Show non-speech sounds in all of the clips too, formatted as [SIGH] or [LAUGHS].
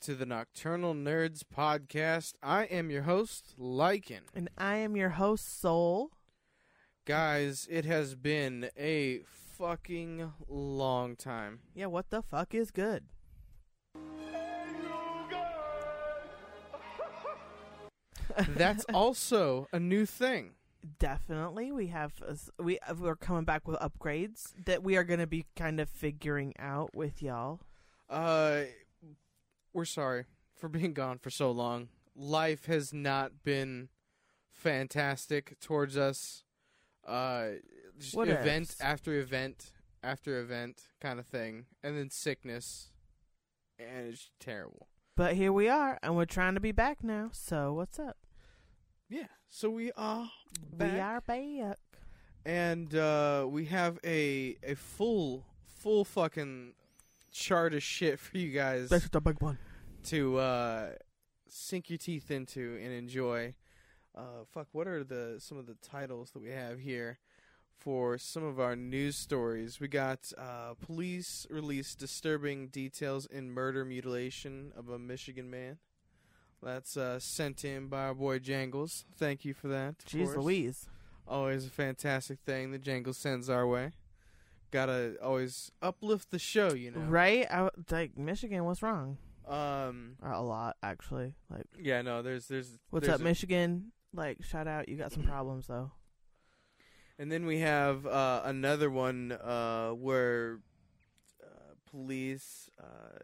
to the Nocturnal Nerds podcast. I am your host, Lycan. And I am your host, Soul. Guys, it has been a fucking long time. Yeah, what the fuck is good? [LAUGHS] That's also a new thing. Definitely, we have us- we uh, we're coming back with upgrades that we are going to be kind of figuring out with y'all. Uh, we're sorry for being gone for so long. Life has not been fantastic towards us. Uh, just What event ifs? after event after event kind of thing, and then sickness, and it's terrible. But here we are, and we're trying to be back now. So what's up? Yeah, so we are back, We are back. and uh, we have a a full full fucking chart of shit for you guys. the big one. to uh, sink your teeth into and enjoy. Uh, fuck, what are the some of the titles that we have here for some of our news stories? We got uh, police release disturbing details in murder mutilation of a Michigan man. That's uh, sent in by our boy Jangles. Thank you for that. of Jeez course. Louise. Always a fantastic thing that Jangles sends our way. Gotta always uplift the show, you know. Right? I, w- like Michigan, what's wrong? Um. Uh, A lot, actually. Like, Yeah. No. There's. There's. what's there's up, a- Michigan? Like, shout out. You got some problems though. And then we have uh, another one uh, where uh, police uh,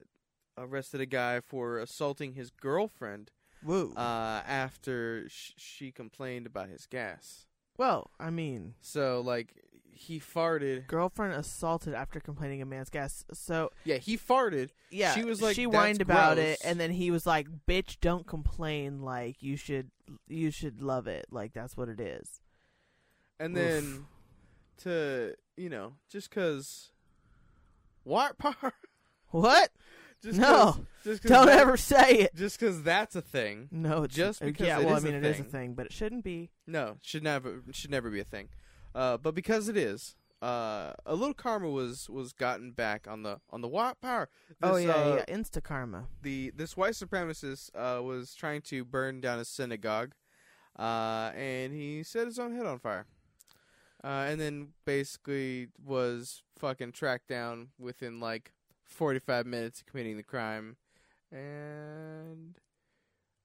arrested a guy for assaulting his girlfriend Woo. uh, after sh- she complained about his gas. well, I mean, So, like, he farted. girlfriend assaulted after complaining of man's gas. So Yeah, he farted. yeah, She was like, she "That's whined about gross." it, and then he was like, "Bitch, don't complain. Like you should, you should love it. Like that's what it is." And Oof. then to, you know, just because. What [LAUGHS] part? What? Just No, 'cause- Just 'cause Don't that- ever say it. Just because that's a thing. No, it's, Just uh, because yeah. it well, is I a mean, it is a thing. thing, but it shouldn't be. No, should never should never be a thing. Uh, but because it is, uh, a little karma was was gotten back on the on the white power. This, oh yeah, uh, yeah. [LAUGHS] Insta karma. The this white supremacist uh, was trying to burn down a synagogue, uh, and he set his own head on fire. Uh, and then basically was fucking tracked down within like 45 minutes of committing the crime. And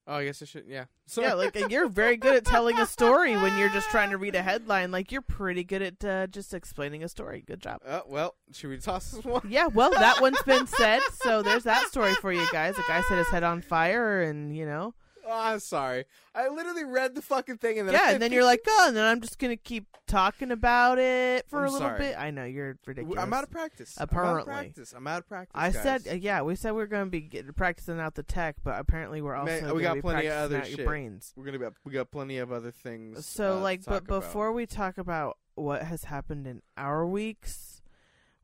oh, I guess I should. Yeah. So Yeah, like and you're very good at telling a story when you're just trying to read a headline. Like you're pretty good at uh, just explaining a story. Good job. Uh, well, should we toss this one? Yeah, well, that one's been said. So there's that story for you guys. A guy set his head on fire, and you know, [LAUGHS] Oh, I'm sorry. I literally read the fucking thing and then yeah. And then you're like, oh, and then I'm just gonna keep talking about it for I'm a little sorry. bit. I know you're ridiculous. I'm out of practice. I'm out of Apparently. practice. I'm out of practice. I guys. said, uh, yeah, we said we are gonna be get, practicing out the tech, but apparently we're also Man, we gonna got be plenty of practicing other out your shit. brains. we're gonna be we got plenty of other things. So uh, like, to but talk about. before we talk about what has happened in our weeks,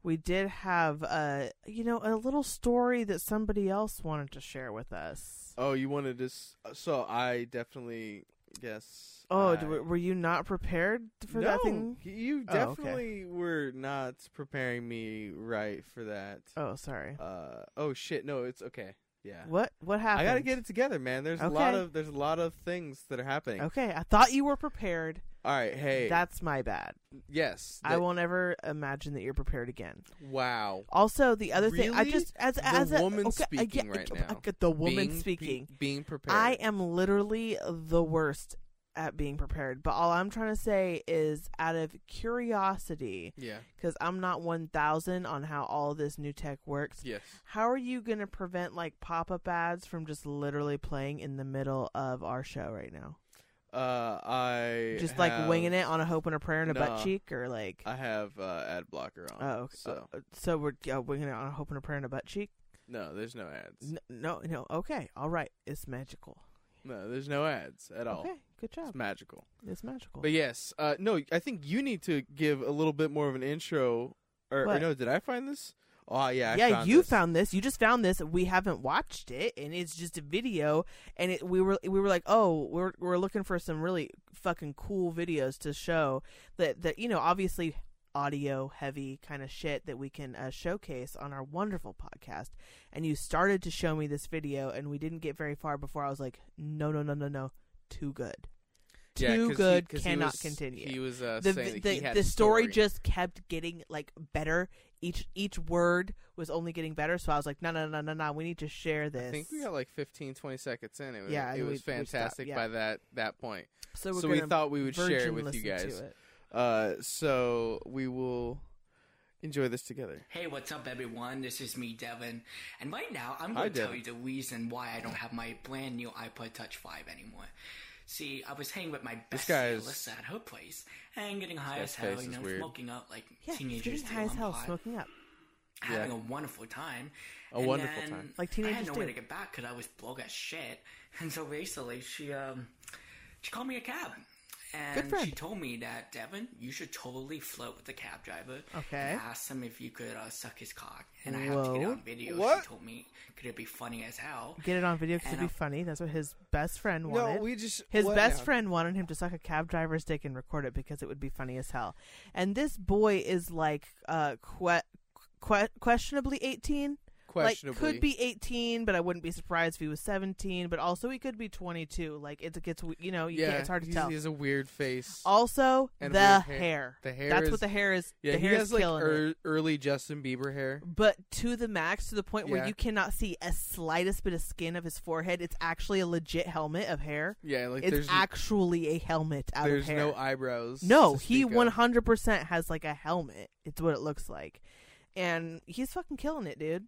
we did have a you know a little story that somebody else wanted to share with us. oh, you wanted to. s- So I definitely guess. Oh, I- d- were you not prepared for no, that thing? you Oh, okay. definitely were not preparing me right for that. Oh, sorry. Uh, oh shit, no, it's okay. Yeah, What what happened? I gotta get it together, man. There's a lot Okay. of there's a lot of things that are happening. Okay, I thought you were prepared. All right, hey, That's my bad. yes, I that- won't ever imagine that you're prepared again. Wow, Also, the other thing I Really? just as The as a woman okay, I get, speaking I right get- I now. get the woman Being- be- speaking. being prepared. I am literally the worst at being prepared. But all I'm trying to say is out of curiosity yeah. cuz I'm not 1000 on how all this new tech works. Yes. How are you going to prevent like pop-up ads from just literally playing in the middle of our show right now? Uh, I just like have- winging it on a hope and a prayer and a butt Nah. cheek or like I have uh, ad blocker on. oh okay. So Uh, so we're uh, winging it on a hope and a prayer and a butt cheek no, there's no ads. N- no no okay all right it's magical No, there's no ads at all. okay good Oh. It's job magical. it's magical But yes, uh, no, I think you need to give a little bit more of an intro. Or, or What? no, did I find this? Oh yeah, I yeah found you this. found this you just found this we haven't watched it and it's just a video and it, we were we were like oh we're we're looking for some really fucking cool videos to show that that you know obviously audio heavy kind of shit that we can uh, showcase on our wonderful podcast. And you started to show me this video, and we didn't get very far before I was like, no, no, no, no, no, too good. Yeah, Too 'cause he- good 'cause he cannot was- continue. He was uh, the saying the, that he had the a story just kept getting like better. Each each word was only getting better, so I was like, no, no, no, no, no, we need to share this. I think we got like 15, 20 seconds in. It was, Yeah, it we- we was stopped, fantastic yeah. by that that point. so we're so we gonna thought we would share virgin it with you listen to guys. it. Uh, so we will enjoy this together. Hey, what's up, everyone? This is me, Devin. And right now, I'm Hi, going to tell Devin. you the reason why I don't have my brand new iPod Touch 5 anymore. See, I was hanging with my best guy is- Alyssa at her place and getting high guy's as hell, face you is know, weird. smoking up like Yeah, he's teenagers getting do high as on hell, pot, smoking up. having Yeah. a wonderful time. A And wonderful then time. Like I teenagers had nowhere do. to get back because I was broke as shit. [LAUGHS] And so basically, she um, she called me a cab. And she friend. told me that, Devin, you should totally flirt with the cab driver. Okay. And asked him if you could uh, suck his cock, and I have to get it Whoa. on video. What? She told me, could it be funny as hell? Get it on video because it'd And be funny. That's what his best friend wanted. No, we just His what best now? friend wanted him to suck a cab driver's dick and record it because it would be funny as hell. And this boy is like uh que- que- questionably 18. questionably Like could be 18, but I wouldn't be surprised if he was 17, but also he could be 22. Like it gets w- you know, you yeah, can't, it's hard to he's- tell. He has a weird face. also and the weird hair. hair. The hair That's is- what the hair is. yeah, the he hair has is like er killing it ear- early Justin Bieber hair. but to the max to the point where Yeah. you cannot see a slightest bit of skin of his forehead. It's actually a legit helmet of hair. Yeah, like it's there's actually a helmet out there's of hair. no eyebrows. No, to he speak of. one hundred percent has like a helmet. It's what it looks like, and he's fucking killing it, dude.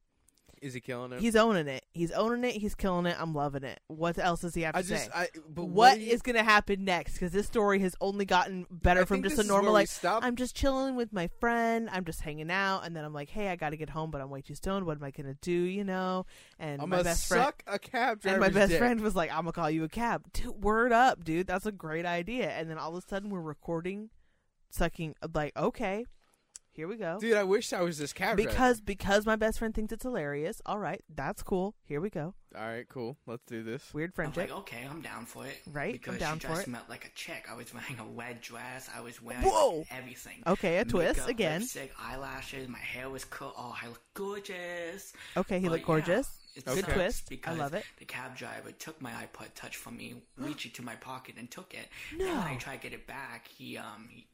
Is he killing it? He's owning it. He's owning it. He's killing it. I'm loving it. What else does he have to I say? just I but what do is you- gonna happen next? Because this story has only gotten better I from think just a this is normal where we like stop. I'm just chilling with my friend. I'm just hanging out, and then I'm like, hey, I got to get home, but I'm way too stoned. What am I gonna do? You know? And I'm my gonna best friend suck a cab driver. and my best friend was like, I'm gonna call you a cab. Dude, word up, dude. That's a great idea. And then all of a sudden we're recording, sucking. Like, okay, here we go. Dude, I wish I was this cab because because my best friend thinks it's hilarious. All right, that's cool. Here we go. driver. All right, cool. Let's do this. Weird I'm friendship. like, okay, I'm down for it. Right, I'm Because down she for dressed it. me up like a chick. I was wearing a red dress. I was wearing Whoa! everything. Okay, a twist Makeup, again. Lipstick, eyelashes. My hair was cut. Oh, I looked gorgeous. Okay, he But looked yeah, gorgeous. it Good sucks twist. I because love it. The cab driver took my iPod Touch [GASPS] from me, reached into my pocket, and took it. No. And when I tried to get it back, he um he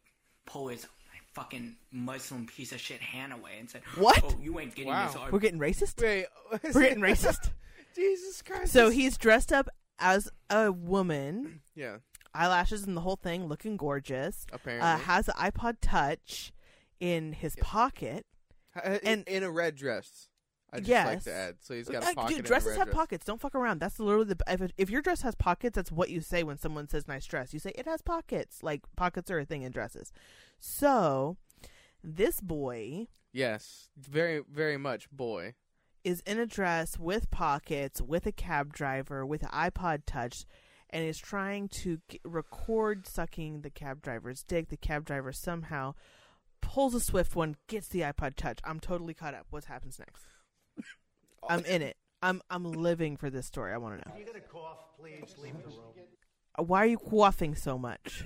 pulled his fucking Muslim piece of shit hand away and said, What? Oh, you ain't getting this Wow. art We're getting racist. Wait, [LAUGHS] [LAUGHS] We're getting racist. [LAUGHS] Jesus Christ. So this- he's dressed up as a woman, yeah, eyelashes and the whole thing, looking gorgeous. apparently, Uh, has an iPod Touch in his pocket. Ha- uh, in, and- in a red dress. I just like Yes. to add. So he's got Uh, a pocket. dude, and a dresses red have dress. pockets. Don't fuck around. That's literally the if, if your dress has pockets, that's what you say when someone says nice dress. You say it has pockets. Like pockets are a thing in dresses. So this boy Yes, very, very much, boy. is in a dress with pockets, with a cab driver, with an iPod Touch, and is trying to g- record sucking the cab driver's dick. The cab driver somehow pulls a swift one, gets the iPod Touch. I'm totally caught up. What happens next? I'm in it. I'm I'm living for this story. I want to know. Uh, You're gonna cough, please leave the room. Why are you quaffing so [COUGHS] much?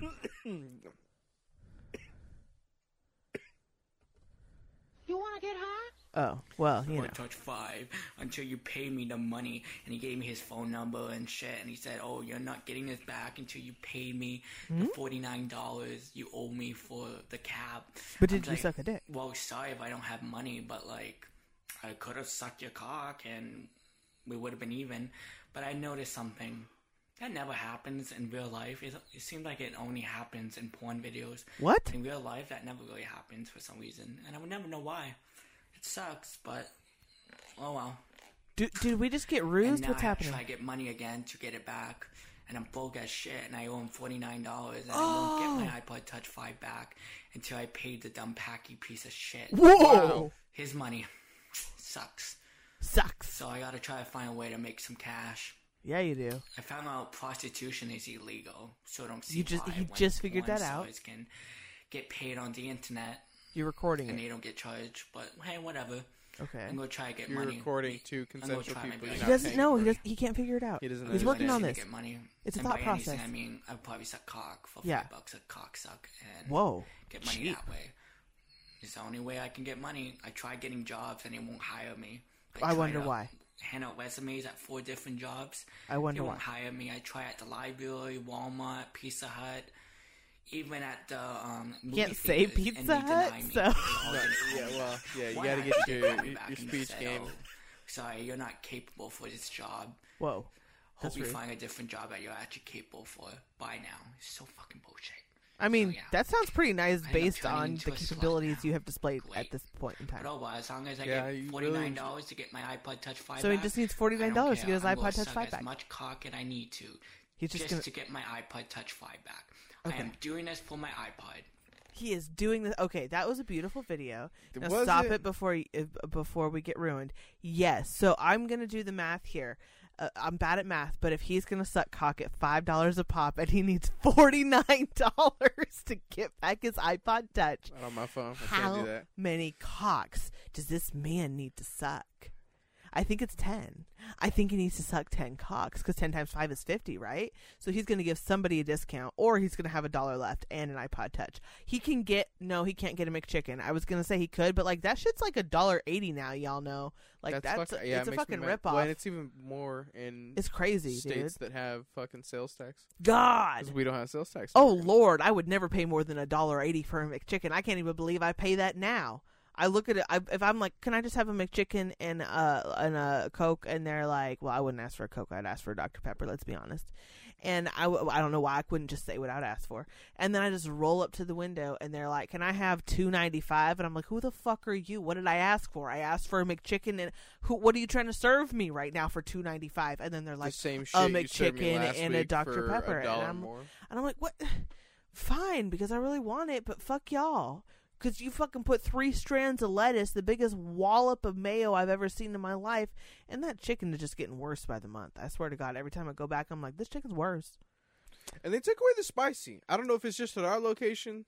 You want to get high? Oh, well, you or know. touch five until you pay me the money. And he gave me his phone number and shit. And he said, "Oh, you're not getting this back until you pay me Hmm? the forty nine dollars you owe me for the cab." But I'm did you like, suck a dick? Well, sorry if I don't have money, but like, I could have sucked your cock and we would have been even. But I noticed something. That never happens in real life. It, it seemed like it only happens in porn videos. What? In real life, that never really happens for some reason, and I would never know why. It sucks, but oh well. Do, did we just get And rused? now What's I have happening? to try to get money again to get it back, and I'm broke as shit, and I owe him forty nine dollars, and I won't get Oh! my iPod Touch five back until I paid the dumb packy piece of shit. Whoa! Wow. His money [SIGHS] sucks, Sucks. so I gotta try to find a way to make some cash. Yeah, you do. I found out prostitution is illegal, so I don't see You just- why he when just figured porn that out. stars Can get paid on the internet You're recording and it. they don't get charged. But hey, whatever. Okay. I'm gonna try to get You're money. recording two I'm gonna consensual try my people. best. He You're not doesn't paying know. for He it. doesn't. He can't figure it out. He doesn't know He's that working he's on To this. Get money. It's a and thought by process. Anything, I mean, I'd probably suck cock for Yeah. five bucks a cock suck and Whoa. get money Cheap. that way. It's the only way I can get money. I try getting jobs and they won't hire me. I try wonder to why. Hand out resumes at four different jobs. I wonder they why. won't hire me. I try at the library, Walmart, Pizza Hut, even at the um. Movie Can't say theaters, and Pizza they deny Hut, me. so- [LAUGHS] They all Yeah, deny me. well, yeah, you Why got to not? get your [LAUGHS] Come your back and speech say, game. "Oh, Sorry, you're not capable for this job. Whoa. Hope That's you rude. find a different job that you're actually capable for. By now, it's so fucking bullshit. I mean, yeah. that sounds pretty nice I'm based turning on into the a slut capabilities now. you have displayed at Great. this point in But time. oh well, as long as I Yeah, you get really- forty nine dollars to get my iPod Touch five. So he back, just needs I don't $49 to get care. his I'm gonna iPod Touch suck 5 as back. much cock as I need to, He's just just gonna- to get my iPod Touch five back. I Okay. am doing this for my iPod. He is doing this. Okay, that was a beautiful video. Th- Now was stop it? it, before y- uh, before we get ruined. Yes. So I'm gonna do the math here. Uh, I'm bad at math, but if he's gonna suck cock at five dollars a pop and he needs forty nine [LAUGHS] dollars to get back his iPod Touch, Not on my phone. Oh, I how can't do that. many cocks does this man need to suck? I think it's 10. I think he needs to suck 10 cocks because 10 times 5 is 50, right? So he's going to give somebody a discount or he's going to have a dollar left and an iPod Touch. He can get, no, he can't get a McChicken. I was going to say he could, but like that shit's like a dollar 80 now, y'all know. Like that's, fuck- a, yeah, it's it a makes me fucking mad. ripoff. Well, and it's even more in it's crazy, dude. states that have fucking sales tax because God. we don't have sales tax. Oh Lord, I would never pay more than a dollar eighty for a McChicken. I can't even believe I pay that now. I look at it. I, if I'm like, can I just have a McChicken and uh and a Coke? And they're like, well, I wouldn't ask for a Coke. I'd ask for a Dr Pepper. Let's be honest. And I, w- I don't know why I couldn't just say what I'd ask for. And then I just roll up to the window and they're like, can I have two ninety five? And I'm like, who the fuck are you? What did I ask for? I asked for a McChicken and who? What are you trying to serve me right now for two ninety five? And then they're the like, same a shit you served me McChicken last and a week Dr. for Pepper, a and dollar I'm- more. and I'm like, what? [SIGHS] Fine, because I really want it, but fuck y'all. Because you fucking put three strands of lettuce, the biggest wallop of mayo I've ever seen in my life, and that chicken is just getting worse by the month. I swear to God, every time I go back, I'm like, this chicken's worse. And they took away the spicy. I don't know if it's just at our location.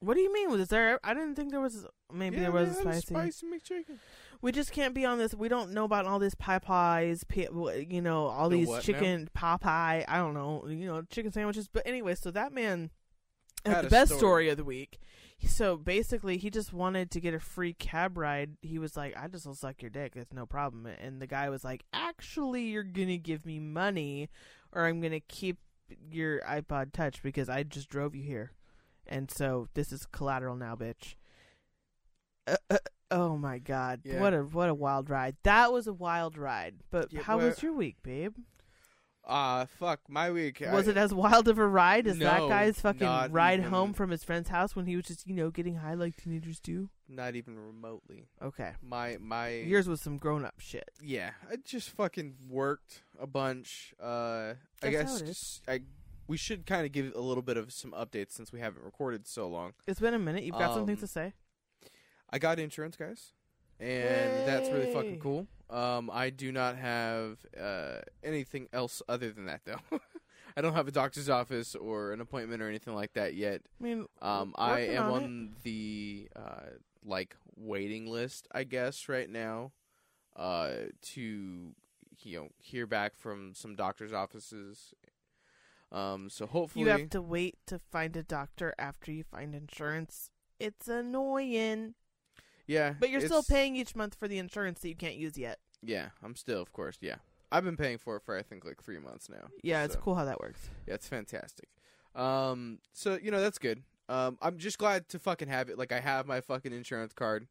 What do you mean? Was there? I didn't think there was. Maybe Yeah, there was they a had spicy. spicy McChicken. We just can't be on this. We don't know about all this pie pies, pi- you know, all The these what now? chicken pie pie. I don't know, you know, chicken sandwiches. But anyway, so that man had, Had the a best story. story. of the week. So basically, he just wanted to get a free cab ride. He was like, "I just will suck your dick. It's no problem." And the guy was like, "Actually, you're gonna give me money, or I'm gonna keep your iPod Touch because I just drove you here, and so this is collateral now, bitch." Uh, uh, oh my god, Yeah. what a what a wild ride! That was a wild ride. But Yeah, how well- was your week, babe? Ah, fuck my week. Was I, it as wild of a ride as that No, guy's fucking not ride even- home from his friend's house when he was just you know getting high like teenagers do? not even remotely? Okay, My my yours was some grown up shit. yeah, I just fucking worked a bunch. Uh, I That's how guess it is. just- I we should kind of give a little bit of some updates since we haven't recorded so long. It's been a minute. You've got something Um, to say? I got insurance, guys, and that's really Yay. fucking cool. Um, I do not have uh, anything else other than that though. [LAUGHS] I don't have a doctor's office or an appointment or anything like that yet. I mean, Um, w- I working am on on, it. the uh, like waiting list, I guess, right now, uh, to you know hear back from some doctors' offices. Um, so hopefully, You have to wait to find a doctor after you find insurance. It's annoying, yeah, but you're still it's- paying each month for the insurance that you can't use yet. Yeah, I'm still, of course, yeah. I've been paying for it for I think like three months now. Yeah, it's so- cool how that works. Yeah, it's fantastic. Um, so you know that's good. Um, I'm just glad to fucking have it. Like I have my fucking insurance card.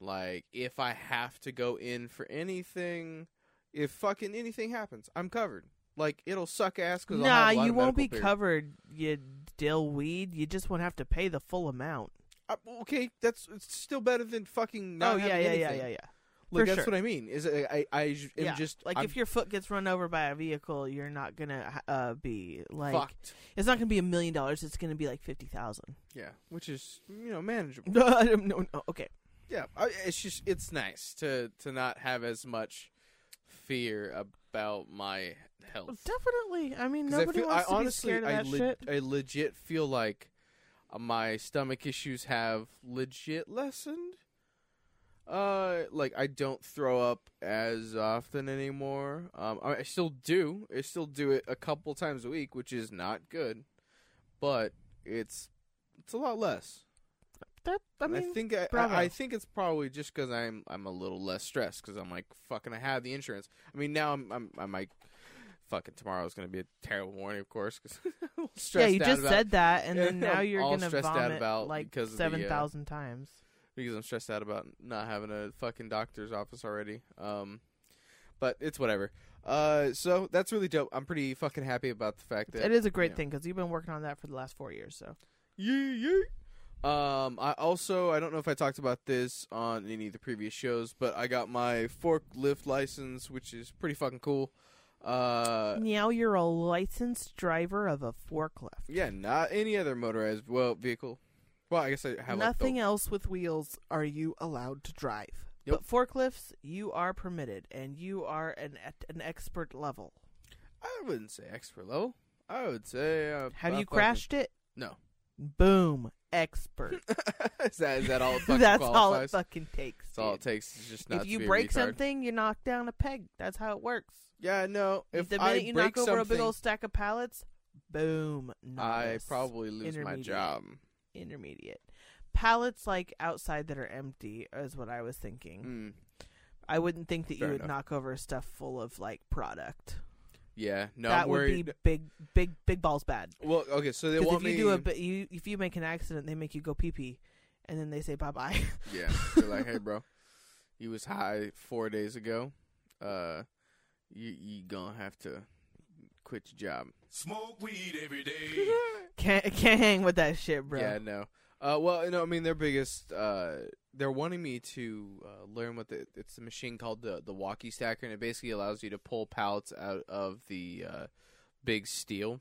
Like if I have to go in for anything, if fucking anything happens, I'm covered. Like it'll suck ass because Nah, I'll have a lot you of won't medical care. be covered, you dill weed. You just won't have to pay the full amount. Uh, okay, that's it's still better than fucking. Not oh yeah, having yeah, yeah, anything. yeah, yeah. Like For that's sure. what I mean. Is I I, I am yeah. just like I'm if your foot gets run over by a vehicle, you're not gonna uh, be like fucked. it's not gonna be a million dollars. It's gonna be like fifty thousand. Yeah, which is you know manageable. [LAUGHS] no, no, no, okay. Yeah, I, it's just it's nice to to not have as much fear about my health. Definitely. I mean, 'Cause I nobody feel- wants I to honestly, be scared of I that le- shit. I legit feel like uh, my stomach issues have legit lessened. Uh, like I don't throw up as often anymore. Um, I, I still do. I still do it a couple times a week, which is not good, but it's it's a lot less. that I And I, mean, think I, bravo. I, I think it's probably just because I'm I'm a little less stressed because I'm like fucking I have the insurance. I mean now I'm I'm I might fucking tomorrow is gonna be a terrible morning of course [LAUGHS] because yeah, you just said [LAUGHS] that, and Yeah, then now I'm you're all gonna stressed out vomit about like because of the, uh, seven thousand times. because I'm stressed out about not having a fucking doctor's office already. Um, but it's whatever. Uh, so that's really dope. I'm pretty fucking happy about the fact that It is a great yeah. thing thing because you've been working on that for the last four years. So Yeah, yeah. Um, I also I don't know if I talked about this on any of the previous shows, but I got my forklift license, which is pretty fucking cool. Uh, now you're a licensed driver of a forklift. yeah, not any other motorized well vehicle. Well, I guess I have like, the- Nothing else with wheels are you allowed to drive. Nope. But forklifts, you are permitted, and you are an at an expert level. I wouldn't say expert level. I would say. Uh, Have I fucking- you crashed it? No. Boom, expert. [LAUGHS] is that is that all? It [LAUGHS] fucking That's all it qualifies? fucking takes. That's all it dude. takes. Is just not if to you be a break retard. something, you knock down a peg. That's how it works. Yeah, no. If the minute I you break knock over a big something, old stack of pallets, boom. I novice. probably lose my intermediate. job. intermediate. Pallets like outside that are empty is what I was thinking. Mm. I wouldn't think that Fair you would enough. knock over stuff full of like product. Yeah, no. that I'm would worried. be big, big, big balls bad. Well, okay, so they Because want if you me. [LAUGHS] do a bit, you if you make an accident, they make you go pee pee, and then they say bye bye. [LAUGHS] yeah, they're like, hey, bro, you was high four days ago. Uh, you you gonna have to quit your job. Smoke weed every day. [LAUGHS] can't can't hang with that shit, bro. Yeah, no. Uh, well, no, I mean their biggest. Uh, they're wanting me to uh, learn what the it's a machine called the the walkie stacker, and it basically allows you to pull pallets out of the uh, big steel,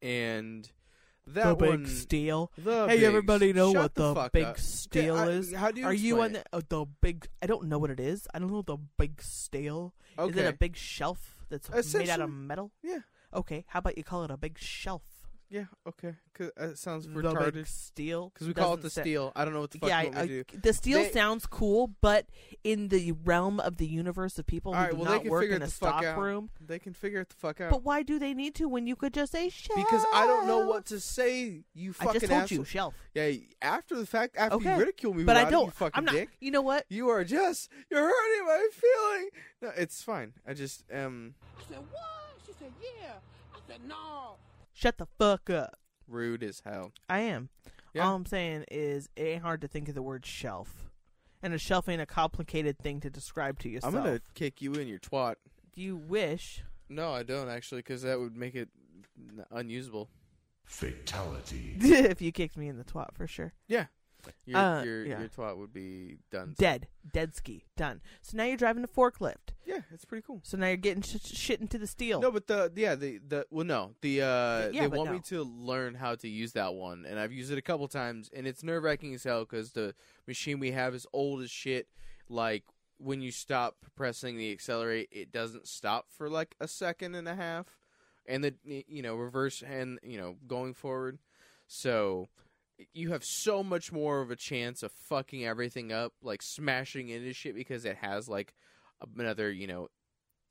and that the big one. steel. the hey, big- everybody, know Shut what the, fuck big up. steel Yeah, I- is? How do you Are you explain on the, uh, the big? I don't know what it is. I don't know the big steel. it? okay. Is it a big shelf that's made out of Essentially- metal? Yeah. Okay. How about you call it a big shelf? Yeah, okay. 'Cause, uh, it sounds The big retarded. steel. Because we call it doesn't the sa- steel. I don't know what the fuck yeah, you want me I- to do. the steel They- sounds cool, but in the realm of the universe of people All who right, do well, they not can work figure in it a the fuck stock out. room. They can figure it the fuck out. But why do they need to when you could just say shelf? because I don't know what to say, you fucking I just told asshole. you shelf. Yeah, after the fact, after Okay, you ridicule me But about I it, don't. you fucking I'm not. dick. You know what? You are just, you're hurting my feeling. No, it's fine. I just, um, I said, what? She said, yeah. I said, no. Shut the fuck up. rude as hell. I am. Yeah. All I'm saying is it ain't hard to think of the word shelf. And a shelf ain't a complicated thing to describe to yourself. I'm going to kick you in your twat. Do you [LAUGHS] wish? [LAUGHS] No, I don't, actually, because that would make it n- unusable. Fatality. if you kicked me in the twat for sure. Your, Uh, your, yeah. your twat would be done. Dead. Dead ski. Done. So now you're driving a forklift. Yeah, it's pretty cool. So now you're getting sh- sh- shit into the steel. No, but the yeah the the well no the uh Yeah, they but want me no. to learn how to use that one, and I've used it a couple times, and it's nerve wracking as hell because the machine we have is old as shit. Like when you stop pressing the accelerate, it doesn't stop for like a second and a half, and the you know reverse and you know going forward, so. You have so much more of a chance of fucking everything up, like smashing into shit, because it has like another, you know,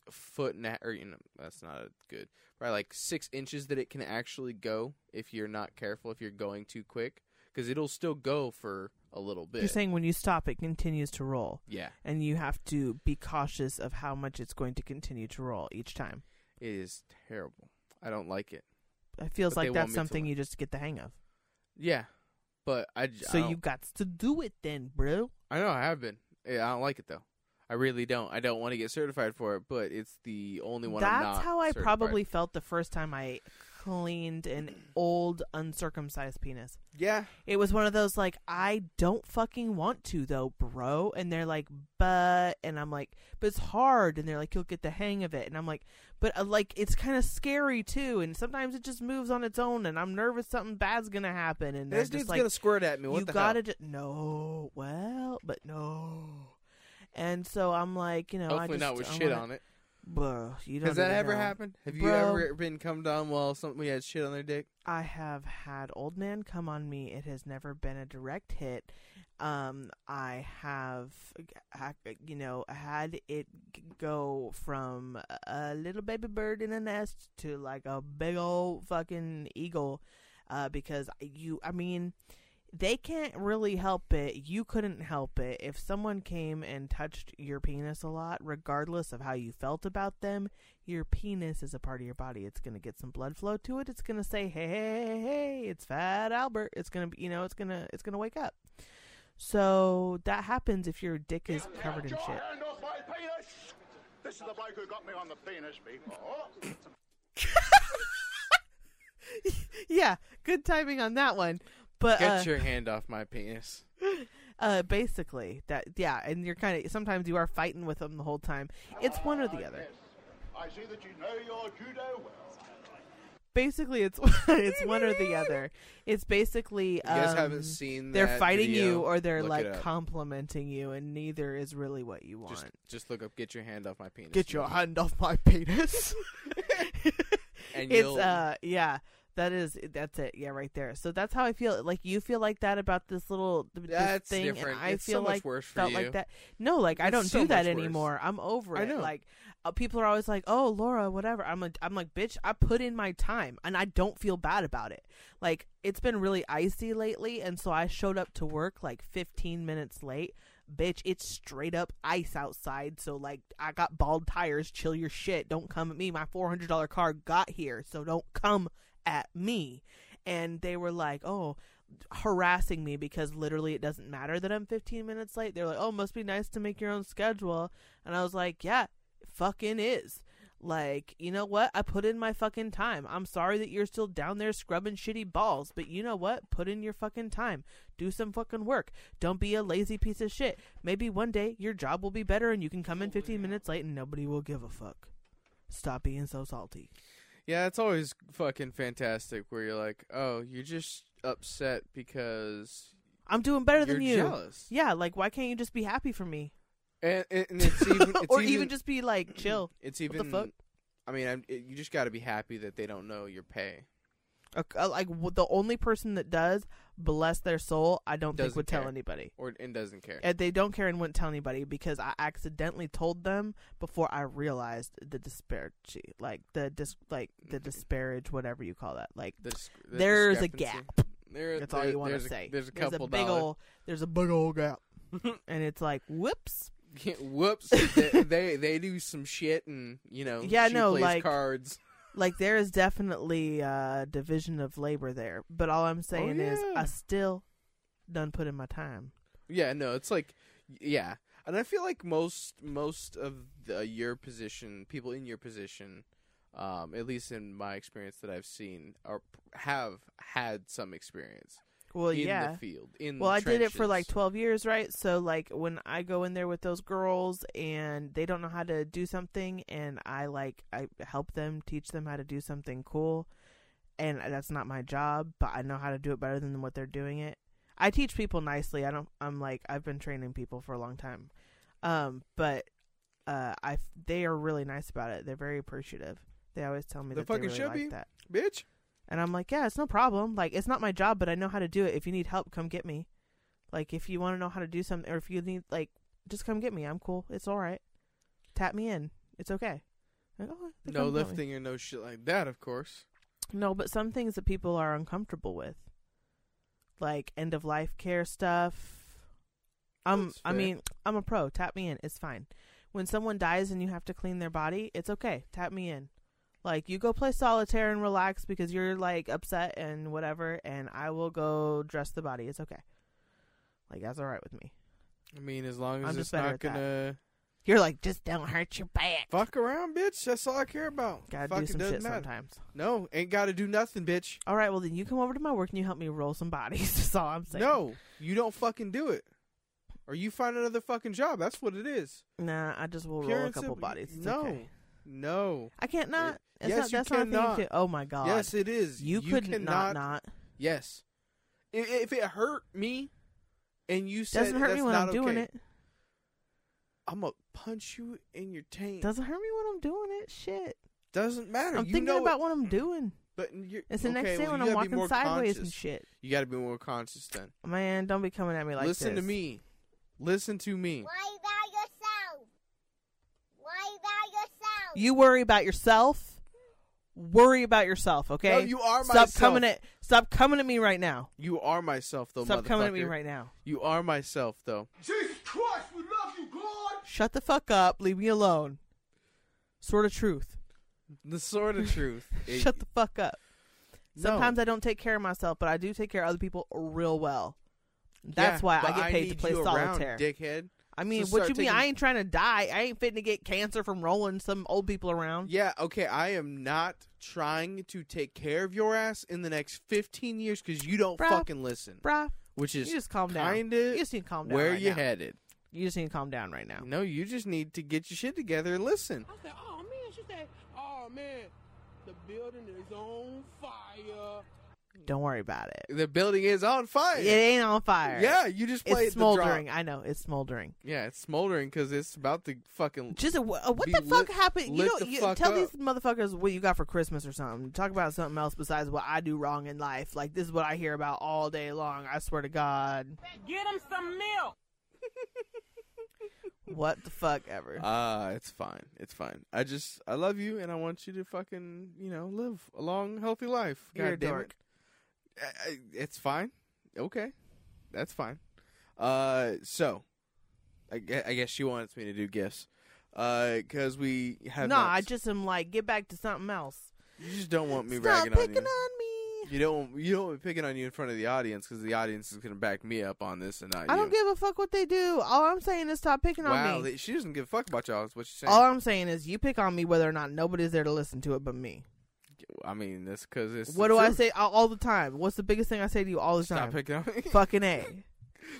foot and a, or you know that's not a good probably like six inches that it can actually go if you're not careful if you're going too quick because it'll still go for a little bit You're saying when you stop, it continues to roll. yeah And you have to be cautious of how much it's going to continue to roll each time. it is terrible i don't like it It feels But they want like that's me to something learn. you just get the hang of. yeah but i j- I So don't- you got to do it then, bro. i know i have been Yeah, i don't like it though i really don't i don't want to get certified for it but it's the only one I'm That's not how I certified. probably felt the first time I cleaned an old uncircumcised penis. yeah It was one of those like I don't fucking want to though, bro. And they're like, but, and I'm like, but it's hard. And they're like, you'll get the hang of it. And I'm like, but uh, like it's kind of scary too. And sometimes it just moves on its own, and I'm nervous something bad's gonna happen. And they're this just dude's like, gonna squirt at me what you the gotta hell? ju- no, well, but no. And so I'm like, you know, I hopefully just, not with I shit wanna- on it Bro, you don't has that even ever know. happened have you Bro. ever been come down while somebody had shit on their dick I have had old man come on me. It has never been a direct hit. Um, I have, ha- you know, had it g- go from a little baby bird in a nest to like a big old fucking eagle, uh, because you, I mean, They can't really help it. You couldn't help it. If someone came and touched your penis a lot, regardless of how you felt about them, your penis is a part of your body. It's going to get some blood flow to it. It's going to say, "Hey, hey, hey, hey, it's Fat Albert." It's going to be, you know, it's going to it's going to wake up. So that happens if your dick is covered in shit. This is the bloke who got me on the penis before. yeah, good timing on that one. But Get uh, your hand off my penis. uh, basically that yeah, and you're kind of sometimes you are fighting with them the whole time. It's one or the other. I see that you know your judo well. Basically, it's [LAUGHS] it's one or the other. It's basically You guys um, haven't seen. they're that fighting video? you or they're Look it like up. complimenting you, and neither is really what you want. Just, just look up. Get your hand off my penis. Get your hand off my penis. [LAUGHS] [LAUGHS] And it's you'll- uh yeah. That is that's it yeah right there so that's how I feel like you feel like that about this little th- this That's thing different. and I It's so feel much like worse for felt you. like that no like I It's don't so do that much worse. anymore I'm over I it know. like uh, people are always like oh Laura whatever I'm like I'm like bitch I put in my time and I don't feel bad about it like it's been really icy lately and so I showed up to work like 15 minutes late bitch it's straight up ice outside so like i got bald tires chill your shit don't come at me my $400 car got here so don't come at me and they were like oh harassing me because literally it doesn't matter that i'm 15 minutes late they're like oh must be nice to make your own schedule and i was like yeah it fucking is like you know what i put in my fucking time i'm sorry that you're still down there scrubbing shitty balls but you know what put in your fucking time do some fucking work don't be a lazy piece of shit maybe one day your job will be better and you can come in 15 minutes late and nobody will give a fuck stop being so salty Yeah, it's always fucking fantastic where you're like, oh, you're just upset because i'm doing better than You're you jealous. yeah like why can't you just be happy for me and, and and [LAUGHS] it's even it's or even, even, just [CLEARS THROAT] be like chill it's the even fuck? I mean, I'm, it, you just got to be happy that they don't know your pay. Uh, uh, like w- the only person that does bless their soul i don't think Doesn't would tell care. anybody or and doesn't care. and they don't care and wouldn't tell anybody because I accidentally told them before I realized the disparity, like the dis, like the disparage, whatever you call that. Like The dis- the there's a discrepancy. gap. There, That's there- all you want to there's a- say. There's a couple big dollar- old, there's a big old gap, [LAUGHS] and it's like whoops. [LAUGHS] Whoops! [LAUGHS] they, they they do some shit and you know Yeah, she no, plays like- cards. Like there is definitely uh division of labor there, but all I'm saying is Oh, yeah. I still done put in my time. Yeah, no, it's like yeah, and I feel like most most of the, your position people in your position, um, at least in my experience that I've seen, are have had some experience Well, in yeah. the field. In Well, the I did it for like trenches. 12 years, right? So like when I go in there with those girls and they don't know how to do something and I like I help them teach them how to do something cool and that's not my job, but I know how to do it better than what they're doing it. I teach people nicely. I don't I'm like I've been training people for a long time. Um but uh I they are really nice about it. They're very appreciative. They always tell me They that they fucking really should like be. that. bitch. And I'm like, yeah, it's no problem. Like, it's not my job, but I know how to do it. If you need help, come get me. Like, if you want to know how to do something, or if you need, like, just come get me. I'm cool. It's all right. Tap me in. It's okay. Like, "Oh, they No come help me." lifting or no shit like that, of course. No, but some things that people are uncomfortable with, like end of life care stuff. Um, That's I fair. mean, I'm a pro. Tap me in. It's fine. When someone dies and you have to clean their body, it's okay. Tap me in. Like you go play solitaire and relax because you're like upset and whatever, and I will go dress the body. It's okay. Like that's all right with me. I mean, as long as I'm it's just better not at that. gonna You're like just don't hurt your back. fuck around, bitch. That's all I care about. Gotta Fuck, do it some doesn't shit matter. sometimes. No, ain't got to do nothing, bitch. All right, well then you come over to my work and you help me roll some bodies. [LAUGHS] That's all I'm saying. No, you don't fucking do it. Or you find another fucking job. That's what it is. Nah, I just will Pure roll a and couple simple. bodies. It's No. okay. No. I can't not. It's Yes, not, you that's not a cannot. thing you can. Oh my god. Yes, it is. you, could cannot. not not. Yes. I- If it hurt me, and you said Doesn't hurt me "That's when not I'm doing okay," it. I'm gonna punch you in your taint. Doesn't hurt me when I'm doing it. Shit. Doesn't matter. I'm you thinking know it, about what I'm doing. But you're, It's the okay, next day well, when you I'm gotta be walking more sideways conscious. and shit. You got to be more conscious then. Man, don't be coming at me like Listen to this. me. Listen to me. Worry about yourself. Worry about yourself. You worry about yourself. Worry about yourself, okay? No, you are Stop myself. coming at Stop coming at me right now. You are myself, though, Stop coming at me motherfucker. right now. You are myself, though. Jesus Christ, we love you, God! Shut the fuck up. Leave me alone. Sort of truth. The sort of truth. It- [LAUGHS] Shut the fuck up. No. Sometimes I don't take care of myself, but I do take care of other people real well. That's Yeah, why I but get paid to need play you around, solitaire. dickhead. I mean, So what start you mean? taking- I ain't trying to die. I ain't fitting to get cancer from rolling some old people around. Yeah, okay, I am not trying to take care of your ass in the next 15 years because you don't Bruh. fucking listen. Bruh, Which is you just calm down. kinda You just need to calm down where right you now. headed. You just need to calm down right now. No, you just need to get your shit together and listen. I said, oh man, she said, oh man, the building is on fire. Mm. Don't worry about it. The building is on fire. It ain't on fire. Yeah, you just played It's the drop. smoldering. I know it's smoldering. Yeah, it's smoldering because it's about to fucking. Just a, wh- uh, what Be the fuck lit- happened? You lit know, the you fuck tell up. these motherfuckers what you got for Christmas or something. Talk about something else besides what I do wrong in life. Like this is what I hear about all day long. I swear to God. Get him some milk. [LAUGHS] What the fuck ever. Ah, it's fine. It's fine. I just I love you and I want you to fucking you know live a long healthy life. You're a God damn dork. it. I- I- It's fine. Okay, that's fine. Uh, so I guess, I guess she wants me to do gifts. Uh, because we No, have not- I just am like get back to something else. you just don't want me Stop ragging on picking you. on me. You don't you don't want me picking on you in front of the audience because the audience is gonna back me up on this and not I you. don't give a fuck what they do. All I'm saying is stop picking wow, on me. they- she doesn't give a fuck about y'all. Is what she's saying. All I'm saying is you pick on me whether or not nobody's there to listen to it but me. I mean, that's because it's. what the do I truth. say all, all the time? What's the biggest thing I say to you all the Stop time? picking on me. Fucking a. Leave me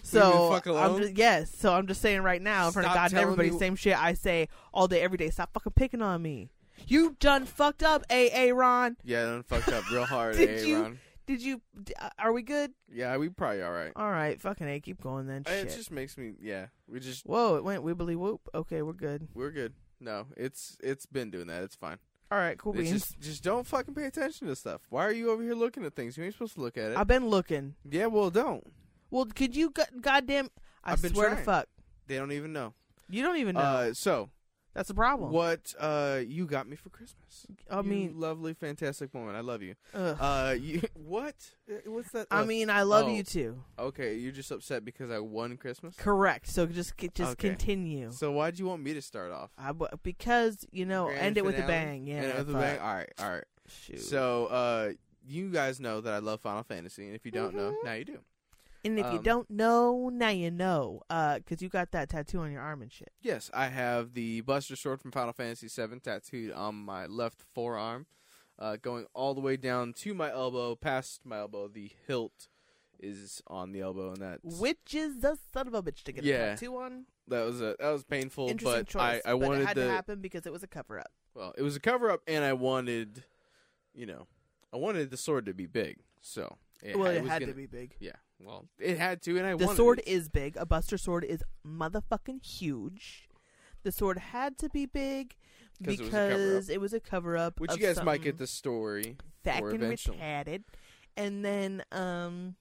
So the fuck I'm alone? just, yes. So I'm just saying right now in front Stop of God and telling everybody, me- same shit I say all day, every day. Stop fucking picking on me. You done fucked up, a a Ron. Yeah, done fucked up [LAUGHS] real hard, Did eh, you- Ron? Did you? d- uh, Are we good? Yeah, we probably all right. All right, fucking a. Keep going then. It Oh, Shit. just makes me, yeah, we just Whoa, it went wibbly whoop. Okay, we're good. we're good. No, it's it's been doing that. It's fine. All right, cool It's beans. just just don't fucking pay attention to stuff. Why are you over here looking at things? You ain't supposed to look at it. I've been looking. yeah, well, don't. Well, could you go- goddamn? I I've been swear to trying. fuck, They don't even know. you don't even know. Uh, so That's a problem. what uh you got me for Christmas? I You mean- lovely, fantastic woman. I love you. Ugh. Uh, you, [LAUGHS] what? Uh, What's that? I uh, mean, I love oh. you too. okay, you're just upset because I won Christmas. Correct. So just c- just Okay. continue. So why'd you want me to start off? I w- because you know, Grand Oh, end it with a finale? bang. Yeah. End it with a fuck. bang. All right, all right. Shoot. So, uh, you guys know that I love Final Fantasy, and if you don't know, Mm-hmm. now you do. and if you um, don't know, now you know, Uh 'cause you got that tattoo on your arm and shit. Yes, I have the Buster Sword from Final Fantasy VII tattooed on my left forearm, uh, going all the way down to my elbow, past my elbow. The hilt is on the elbow, and that Which is the son of a bitch to get a Yeah. tattoo on. that was a that was painful, Interesting but choice. I I but wanted it had the to happen because it was a cover up. well, it was a cover up, and I wanted, you know, I wanted the sword to be big, so well, it, was had gonna- to be big. Yeah, well, it had to, and I The wanted sword it to. is big. A Buster sword is motherfucking huge. The sword had to be big 'Cause it was a because it was a cover up. Which you guys might get the story back for and eventually. retarded. And then, um,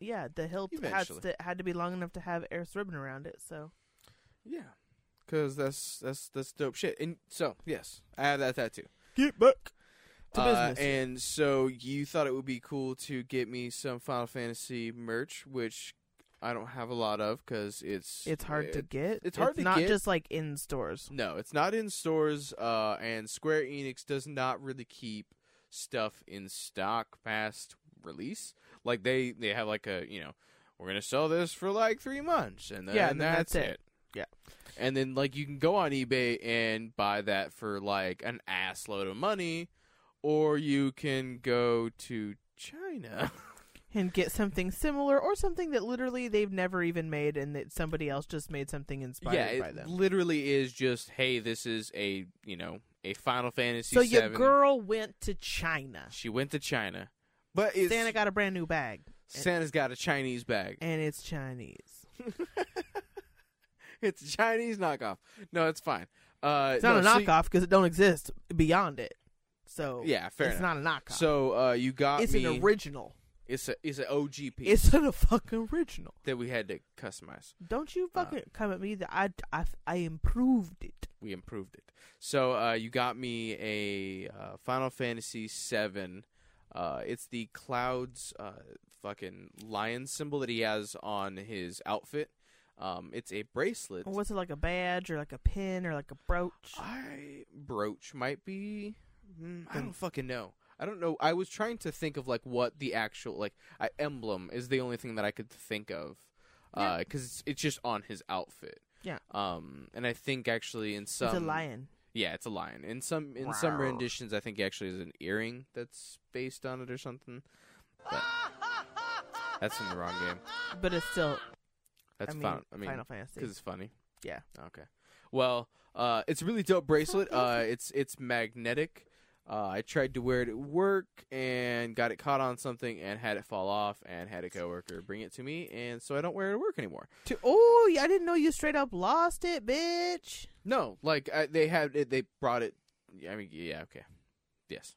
yeah, the hilt has Eventually. to, had to be long enough to have Eris ribbon around it. So Yeah, because that's that's that's dope shit. And so yes, I have that tattoo. get back to Uh, business. and so you thought it would be cool to get me some Final Fantasy merch, which I don't have a lot of because it's it's hard to it- get. it's hard to not get. just like in stores. No, it's not in stores. Uh, and Square Enix does not really keep stuff in stock past release. Like they they have like a you know we're gonna sell this for like three months and then, Yeah, and then that's, that's it. it. Yeah. And then like you can go on eBay and buy that for like an ass load of money, or you can go to China. [LAUGHS] And get something similar or something that literally they've never even made, and that somebody else just made something inspired yeah, by it them. literally is just hey, this is a you know a Final Fantasy. So your VII. girl went to China. She went to China. But it's, Santa got a brand new bag, Santa's got a Chinese bag. and it's Chinese. It's a Chinese knockoff. No, it's fine. Uh, It's not no, a so- knockoff because it don't exist beyond it. So Yeah, fair It's enough. not a knockoff. So uh, you got it's me. an original. It's a it's an OG piece It's not a [LAUGHS] fucking original. that we had to customize. Don't you fucking come at me that I, I, I improved it. We improved it. So uh, you got me a uh, Final Fantasy VII Uh, it's the clouds uh, fucking lion symbol that he has on his outfit. Um, it's a bracelet. Or was it like a badge or like a pin or like a brooch? Ah. I brooch might be. mm, I don't fucking know. I don't know. I was trying to think of like what the actual like I, emblem is. The only thing that I could think of because it's, it's just on his outfit. Yeah. Um, and I think actually in some it's a lion. Yeah, it's a lion. In some in some renditions, I think he actually has an earring that's based on it or something. [LAUGHS] But that's in the wrong game. But it's still That's I mean, fun. I mean, Final Fantasy. because it's funny. Yeah. Okay. Well, uh, it's a really dope [LAUGHS] bracelet. Uh, it's it's magnetic. Uh, I tried to wear it at work and got it caught on something and had it fall off and had a coworker bring it to me and so I don't wear it at work anymore. To, oh, yeah, I didn't know you straight up lost it, bitch. No, like I, they had it, they brought it. I mean, yeah, okay, yes.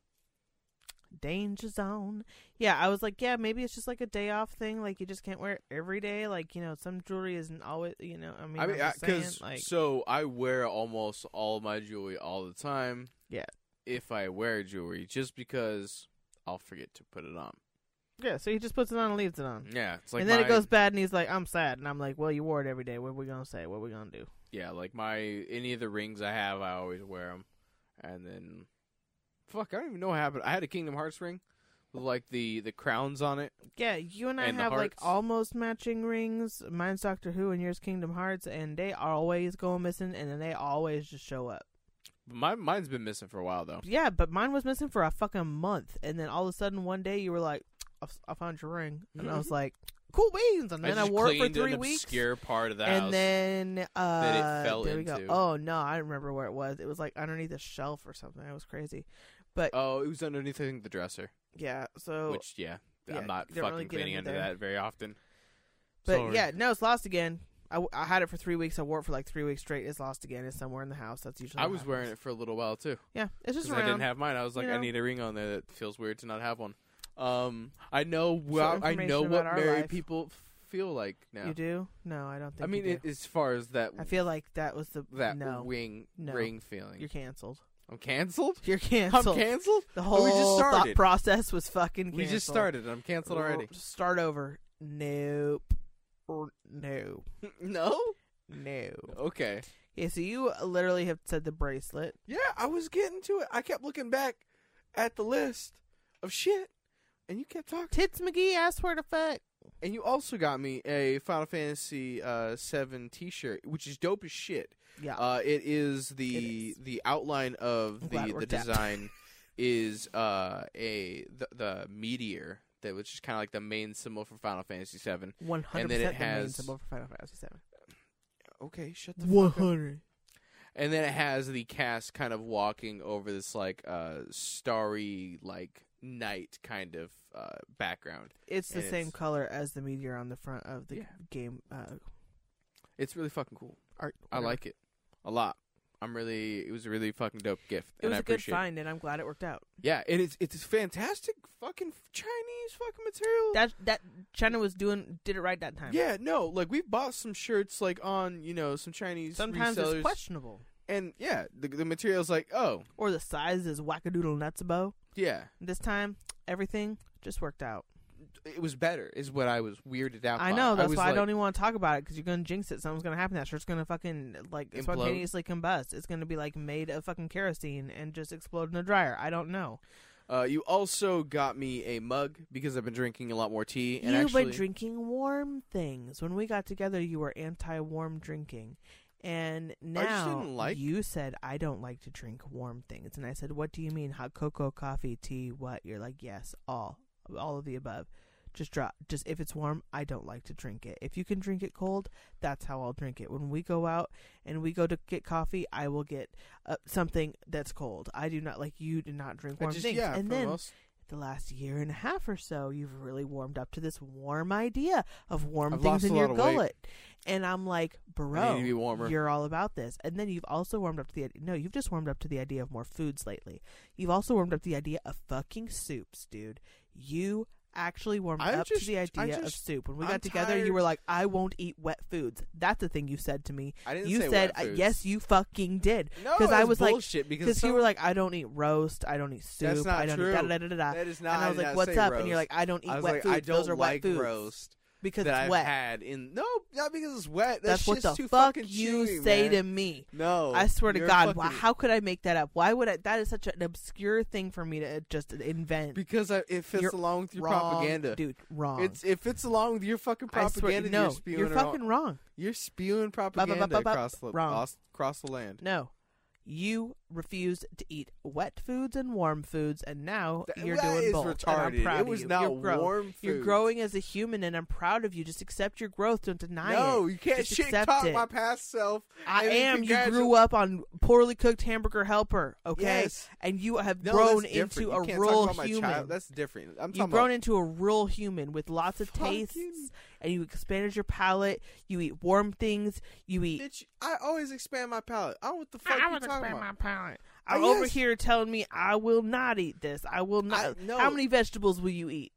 Danger zone. Yeah, I was like, yeah, maybe it's just like a day off thing. Like you just can't wear it every day. Like you know, some jewelry isn't always. You know, I mean, I mean, I'm just saying, because like so I wear almost all my jewelry all the time. Yeah. If I wear jewelry, just because I'll forget to put it on. yeah. So he just puts it on and leaves it on. Yeah, it's like and then my- it goes bad, and he's like, "I'm sad," and I'm like, "Well, you wore it every day. What we gonna say? What we gonna do?" Yeah, like my any of the rings I have, I always wear them. And then, fuck, I don't even know what happened. I had a Kingdom Hearts ring with like the the crowns on it. Yeah, you and I And the have like hearts. almost matching rings. Mine's Doctor Who, and yours Kingdom Hearts, and they always go missing, and then they always just show up. My mine's been missing for a while though. Yeah, but mine was missing for a fucking month, and then all of a sudden one day you were like, "I, f- I found your ring," and I was like, "Cool beans!" And then Mm-hmm. I, just wore it for cleaned three an weeks, obscure part of the house. and then uh, that it fell there we into. go. Oh no, I remember where it was. It was like underneath a shelf or something. It was crazy, but oh, it was underneath I think the dresser. yeah. So, Which yeah, Oh, yeah, I'm not you don't fucking really get cleaning into under there. that very often. but sorry. yeah, no, it's lost again. I, w- I had it for three weeks. I wore it for like three weeks straight. It's lost again. It's somewhere in the house. That's usually. I what was wearing happens. it for a little while too. Yeah, it's just Because around. I didn't have mine. I was you like, I know. need a ring on there. That feels weird to not have one. Um, I know. So Well, I know information what about our married life. people f- feel like now. You do? No, I don't think. I mean, you it, do. as far as that I feel like that was the that no. wing No. ring feeling. You're canceled. [LAUGHS] I'm canceled. You're I'm canceled. canceled. The Oh, whole we just thought started. process was fucking. we just canceled. started. I'm canceled Nope. already. [LAUGHS] Start over. Nope. Or no. no. No. Okay. Yeah. So you literally have said the bracelet. Yeah, I was getting to it. I kept looking back at the list of shit, and you kept talking. Tits McGee asked where to fuck. And you also got me a Final Fantasy uh, Seven T-shirt, which is dope as shit. Yeah. Uh, it is the It is. the outline of I'm glad the it the worked out. design is uh, a the, the meteor that which is kind of like the main symbol for Final Fantasy Seven. One hundred then it percent the main has- symbol for Final Fantasy Seven. Okay, shut the One fuck up. hundred. And then it has the cast kind of walking over this like uh, starry like night kind of uh, background. It's the And same it's- color as the meteor on the front of the Yeah. game uh, It's really fucking cool. art. I like it a lot. I'm really. It was a really fucking dope gift, It and was I a good appreciate. it. find, and I'm glad it worked out. Yeah, and it's it's fantastic fucking Chinese fucking material. That that China was doing did it right that time. yeah, no, like we bought some shirts like on you know some Chinese Sometimes resellers, it's questionable, and yeah, the the material's like oh or the size is wackadoodle nuts about. yeah, This time, everything just worked out. it was better is what I was weirded out. I by. know. That's was why I like- don't e- even want to talk about it because you're gonna jinx it. Something's gonna happen. That shirt's gonna fucking like Implode? spontaneously combust. It's gonna be like made of fucking kerosene and just explode in the dryer. I don't know. Uh, you also got me a mug because I've been drinking a lot more tea. And You've actually, been drinking warm things. When we got together, you were anti-warm drinking, and now just didn't like- you said I don't like to drink warm things. And I said, "What do you mean? Hot cocoa, coffee, tea? What?" You're like, "Yes, all, all of the above." Just drop. Just if it's warm, I don't like to drink it. If you can drink it cold, that's how I'll drink it. When we go out and we go to get coffee, I will get uh, something that's cold. I do not like you do not drink I warm just- things. yeah, and for the then most- the last year and a half or so, you've really warmed up to this warm idea of warm I've things lost in a your lot of weight. gullet. And I'm like, bro, to be warmer." you're all about this. And then you've also warmed up to the idea. No, you've just warmed up to the idea of more foods lately. You've also warmed up to the idea of fucking soups, dude. You actually warmed I'm up to just- the I idea of just- soup. When we I'm got together, you tired. were like, "I won't eat wet foods." That's the thing you said to me. I didn't You say said, wet foods. yes, you fucking did. No, I that's was bullshit, like, because you some- were like, "I don't eat roast. I don't eat soup. That's not I don't true. eat da da da da da." That is And not- I I was did like, not "What's say up?" And you're roast. like, "I don't eat I was wet like, foods. I don't Those are like wet foods roast because that it's I've wet." had in. No, not because it's wet. That That's what shit's the too fuck fucking you chewy, say man. to me. No, I swear to you're God, why, fucking- how could I make that up? Why would I? That is such an obscure thing for me to uh, just invent. because I, it fits You're along with your wrong, propaganda, dude. Wrong. It's it fits along with your fucking I propaganda. swear, that no, you're spewing you're around- fucking wrong. You're spewing propaganda ba- ba- across the wrong. across- across the land. No, you refused to eat wet foods and warm foods, and now Th- you're that doing is both. And retarded. I'm proud It of was you. not You're grow- warm You're food. growing as a human, and I'm proud of you. Just accept your growth. Don't deny it. No, you can't Just shit accept talk it. my past self. I and then am. You congratu- grew up on poorly cooked hamburger helper, okay? Yes. And you have No, grown that's different. into You a can't rural talk about my human. Child. That's different. I'm You've talking grown about into a rural human with lots of Fucking- tastes, and you expanded your palate. You eat warm things. You eat. Bitch, I always expand my palate. I don't know what the fuck you talking about. palate. Ah, I'm over yes. here telling me I will not eat this. I will not. I- no. How many vegetables will you eat?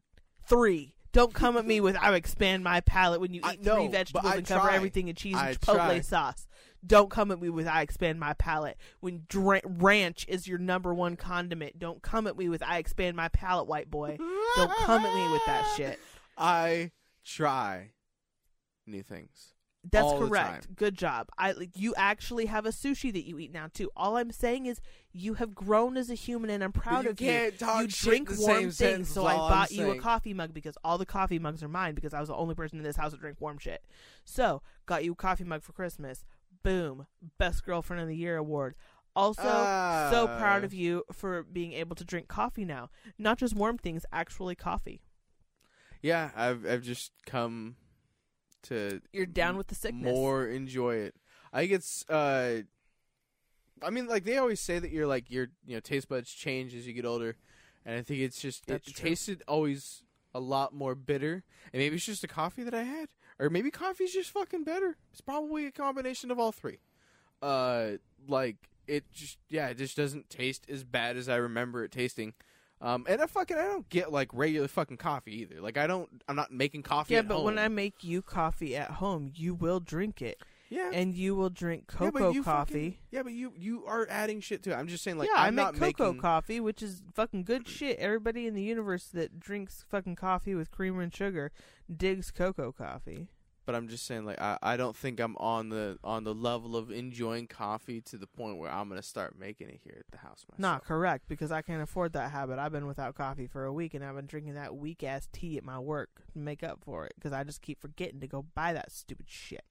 Three. Don't come at me with I expand my palate when you eat I- three no, but vegetables I and cover try. everything in cheese I and chipotle try. sauce. Don't come at me with I expand my palate when dra- ranch is your number one condiment. Don't come at me with I expand my palate, white boy. Don't come at me with that shit. I try new things. That's all the correct. time. Good job. I like you actually have a sushi that you eat now too. All I'm saying is you have grown as a human, and I'm proud you of can't you. talk you shit drink in the warm same things, sentence is so I all I'm bought you a saying. coffee mug because all the coffee mugs are mine because I was the only person in this house that drank warm shit. So got you a coffee mug for Christmas. Boom, best girlfriend of the year award. Also, so Ah. proud of you for being able to drink coffee now. Not just warm things, actually coffee. Yeah, I've I've just come to You're down with the sickness. more enjoy it. I think it's uh I mean like they always say that you're like your you know taste buds change as you get older and I think it's just That's it true. tasted always a lot more bitter and maybe it's just the coffee that I had or maybe coffee's just fucking better. It's probably a combination of all three. Uh like it just yeah, it just doesn't taste as bad as I remember it tasting. Um, and I fucking I don't get like regular fucking coffee either. Like I don't I'm not making coffee. Yeah, at but when home. I make you coffee at home, you will drink it. yeah and you will drink Yeah, but cocoa you fucking- coffee. yeah, but you you are adding shit to it. I'm just saying, like, yeah, I'm I not make cocoa making, coffee, which is fucking [CLEARS THROAT] good shit. Everybody in the universe that drinks fucking coffee with creamer and sugar digs cocoa coffee. but I'm just saying, like, I, I don't think I'm on the on the level of enjoying coffee to the point where I'm gonna start making it here at the house myself. Not correct because I can't afford that habit. I've been without coffee for a week and I've been drinking that weak ass tea at my work to make up for it because I just keep forgetting to go buy that stupid shit.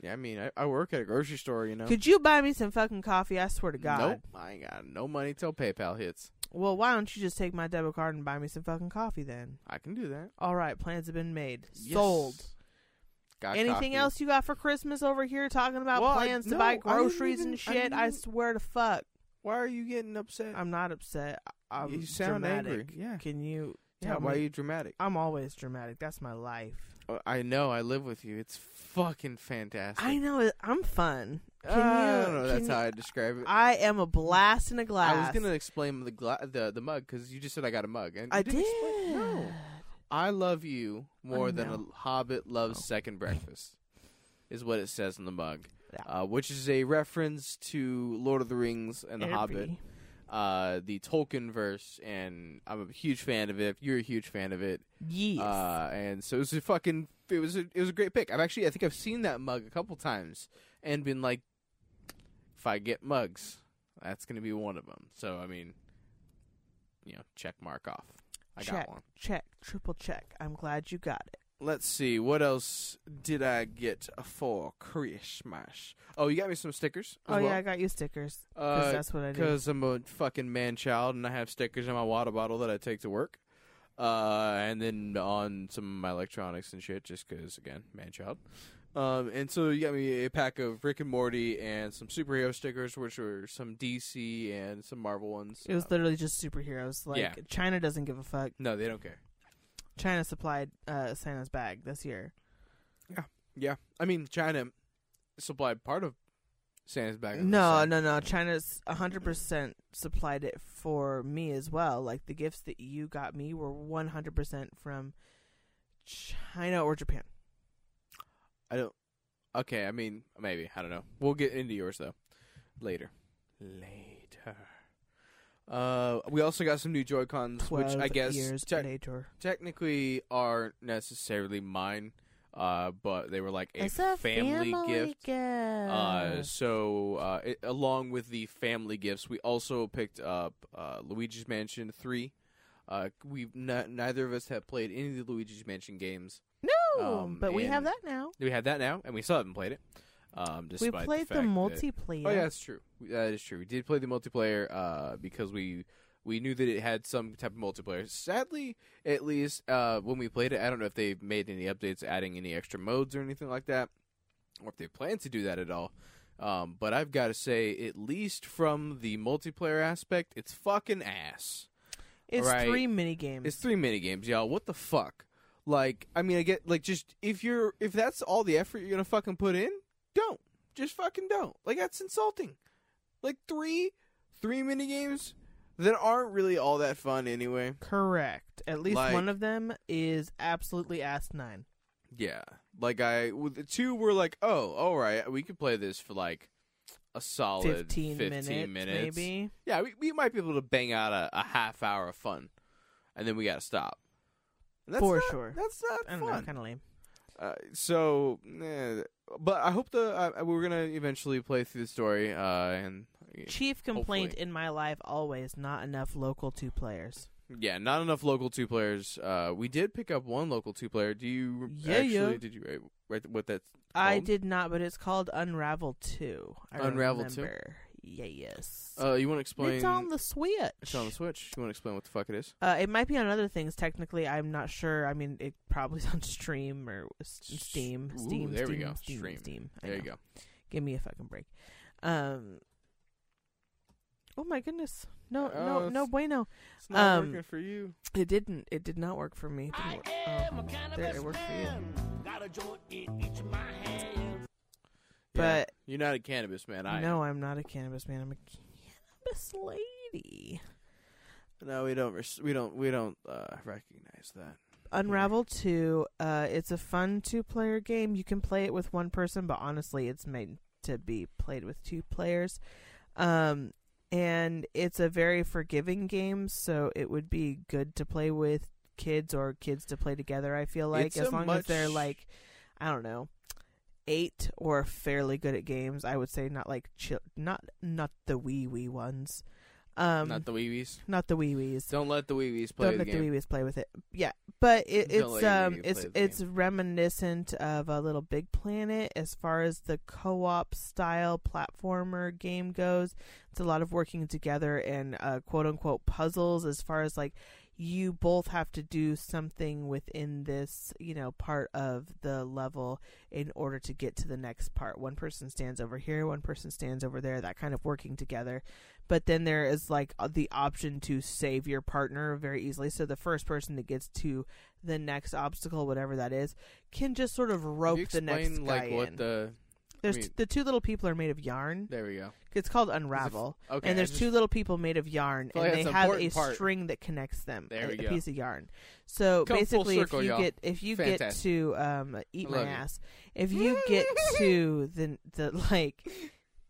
Yeah, I mean, I, I work at a grocery store, you know. Could you buy me some fucking coffee? I swear to God. Nope, I ain't got no money till PayPal hits. Well, why don't you just take my debit card and buy me some fucking coffee then? I can do that. All right, plans have been made. Yes. Sold. Got Anything coffee. else you got for Christmas over here? Talking about Well, I- plans to no, I buy didn't groceries even- and I shit. I, didn't- swear to fuck, Why are you getting upset? I'm not upset. I- I'm You sound dramatic. angry, yeah. Can you yeah, tell why are me? you dramatic? I'm always dramatic. That's my life. Oh, I know. I live with you. It's fucking fantastic. I know. it- I'm fun. Can I you? don't know. That's can how you- I describe it. I am a blast in a glass. I was gonna explain the gla- the the mug because you just said I got a mug, and you I didn't did. Explain. No, I love you more I than a know. hobbit loves Oh. second [LAUGHS] breakfast, is what it says in the mug, Yeah. uh, which is a reference to Lord of the Rings and the Airbnb. Hobbit, uh, the Tolkien verse, and I'm a huge fan of it. You're a huge fan of it, Yes. uh, and so it was a fucking it was a, it was a great pick. I've actually I think I've seen that mug a couple times and been like, if I get mugs, that's gonna be one of them. So I mean, you know, check mark off. I check. got one. Check. Triple check. I'm glad you got it. Let's see what else did I get for Christmas? Oh, you got me some stickers. as Oh well. yeah, I got you stickers. 'Cause Uh, that's what I do. Because I'm a fucking man child and I have stickers in my water bottle that I take to work. Uh, and then on some of my electronics and shit, just because, again, man child. Um, and so you got me a pack of Rick and Morty and some superhero stickers, which were some DC and some Marvel ones. It was Um, literally just superheroes. Like Yeah. China doesn't give a fuck. no, they don't care. China supplied uh, Santa's bag this year. Yeah. I mean, China supplied part of Santa's back. on the No, side. no, no. China's 100% supplied it for me as well. Like the gifts that you got me were 100% from China or Japan. I don't. Okay, I mean, maybe I don't know. We'll get into yours though later. Later. Uh, we also got some new Joy Cons, which I 12 guess years tec- later. technically aren't necessarily mine, uh, but they were like a, It's a family, gift. Uh, gift. so uh, it, along with the family gifts, we also picked up uh, Luigi's Mansion Three. Uh, we n- neither of us have played any of the Luigi's Mansion games. no, um, Oh, but we have and that now. We have that now, and we still haven't played it. Um, We despite played the, the fact multiplayer. That, oh yeah, that's true. We- That is true. We did play the multiplayer uh, because we we knew that it had some type of multiplayer. Sadly, at least uh, when we played it, I don't know if they made any updates, adding any extra modes or anything like that, or if they plan to do that at all. Um, but I've got to say, at least from the multiplayer aspect, it's fucking ass. It's Right. three mini games. It's three mini games, y'all. What the fuck? Like, I mean, I get like just if you're if that's all the effort you're gonna fucking put in, don't just fucking don't. Like that's insulting. Like three three mini games that aren't really all that fun anyway. Correct. At least Like- one of them is absolutely asinine. Yeah, like I with the two were like, oh, all right, we could play this for like a solid 15, 15 minutes. maybe. Yeah, we, we might be able to bang out a, a half hour of fun, and then we gotta stop. And that's For not- sure. that's not I don't know, fun. kind of lame. Uh, so, eh, but I hope the uh, we're gonna eventually play through the story. Uh, and Chief complaint Hopefully. in my life always not enough local two players. yeah, not enough local two players. Uh, we did pick up one local two player. Do you Yeah, actually? yeah. Did you write, write what that's I called? did not, but it's called Unravel Two. I Unravel 2? remember. Yeah, yes. Uh, you want to explain? it's on the Switch. it's on the Switch. You want to explain what the fuck it is? Uh, it might be on other things. Technically, I'm not sure. I mean, it probably [LAUGHS] is on Stream or S- Steam. Ooh, Steam. there we Steam, go. Steam, Stream. Steam. I There you know. go. Give me a fucking break. Um. Oh my goodness! No, Oh, no, no it's- bueno. It's not Um, working for you. It didn't. It did not work for me. It didn't work- oh, there, it worked for you. Yeah. but- you're not a cannabis man. I no, I'm not a cannabis man. I'm a cannabis lady. no, we don't. Res- we don't. We don't uh, recognize that. Unravel 2, uh, it's a fun two player game. You can play it with one person, but honestly, it's made to be played with two players. Um, and it's a very forgiving game, so it would be good to play with kids or kids to play together, I feel like. It's as a long as they're much- like, I don't know. Eight or fairly good at games, I would say. Not like chill, not not the wee wee ones, um, not the wee wee's. not the wee wees Don't let the wee wee's play don't the let game. the Weebies play with it. Yeah, but it, Don't it's let your um, Weebie it's play the it's reminiscent of a little Big Planet as far as the co-op style platformer game goes. It's a lot of working together and uh, quote unquote puzzles as far as like you both have to do something within this you know part of the level in order to get to the next part one person stands over here one person stands over there that kind of working together but then there is like uh, the option to save your partner very easily so the first person that gets to the next obstacle whatever that is can just sort of Can rope you the next explain, like guy what in. the there's I mean- the two little people are made of yarn there we go. it's called unravel okay, and I there's just- two little people made of yarn feel and like they that's an have a important part. string that connects them There a, we a go. piece of yarn so Come full basically circle, if you y'all. get if you Fantastic. get to um eat I my love you. ass if you get [LAUGHS] to the the like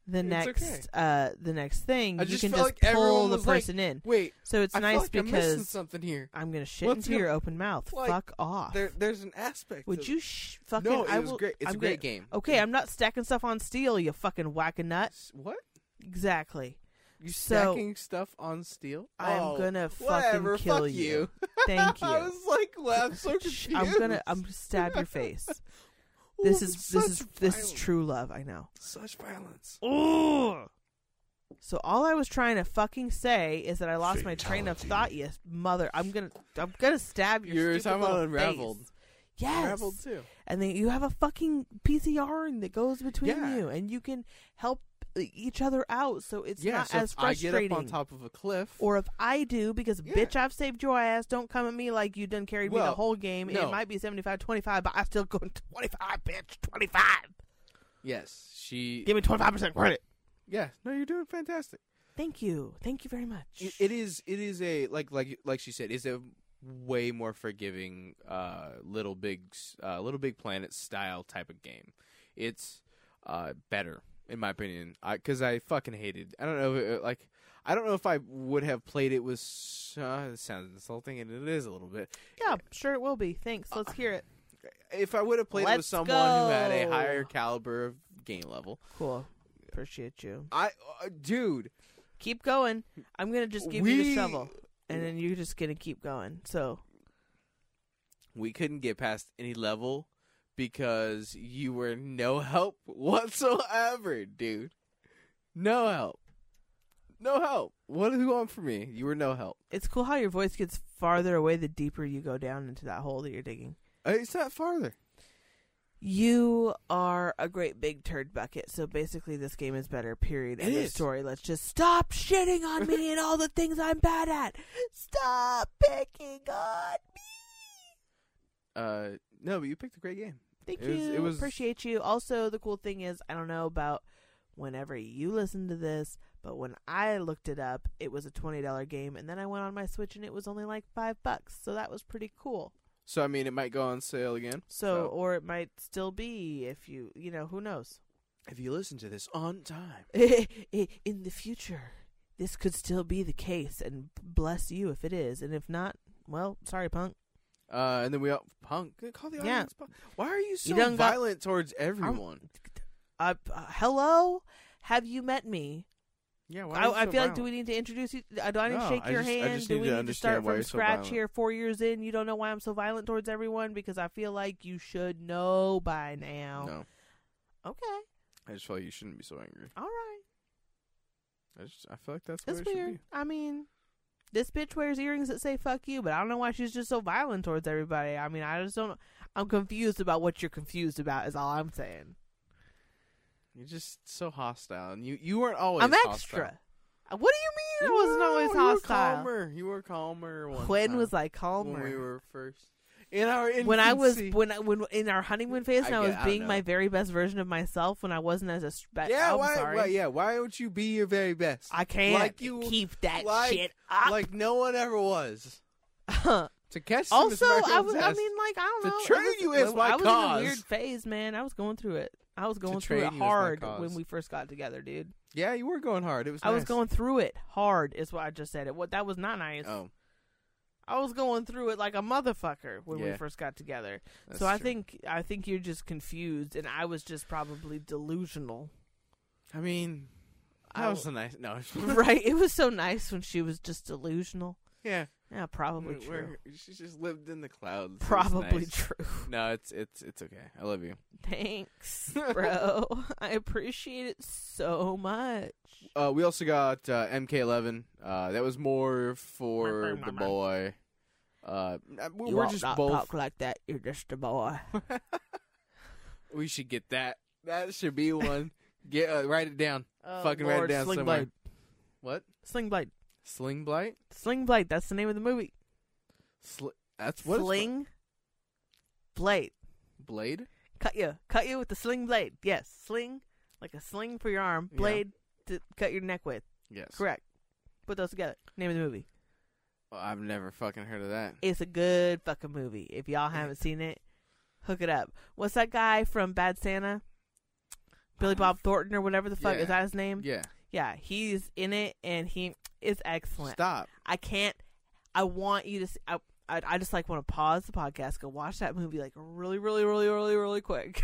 the It's next okay. uh the next thing I you just can felt just like pull everyone the was like, person in Wait, so it's I feel nice like I'm because missing something here. I'm gonna shit What's into gonna- your open mouth. like, Fuck off. There, there's an aspect. Ah. Would of- you sh- fucking? No, it I was will- great. It's I'm a great gonna- game. Okay, I'm not stacking stuff on steel. You fucking whacking nut. S- what? Exactly. You So- stacking stuff on steel? I'm Oh, gonna whatever, fucking kill fuck you. [LAUGHS] [LAUGHS] Thank I you. was like, well, I'm [LAUGHS] so Sh- confused. I'm gonna. I'm gonna stab your face. [LAUGHS] This Ooh, is such this is this is violence. true love. I know. Such violence. So all I was trying to fucking say is that I lost my train of Fatality. thought. You mother. I'm gonna. I'm gonna stab your. You were stupid talking about little Unraveled. face. Yes. Unraveled too. and then you have a fucking piece of yarn that goes between Yeah. you, and you can help e-, each other out. So it's yeah, not so as if I get frustrating. up on top of a cliff. Or if I do, because Yeah. bitch, I've saved your ass. Don't come at me like you done carried me the Well, whole game. no. [LAUGHS] It might be 75-25, but I still go 25, bitch, 25. Yes, she. Give me twenty five percent credit. Yeah, no, you're doing fantastic. Thank you. Thank you very much. It, it is. It is a like like like she said. Is a way more forgiving, uh, little big, s- uh, little big planet style type of game. It's uh, better in my opinion because I, fucking hated. I don't know. if it- Like I don't know if I would have played it with. s- Uh, it sounds insulting, and it is a little bit. yeah, sure it will be. Thanks. Let's hear it. If I would have played it with Let's someone who had a go. higher caliber of game level, Cool. Appreciate you. I uh, dude. Keep going. I'm gonna just give you the We- shovel, and then you're just gonna keep going. So we couldn't get past any level because you were no [LAUGHS] help whatsoever, dude. No help. No help. What do you want from me? You were no help. it's cool how your voice gets farther away the deeper you go down into that hole that you're digging. Uh, It's not farther. You are a great big turd bucket. So basically, this game is better. Period. It End of is. story. Let's just stop shitting on me and all the things I'm bad at. Stop picking on me. Uh, no, but you picked a great game. Thank It you. was- it was- Appreciate you. Also, the cool thing is, I don't know about whenever you listen to this, but when I looked it up, it was a twenty dollar game, and then I went on my Switch and it was only like five bucks. So that was pretty cool. So I mean, it might go on sale again. So, or it might still be if you, you know, who knows? if you listen to this on time, [LAUGHS] In the future, this could still be the case, and bless you if it is. And if not, well, sorry, punk. uh, and then we all punk. Call the Yeah. audience. Punk. Why are you so done got- violent towards everyone? Uh, uh, hello, have you met me? yeah, I, I feel like do we need to introduce you? Uh, Do I need No, to shake I your just- I hand? just do need we to need to start understand why from you're so scratch violent. here? Four years in, you don't know why I'm so violent towards everyone because I feel like you should know by now. No, Okay, I just feel like you shouldn't be so angry. all right, I just I feel like that's it's what it should weird. be. I mean, this bitch wears earrings that say "fuck you," but I don't know why she's just so violent towards everybody. I mean, I just don't. I'm confused about what you're confused about. Is all I'm saying. You're just so hostile, and you you weren't always. I'm hostile. extra. Uh, What do you mean? You I wasn't were- always you were hostile. calmer. You were calmer. One When time was I calmer? When we were first in our infancy. when I was when I, when in our honeymoon phase, I and I, was get- I being know. my very best version of myself when I wasn't as a spe- yeah, I'm why, sorry. why yeah why don't you be your very best? I can't like you keep that like, shit up. like no one ever was. [LAUGHS] To catch them is also, my I was I contest. mean like I don't To know. it train was- you is I- my I was cause. in a weird phase, man. I was going through it. I was train going through it you is my hard cause. when we first got together, dude. yeah, you were going hard. It was. I was nice. going through it hard, is what I just said. It what that was not nice. Oh, I was going through it like a motherfucker when we Yeah. first got together. that's so I true. think I think you're just confused, and I was just probably [LAUGHS] delusional. [LAUGHS] I mean. I That was w- a nice no. [LAUGHS] right? It was so nice when she was just delusional. [LAUGHS] Yeah, Yeah, probably we're- true. we're- she just lived in the clouds. It was probably nice. true. [LAUGHS] No, it's it's it's okay. I love you. [LAUGHS] Thanks, bro. I appreciate it so much. Uh, we also got uh, MK11. Uh, that was more for the boy. Uh, we- You we're all just not both. talk like that. You're just a boy. We should get that. That should be one. [LAUGHS] get uh, write it down. Fucking write it Oh, Lord, down Sling somewhere. Blade. What? Sling Blade. Sling blight? Sling Blade. That's the name of the movie. Sl- that's what it's sling Blade. called. blade. Cut you. Cut you with the sling blade. Yes. Sling. Like a sling for your arm. Yeah. Blade to cut your neck with. Yes. Correct. Put those together. Name of the movie. Well, I've never fucking heard of that. It's a good fucking movie. If y'all haven't seen it, hook it up. What's that guy from Bad Santa? Billy Bob Thornton or whatever the fuck Yeah. is that his name? Yeah. Uh, Yeah, he's in it and he is excellent. Stop. I can't. I want you to. See, I, I I just like want to pause the podcast, go watch that movie like really, really, really, really, really quick.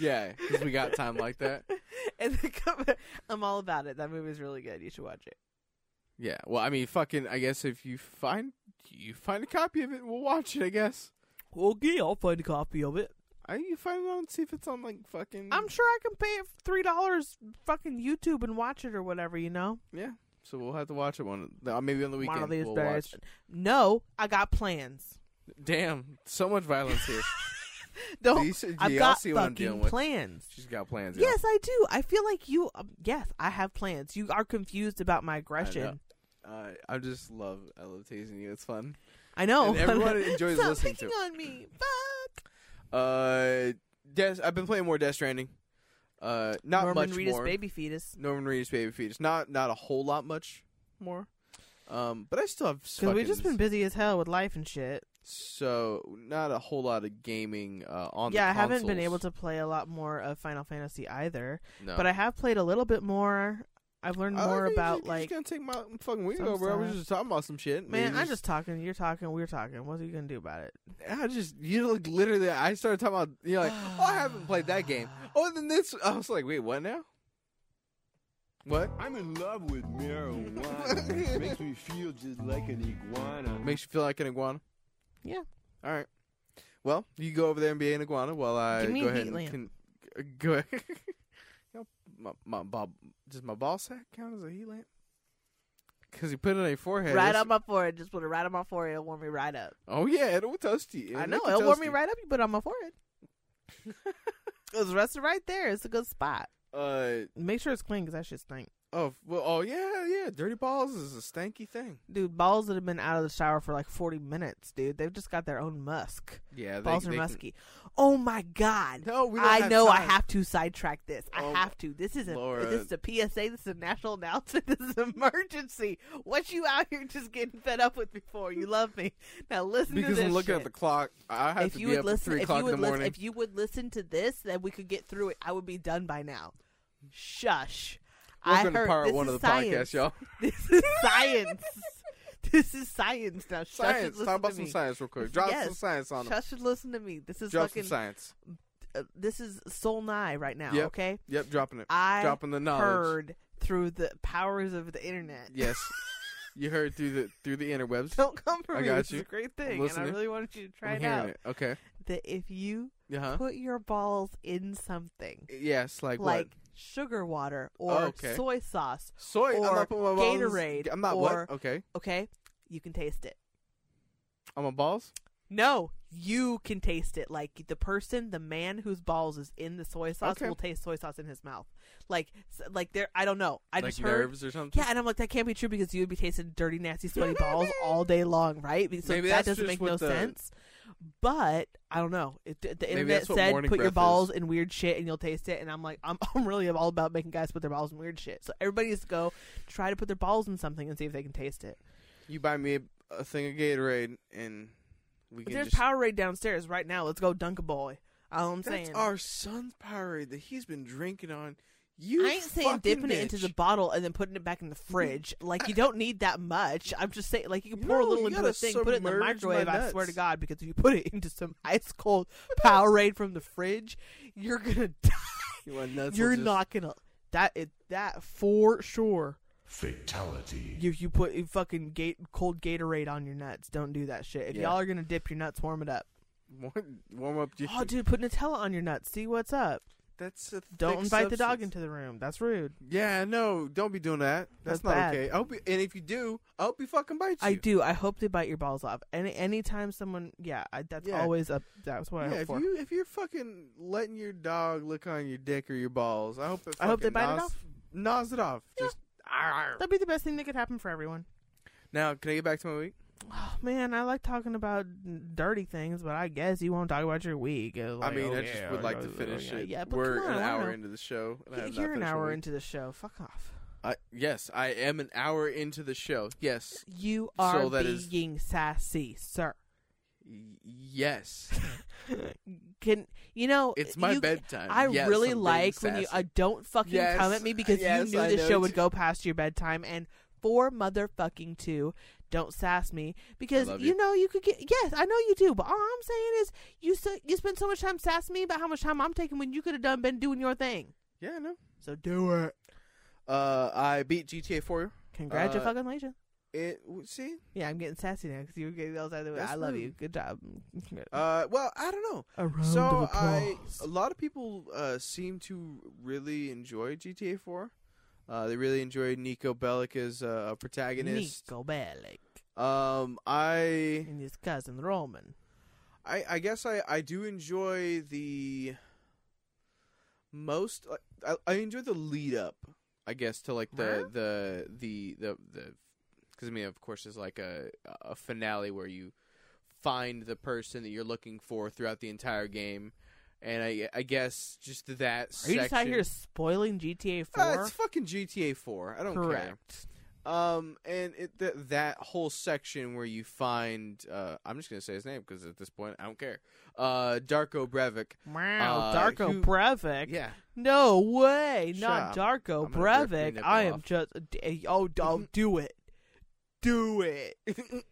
Yeah, because we got time like that. [LAUGHS] and then come, I'm all about it. That movie's really good. You should watch it. Yeah. Well, I mean, fucking. I guess if you find you find a copy of it, we'll watch it. I guess. Okay, I'll find a copy of it. I you find it on see if it's on like fucking. I'm sure I can pay it three dollars, fucking YouTube, and watch it or whatever. You know, Yeah. So we'll have to watch it one uh, maybe on the weekend. one of these we'll days. watch. No, I got plans. Damn, so much violence here. [LAUGHS] Don't. you see- I've y'all got see what I'm dealing fucking with. plans. She's got plans. y'all. Yes, I do. I feel like you. Um, yes, I have plans. You are confused about my aggression. Uh, I just love I love tasing you. It's fun. I know. And everyone enjoys [LAUGHS] Stop listening to picking on me. Fuck. Uh, Des, I've been playing more Death Stranding. Uh, not Norman much Reedus more. baby fetus. Norman Reedus baby fetus. Not not a whole lot much more. Um, but I still have. Because we've fucking- just been busy as hell with life and shit. so not a whole lot of gaming uh, on. yeah, the I haven't been consoles. able to play a lot more of Final Fantasy either, No. but I have played a little bit more. I've learned I like more how you about just, like, You just gonna take my fucking wing some over. I was stuff. just talking about some shit. and man, you I'm just talking. You're talking. We're talking. What are you gonna do about it? I just you like literally. I started talking about you're like, oh, I haven't played that [GASPS] game. Oh, and then this. I was like, wait, what now? [LAUGHS] What I'm in love with marijuana. It Makes me feel just like an iguana. makes you feel like an iguana? Yeah. All right. Well, you go over there and be an iguana while I Give me go a ahead heat and lamp. Can, uh, go. ahead. [LAUGHS] you know, my, my ball, does my ball sack count as a heat lamp? Because you put it on your forehead. right it's- on my forehead. Just put it right on my forehead. It'll warm me right up. Oh yeah, it'll toast you. I It'll know. make you It'll warm me toasty. right up. You put it on [LAUGHS] my forehead. it's rested right there. It's a good spot. Uh Make sure it's clean because that shit stink. oh well oh yeah yeah dirty balls is a stanky thing. Dude, balls that have been out of the shower for like 40 minutes, dude. They've just got their own musk. Yeah, Balls are musky. Oh my god. No, we don't I have know I time. have to sidetrack this. I Oh, have to. This isn't Laura. this is a PSA, this is a national announcement, [LAUGHS] this is an emergency. What you out here just getting fed up with before. You love me. Now listen to Because this I'm looking at shit. the clock. I have if to you be would up listen, at three if you o'clock in would the listen, morning. if you would listen to this, then we could get through it. I would be done by now. Shush. Welcome I heard to part this one is of the science. podcast, y'all. [LAUGHS] This is science. this is science now. Shush should Science. listen Talk about to some me. science real quick. Drop Yes. some science on them. Shush should listen to me. This is Drop some fucking. science. uh, this is Sol Nye right now. Yep. Okay, Yep, dropping it. I dropping the knowledge. heard through the powers of the internet. Yes. you heard through the through the interwebs. [LAUGHS] Don't come for I me. got this you. is a great I'm thing, and I listening. really wanted you to try I'm it hearing out. it. Okay. That if you Uh-huh. put your balls in something, Yes, like, like what? sugar water or Oh, okay. soy sauce. Soy. I'm or not putting my balls. Gatorade, I'm not or- what? Okay. Okay, you can taste it. On my balls. No, you can taste it. Like the person, the man whose balls is in the soy sauce Okay. will taste soy sauce in his mouth. Like, s- like there. I don't know. I like just heard. nerves or something. Yeah, and I'm like, that can't be true because you would be tasting dirty, [LAUGHS] nasty, sweaty balls all day long, right? Because- So Maybe that that's doesn't just make what no the- sense. But I don't know. It, the the internet that's what said morning put your breath balls in weird shit and you'll taste it. And I'm like, I'm, [LAUGHS] I'm really all about making guys put their balls in weird shit. So everybody needs to go try to put their balls in something and see if they can taste it. You buy me a, a thing of Gatorade and we But can there's just Powerade downstairs right now. Let's go dunk a boy. All I'm That's saying. our son's Powerade that he's been drinking on. You I ain't saying fucking dipping bitch. it into the bottle and then putting it back in [LAUGHS] the fridge. Like you don't need that much. I'm just saying, like you can pour No, a little you into gotta a thing, put it in the submerge my microwave. I swear to nuts. God, because if you put it [LAUGHS] into some ice [LAUGHS] cold Powerade from the fridge, you're gonna [LAUGHS] die. You want nuts, you're we'll just- not gonna that it that for sure. Fatality. If you put a fucking gate cold Gatorade on your nuts, don't do that shit. If Yeah. y'all are gonna dip your nuts, warm it up. warm, warm up. Your, Oh, dude, put Nutella on your nuts. See what's up. that's a Don't thick invite the dog substance. into the room. That's rude. Yeah, no, don't be doing that. That's, That's not bad. okay. I hope, you- and if you do, I hope you fucking bite you. I do. I hope they bite your balls off. Any anytime someone, yeah, I, that's Yeah. always a that's what I Yeah, hope if for. you if you're fucking letting your dog lick on your dick or your balls, I hope it I hope they fucking bite it gnaws, off. Gnaws it off. Just Arr, arr. That'd be the best thing that could happen for everyone. now, can I get back to my week? Oh man, I like talking about dirty things, but I guess you won't talk about your week. It was I like, mean, oh, I just yeah, would like oh, to finish yeah, it. Yeah, but We're come on, an I wanna hour know. into the show. and I have Y- not You're an finished my hour week. into the show. Fuck off. I, yes, I am an hour into the show. Yes, You So are that is- being sassy, sir. Y- yes. Can you know? It's my you- bedtime. I Yes, really I'm being like when you sassy. uh, don't fucking Yes, come at me because yes, you knew I this know show it's- would go past your bedtime and for motherfucking two don't sass me because love you. you. know you could get yes I know you do but all I'm saying is you so, you spend so much time sassing me about how much time I'm taking when you could have done been doing your thing Yeah, I know. so do it Uh, I beat GTA 4. congratulations Uh, fucking later It w- see. yeah I'm getting sassy now because you were getting those out of the way That's I love rude. you good job Uh, well, I don't know. a round so of I, applause. a lot of people uh, seem to really enjoy GTA 4. Uh, they really enjoyed Nico Bellic as uh, a protagonist. Nico Bellic Um, I, and his cousin Roman I, I guess I, I do enjoy the most. I, I enjoy the lead up, I guess, to like the Huh? the the the the because I mean, of course, there's like a a finale where you find the person that you're looking for throughout the entire game, and I, I guess just that Are you section. just out here spoiling GTA Uh, 4? it's fucking GTA Four. I don't care. Correct. Um, and it, th- that whole section where you find, uh, I'm just gonna say his name because at this point I don't care. Uh, Darko Brevik. Wow, Uh, Darko who- Brevik. Yeah, No way, Shut not up. Darko I'm gonna rip your Brevik. nipple I am off. just d- oh, [LAUGHS] d- oh, do it, do it. [LAUGHS]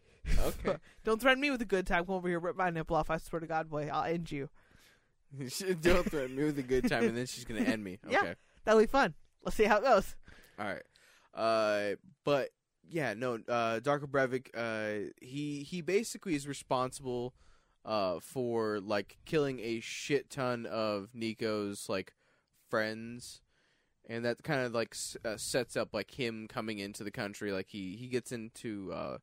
Okay. [LAUGHS] don't threaten me with a good time. Come over here, rip my nipple off. I swear to God, boy, I'll end you. She- don't threaten me with a good time, and then she's gonna end me. Okay. Yeah. That'll be fun. Let's see how it goes. All right. Uh, but yeah, no. Uh, Darko Brevik. Uh, he he basically is responsible, uh, for like killing a shit ton of Nico's like friends, and that kind of like s- uh, sets up like him coming into the country. Like he he gets into uh,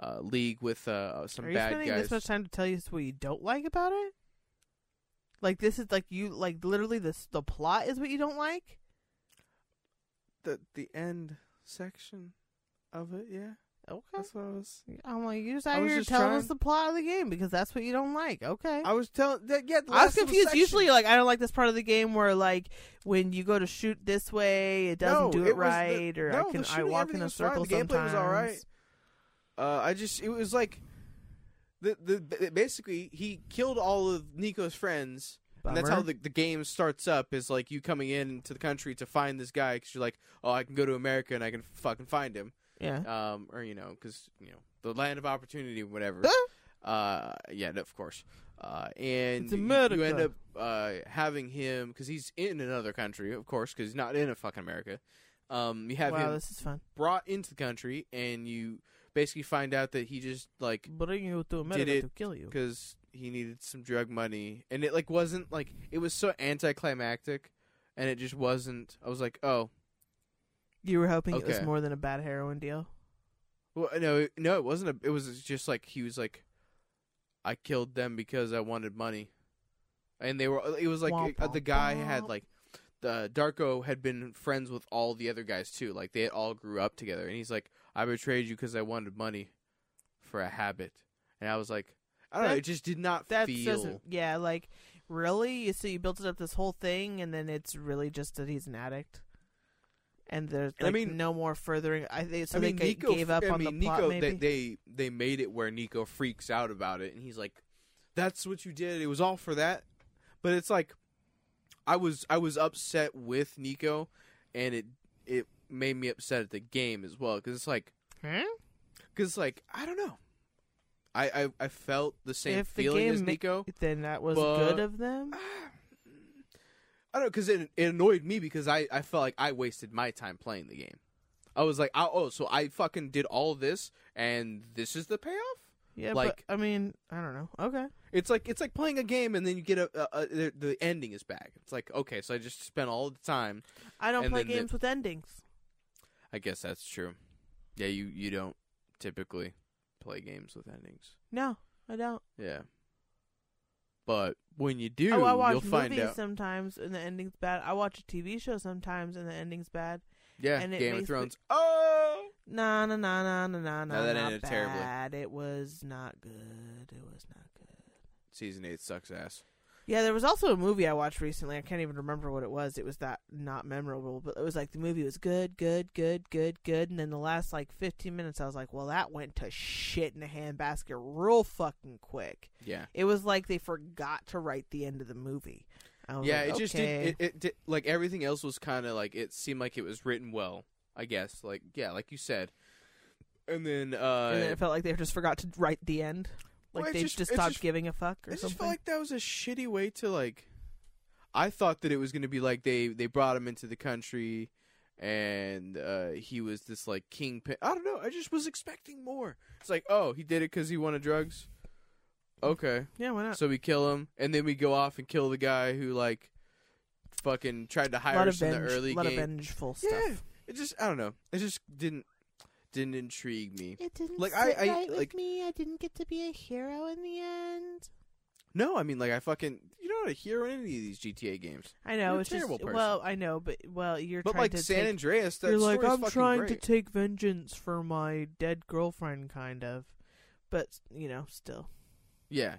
uh league with uh some Are you bad spending guys. this much time to tell you what you don't like about it? Like this is like you like literally this the plot is what you don't like. the the end section of it. Yeah, Okay. what I was. I'm like you just I out was here just telling us trying- the plot of the game because that's what you don't like. Okay. I was telling that. Yeah, the I was last little confused. section. Usually, like I don't like this part of the game where like when you go to shoot this way, it doesn't No, do it was it the- right, or no, I the can I shooting, walk everything in a was fine. circle The gameplay sometimes. was all right. Uh, I just it was like the the ba- basically he killed all of Nico's friends. And that's how Bummer. the, the game starts up is like you coming in to the country to find this guy because you're like, oh, I can go to America and I can fucking find him, Yeah. um, or you know, because you know the land of opportunity, whatever. uh, yeah, no, of course. Uh, and It's you- you end America. up uh, having him because he's in another country, of course, because he's not in a fucking America. Um, you have Wow, him this is fun. brought into the country, and you basically find out that he just like Bring you to America it to kill you. because he needed some drug money, and it like wasn't like it was so anticlimactic, and it just wasn't. I was like, oh, You were hoping it was Okay. more than a bad heroin deal. well, no, no, it wasn't. A, it was just like he was like, I killed them because I wanted money, and they were. It was like Womp, uh, the womp, guy had womp. like. The Darko had been friends with all the other guys too. Like they had all grew up together, and he's like, "I betrayed you because I wanted money for a habit," and I was like, "I don't know." That- It just did not That feel. doesn't. Yeah, like really. You- So you built up this whole thing, and then it's really just that he's an addict. And there's And I like, mean- no more furthering. I think so. I mean, they g- Nico, gave up I on mean, the Nico, plot. maybe They, they they made it where Nico freaks out about it, and he's like, "That's what you did. It was all for that." But it's like, I was I was upset with Nico, and it it made me upset at the game as well because it's like Huh? because like I don't know, I I, I felt the same If the feeling as game ma- Nico. then that was but- good of them. I don't know because it, it annoyed me because I, I felt like I wasted my time playing the game. I was like, oh, oh, so I fucking did all this, and this is the payoff. Yeah, Like- but I mean, I don't know. Okay, It's like it's like playing a game and then you get a, a, a the, the ending is back. It's like okay, so I just spent all the time. I don't And play then the- games with endings. I guess that's true. Yeah, you you don't typically play games with endings. No, I don't. Yeah, but when you do, oh, I watch you'll find movies out. sometimes and the ending's bad. I watch a TV show sometimes and the ending's bad. yeah, and it Game of makes me- [LAUGHS] Thrones. oh, Nah, nah, nah, nah, nah, nah, nah. No, that not ended bad. terribly. It was not good. It was not good. season eight sucks ass. Yeah, there was also a movie I watched recently. I can't even remember what it was. It was that not memorable, but it was like the movie was good, good, good, good, good, and then the last like 15 minutes, I was like, well, that went to shit in a handbasket real fucking quick. Yeah, It was like they forgot to write the end of the movie. I was yeah. like, it just Oh, okay. did, it, it did, like everything else was kind of like it seemed like it was written well. I guess like yeah, like you said. And then uh, and then it felt like they just forgot to write the end. Like Well, it they just- just, it stopped just- giving a fuck or I something. just felt like that was a shitty way to like. I thought that it was going to be like they they brought him into the country, and uh, he was this like kingpin. I don't know. I just was expecting more. It's like, oh, he did it because he wanted drugs. Okay, yeah, why not? so we kill him, and then we go off and kill the guy who like fucking tried to a hire lot of us in the venge, early lot of game. vengeful stuff. yeah, it just I don't know. It just didn't didn't intrigue me. It didn't Like, I- sit I- right with like- me. I didn't get to be a hero in the end. No, I mean like I fucking you don't hear any of these GTA games. I know You're a it's just terrible person. well, I know, but well, you're But trying like to San take, Andreas, that you're like story's I'm fucking trying great. to take vengeance for my dead girlfriend, kind of. But you know, still, Yeah.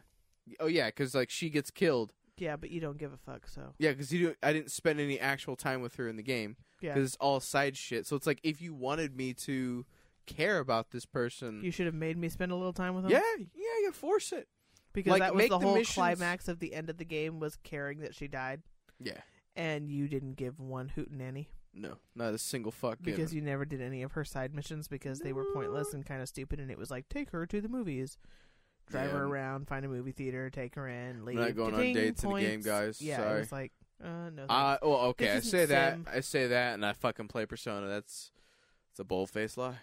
Oh yeah, because like she gets killed, Yeah, but you don't give a fuck, so Yeah, because you do, I didn't spend any actual time with her in the game yeah. because it's all side shit. So it's like if you wanted me to care about this person, You should have made me spend a little time with him. yeah, yeah, you force it. because like, that was make the the whole missions- climax of the end of the game was caring that she died, Yeah, and you didn't give one hootenanny no, not a single fuck. because given. you never did any of her side missions because they were pointless and kind of stupid, and it was like take her to the movies, drive Yeah. her around, find a movie theater, take her in, leave. not going on Ding, dates in the game, points. guys. Yeah, Sorry. Ah, it was like uh, no. I well, okay, I This say isn't that, Sim. I say that, and I fucking play Persona. That's it's a bold faced lie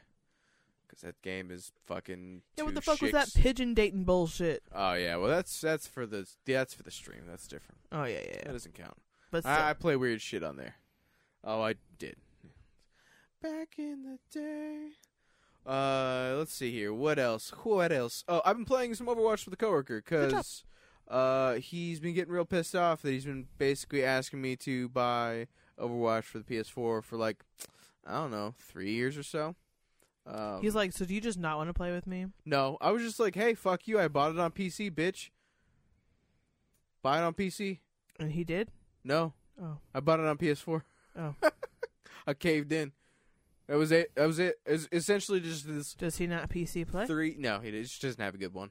because that game is fucking. yeah, what two the fuck was that chicks- pigeon dating bullshit? Oh yeah, well that's that's for the that's for the stream. That's different. Oh yeah, yeah. That yeah. doesn't count. [LAUGHS] But still, I, I play weird shit on there. Oh, I did. Back in the day. Uh, let's see here. What else? What else? Oh, I've been playing some Overwatch with a coworker job. because uh, he's been getting real pissed off that he's been basically asking me to buy Overwatch for the PS4 for like I don't know three years or so. Um, he's like, so do you just not want to play with me? no, I was just like, hey, fuck you. I bought it on PC, bitch. Buy it on PC. And he did. No, Oh, I bought it on PS4. oh. [LAUGHS] I caved in. That was it. That was it. It's essentially just this Does he not PC play? three. No, he just doesn't have a good one.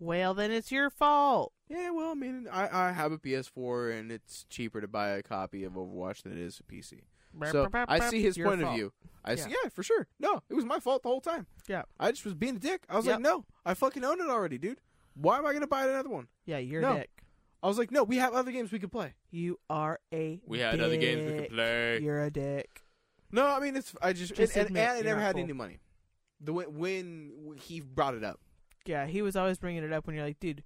Well, then it's your fault. Yeah, well, I mean, I, I have a PS4, and it's cheaper to buy a copy of Overwatch than it is a PC. So I see his Your point of fault. view. I see, Yeah. yeah, for sure. No, it was my fault the whole time. Yeah. I just was being a dick. I was Yep. like, no, I fucking own it already, dude. Why am I gonna buy another one? Yeah, you're No. a dick. I was like, no, we have other games we could play. You are a. dick. play. You're a dick. No, I mean, it's I just, Just and, and, admit and I you're never not had cool. any money. The when, when he brought it up. Yeah, he was always bringing it up when you're like, dude,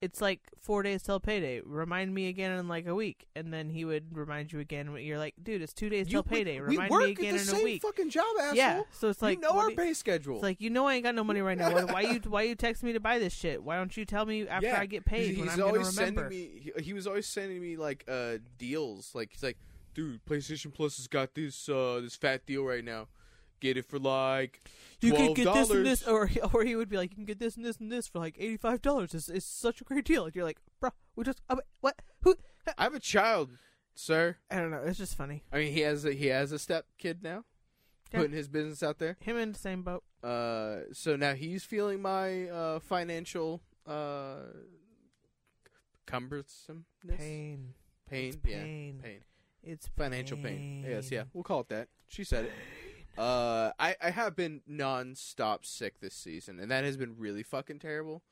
it's like four days till payday. Remind me again in like a week, and then he would remind you again. when You're like, dude, it's two days till You- we- payday. we Remind work me at again the in same a week. fucking job, asshole. yeah, so it's like you know what our do- pay schedule. It's like you know I ain't got no money right now. Why- Why you why you text me to buy this shit? Why don't you tell me after Yeah. I get paid He's, when he's I'm gonna always remember? sending me. He, he was always sending me like uh deals. Like he's like, dude, PlayStation Plus has got this uh this fat deal right now. Get it for like you twelve can get this dollars. and this, or or [LAUGHS] he would be like, you can get this and this and this for like eighty five dollars. It's, it's such a great deal. And you're like, bruh, we just uh, what who? [LAUGHS] I have a child, sir. I don't know. It's just funny. I mean, he has a, he has a step kid now, Yeah. putting his business out there. Him in the same boat. Uh, so now he's feeling my uh financial uh cumbersomeness, Pain. pain, It's yeah, pain. pain. It's financial pain. Yes, yeah, we'll call it that. She said it. Uh, I I have been nonstop sick this season, and that has been really fucking terrible.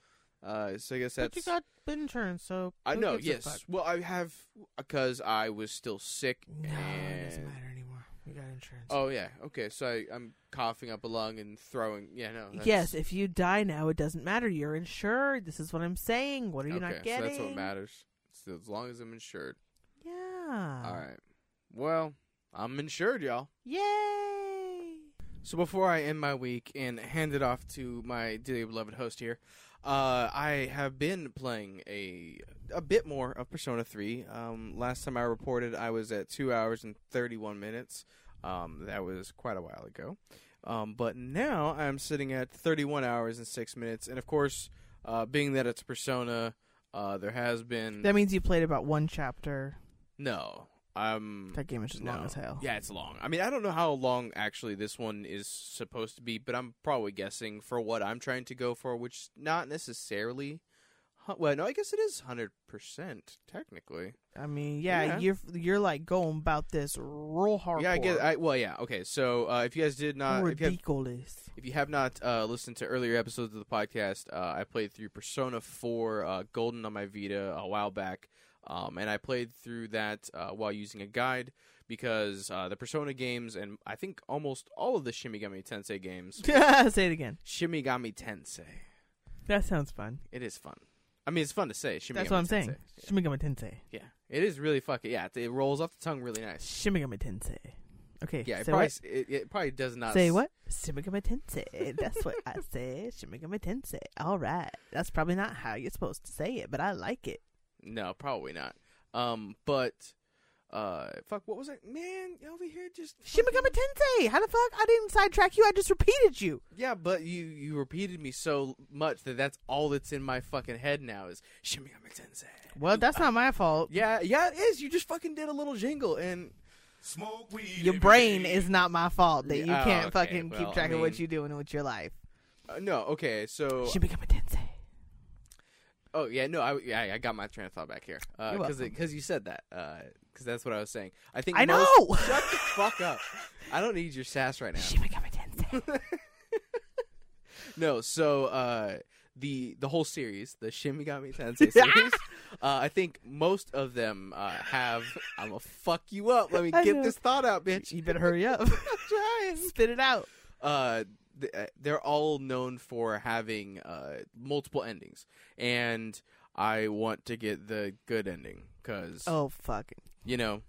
Uh, so I guess But that's you got insurance, so I who know. gives a fuck? Yes, well, I have because I was still sick. No, it doesn't and... matter anymore. We got insurance. Oh yeah, okay. So I, I'm coughing up a lung and throwing. Yeah, no. that's- yes, if you die now, it doesn't matter. You're insured. This is what I'm saying. What are you okay, not So getting? that's what matters. So as long as I'm insured. Yeah. All right. Well, I'm insured, y'all. Yay! So before I end my week and hand it off to my dearly beloved host here, uh, I have been playing a a bit more of Persona Three. Um, last time I reported, I was at two hours and thirty one minutes. Um, that was quite a while ago, um, but now I'm sitting at thirty one hours and six minutes. And of course, uh, being that it's Persona, uh, there has been That means you played about one chapter. no. Um, That game is just long as hell. yeah, it's long. I mean, I don't know how long actually this one is supposed to be, but I'm probably guessing for what I'm trying to go for, which is not necessarily. hu- Well, no, I guess it is hundred percent technically. I mean, yeah, Yeah. you're you're like going about this real hardcore. Yeah, I guess. I, uh, well, yeah. Okay, so uh, if you guys did not, if you, have, ridiculous. if you have not uh, listened to earlier episodes of the podcast, uh, I played through Persona Four uh, Golden on my Vita a while back, um, and I played through that uh, while using a guide. Because uh, the Persona games and I think almost all of the Shimigami Tensei games [LAUGHS] Say it again. Shimigami Tensei. That sounds fun. It is fun. I mean, it's fun to say. Shimigami That's what I'm Tensei. saying. Shimigami Tensei. Yeah, it is really fucking. Yeah, it rolls off the tongue really nice. Shimigami Tensei. Okay. Yeah, it say probably what? It, it probably does not Say s- what? Shimigami Tensei. That's what [LAUGHS] I say. Shimigami Tensei. All right. That's probably [LAUGHS] not how you're supposed to say it, but I like it. No, probably not. Um, but Uh, fuck, what was it? Man, over here just. Shimagami Tensei. How the fuck? I didn't sidetrack you. I just repeated you. Yeah, but you you repeated me so much that that's all that's in my fucking head now is Shimigami Tensei. Well, that's not my [LAUGHS] fault. Yeah, yeah, it is. You just fucking did a little jingle, and Smoke weed. Your every brain day. is not my fault that you Yeah, oh, can't okay, fucking well, keep track I of what mean- you're doing with your life. uh, no, okay, so Shimagami Tensei. oh yeah, no, I yeah, I got my train of thought back here uh, You're because welcome. because you said that because that's what I was saying. I think I most- know! Shut the fuck up! I don't need your sass right now. Shimagami Tensei. [LAUGHS] No, so uh, the the whole series, the Shimigami [LAUGHS] Tensei series, uh, I think most of them uh, have. I'm gonna fuck you up. Let me I get know. this thought out, bitch. you better [LAUGHS] hurry up. Spit it out. Uh, th- uh, they're all known for having uh, multiple endings, and I want to get the good ending because Oh fucking! you know.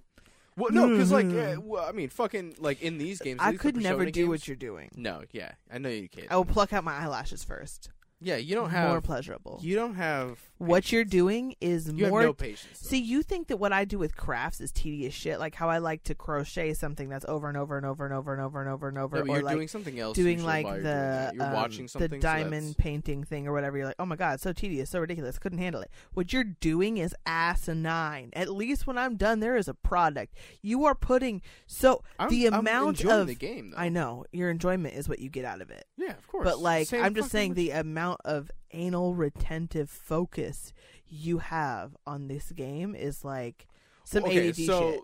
Well, no, because like, uh, well, I mean, fucking, like in these games, I could never do what what you're doing. No, yeah, I know you can't. I will pluck out my eyelashes first. yeah, you don't More have. pleasurable. you don't have. what you're doing is You more have no patience. though. See, you think that what I do with crafts is tedious shit, like how I like to crochet something that's over and over and over and over and over and over and over, No, but or you're like doing something else. doing usually like while the you're doing that. you're um, watching something. the so that's- diamond painting thing or whatever. You're like, oh my god, so tedious, so ridiculous, couldn't handle it. What you're doing is asinine. At least when I'm done, there is a product. You are putting so I'm- the I'm amount enjoying of the game, though. I know your enjoyment is what you get out of it. yeah, of course. But like, Same I'm just fucking saying thing. the amount of anal retentive focus you have on this game is like some okay, ADD so, shit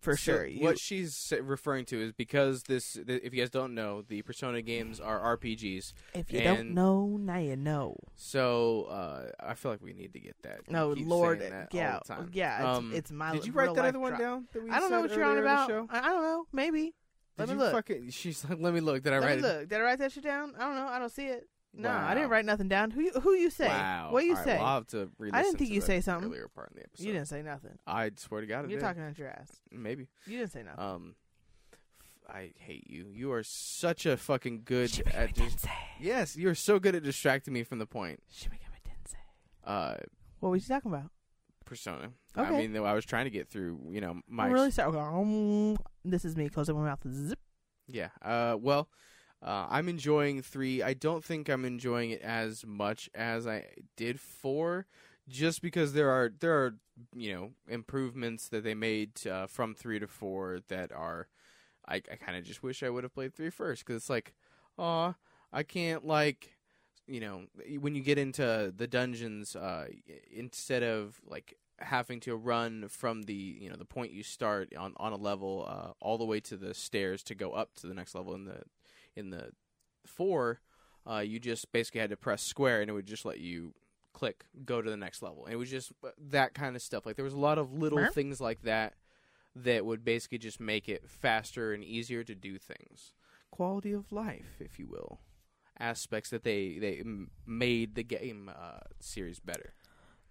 for so sure. You- What she's sa- referring to is because this. th- If you guys don't know, the Persona games are RPGs. if you and don't know, now you know. So uh, I feel like we need to get that. No, We keep Oh, Lord, saying that yeah, all the time. yeah, it's- Um, it's my Did you real write that life other one drop. down? that we I don't know said what you're on earlier in the about. show? I, I don't know. Maybe. Let Did me you look. fucking- she's like, let me look. Did I Let write me it? look. Did I write that shit down? I don't know. I don't see it. No, I didn't Wow. write nothing down. Who you, who you say? Wow. What you All right, say? well, I'll have to re-listen I didn't think to you the say something. earlier part in the episode. you didn't say nothing. I swear to God, I You're did. talking out your ass. Maybe. You didn't say nothing. Um, f- I hate you. You are such a fucking good Shimigami at just. Tensei. Yes, you are so good at distracting me from the point. Shimigami Tensei. Uh, What was you talking about? persona. I Okay. mean, though, I was trying to get through. You know, my I'm really sorry. Um, This is me closing my mouth. Zip. yeah. Uh, well, uh, I'm enjoying three. I don't think I'm enjoying it as much as I did four, just because there are there are you know improvements that they made uh, from three to four that are. I, I kind of just wish I would have played three first because it's like, aw, I can't like you know when you get into the dungeons uh instead of like having to run from the you know the point you start on on a level uh all the way to the stairs to go up to the next level in the in the 4 uh you just basically had to press square and it would just let you click go to the next level and it was just uh, that kind of stuff like there was a lot of little Merp. things like that that would basically just make it faster and easier to do things quality of life if you will aspects that they they m- made the game uh, series better.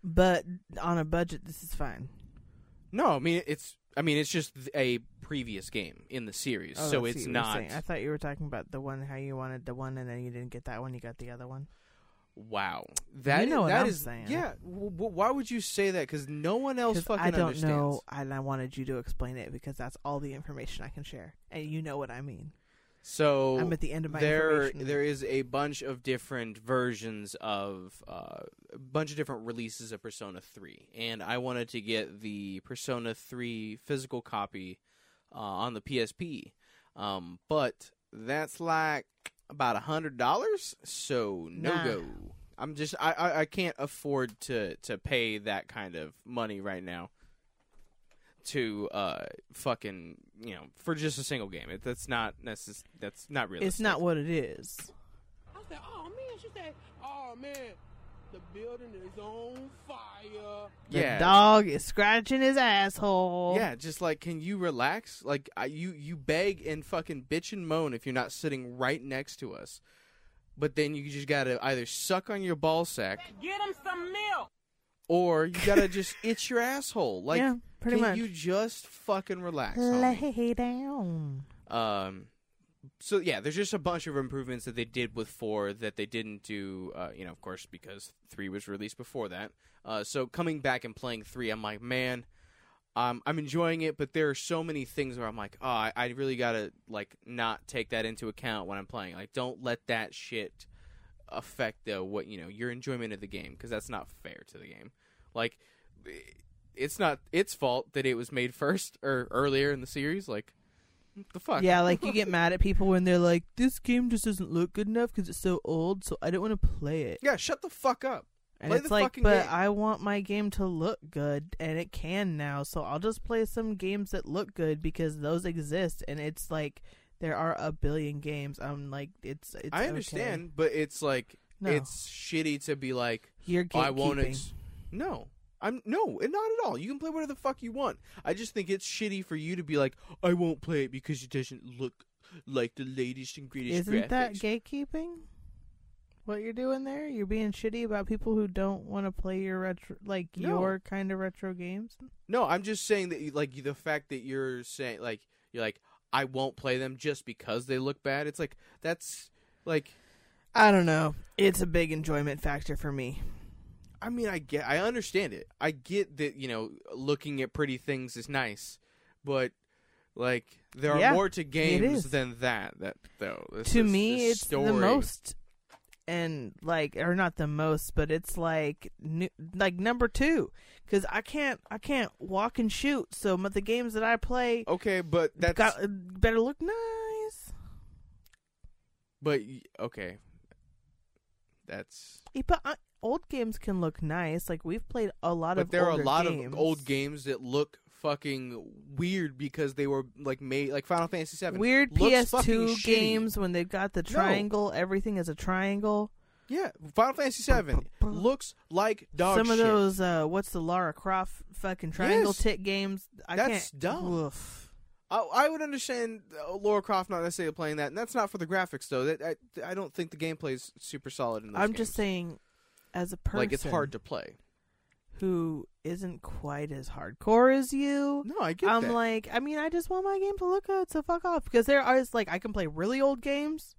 But on a budget, this is fine. No, I mean it's I mean it's just th- a previous game in the series, so Oh, I see it's what you're not. saying. I thought you were talking about the one how you wanted the one and then you didn't get that one. You got the other one. Wow, that know what that I'm is- saying. yeah. W- w- why would you say that? Because no one else 'Cause fucking I don't understands. know, and I wanted you to explain it because that's all the information I can share, and you know what I mean. So I'm at the end of my there. information. There is a bunch of different versions of uh, a bunch of different releases of Persona Three, and I wanted to get the Persona Three physical copy uh, on the PSP, um, but that's like about a hundred dollars. So no Nah. go. I'm just I, I I can't afford to to pay that kind of money right now to uh fucking you know for just a single game. It, that's not necess- that's not realistic. It's not what it is. I said, oh man. She said, oh man. The building is on fire. yeah. The dog is scratching his asshole. yeah, just like can you relax? Like I, you you beg and fucking bitch and moan if you're not sitting right next to us. But then you just got to either suck on your ball sack Get him some milk. or you got to [LAUGHS] just itch your asshole. Like Yeah, pretty can much. you just fucking relax? homie? lay down. Um, so yeah, there's just a bunch of improvements that they did with four that they didn't do. Uh, you know, of course, because three was released before that. Uh, so coming back and playing three, I'm like, man, Um, I'm enjoying it, but there are so many things where I'm like, oh, I, I really gotta like not take that into account when I'm playing. Like, don't let that shit affect uh, what you know your enjoyment of the game because that's not fair to the game. Like, it's not its fault that it was made first or earlier in the series. Like, what the fuck? Yeah, like you [LAUGHS] get mad at people when they're like, "This game just doesn't look good enough because it's so old, so I don't want to play it." yeah. Shut the fuck up. And Play it's the like, fucking but game. I want my game to look good, and it can now, so I'll just play some games that look good because those exist, and it's like there are a billion games. I'm like, it's, it's I okay. understand, but it's like No. it's shitty to be like You're gatekeeping. Oh, I won't. Ex- no, I'm no, and not at all. You can play whatever the fuck you want. I just think it's shitty for you to be like I won't play it because it doesn't look like the latest and greatest. Isn't that graphics." gatekeeping? What you're doing there? You're being shitty about people who don't want to play your retro, like No. your kind of retro games. No, I'm just saying that like the fact that you're saying like you're like I won't play them just because they look bad. It's like that's like I don't know. It's a big enjoyment factor for me. I mean, I get, I understand it. I get that you know, looking at pretty things is nice, but like there are Yeah, more to games is. than that. That though, This- to this- me, this it's story, the most, and like, or not the most, but it's like, nu- like number two, because I can't, I can't walk and shoot. So m- the games that I play Okay, but Oh, that's got better look nice. but y- okay, that's. Yeah, But uh, old games can look nice. Like we've played a lot of, But there are a older lot games. of old games that look fucking weird because they were like made like Final Fantasy Seven. Weird looks fucking PS2 shitty. games when they've got the No. triangle, everything is a triangle. Yeah, Final Fantasy Seven looks like dog Some of shit. those, uh, what's the Lara Croft fucking triangle Yes. tit games? I That's can't. dumb. Oof. I, I would understand uh, Laura Croft not necessarily playing that, and that's not for the graphics though. That I, I don't think the gameplay is super solid in those I'm just games. saying, as a person, like it's hard to play. who isn't quite as hardcore as you. No, I get I'm that. like, I mean, I just want my game to look good, so fuck off. Because there are it's like, I can play really old games,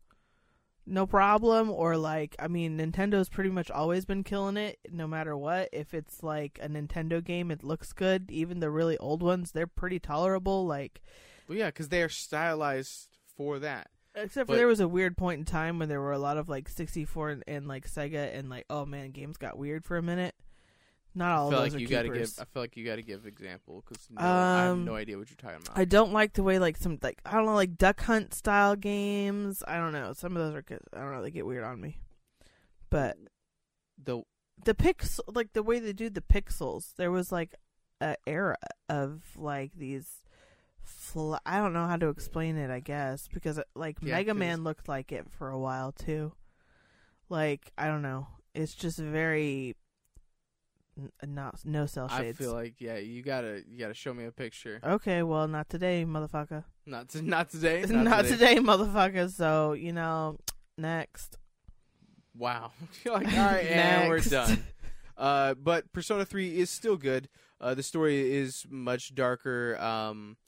no problem. Or like, I mean, Nintendo's pretty much always been killing it, no matter what. If it's like a Nintendo game, it looks good. Even the really old ones, they're pretty tolerable. Like, well, yeah, because they are stylized for that. Except for But- there was a weird point in time when there were a lot of like 64 and, and like Sega and like oh man games got weird for a minute. Not all I of feel Oh, those like are you gotta give. keepers. I feel like you gotta give example because no, I have Um, no idea what you're talking about. I don't like the way like some like I don't know like Duck Hunt style games. I don't know. Some of those are good. I don't know. They get weird on me. But the the pixel like the way they do the pixels. There was like a era of like these. Fl- I don't know how to explain it. I guess because uh, like Yeah, Mega 'cause- Man looked like it for a while too. Like I don't know. It's just very n- not no cell I shades. Oh. feel like yeah, you gotta you gotta show me a picture. okay, well not today, motherfucker. Not to, not [LAUGHS] today. not, today. motherfucker. So you know, next. Wow. [LAUGHS] You're like all right, and we're Next. done. Uh, but Persona 3 is still good. Uh, the story is much darker um,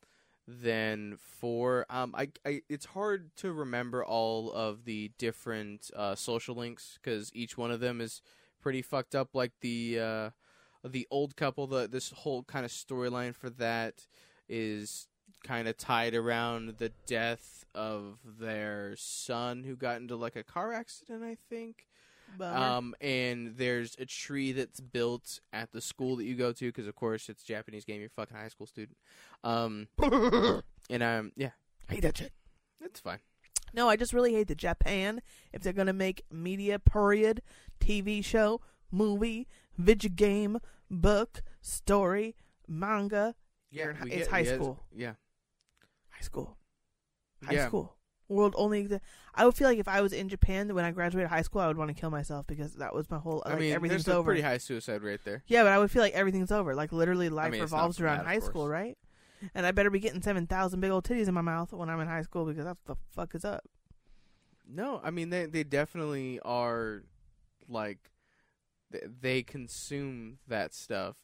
than 4. Um, I, I, it's hard to remember all of the different uh, social links because each one of them is pretty fucked up. Like the uh, the old couple, the this whole kind of storyline for that is kind of tied around the death of their son who got into like a car accident, I think. Uh-huh. Um, and there's a tree that's built at the school that you go to because, of course, it's a Japanese game. You're a fucking high school student. Um, [LAUGHS] and um, yeah, I hate that shit. That's fine. no, I just really hate the Japan. If they're gonna make media, period, TV show, movie, video game, book, story, manga, you're in hi- we it's get- high yeah, school. Yeah, high school, high Yeah. school, world only. exa- I would feel like if I was in Japan when I graduated high school, I would want to kill myself because that was my whole. Like, I mean, everything's there's a over. pretty high suicide rate there. Yeah, but I would feel like everything's over. Like literally, life mean, it's not revolves from around that, of high school, course. right? And I better be getting seven thousand big old titties in my mouth when I'm in high school because that's what the fuck is up. No, I mean they they definitely are like th- they consume that stuff,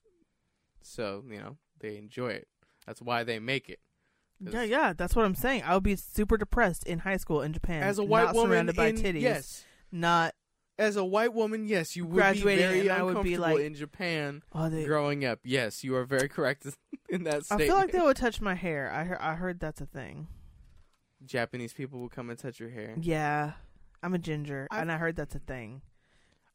so you know they enjoy it. That's why they make it. 'Cause- Yeah, yeah, that's what I'm saying. I would be super depressed in high school in Japan As a white not woman, surrounded by in- titties, yes, not as a white woman, yes, you would Graduating, be very and I would uncomfortable be like- in Japan Oh, they. growing up. Yes, you are very [LAUGHS] correct in that I statement. feel like they would touch my hair. I heard. I heard that's a thing. Japanese people will come and touch your hair. Yeah, I'm a ginger, I- and I heard that's a thing.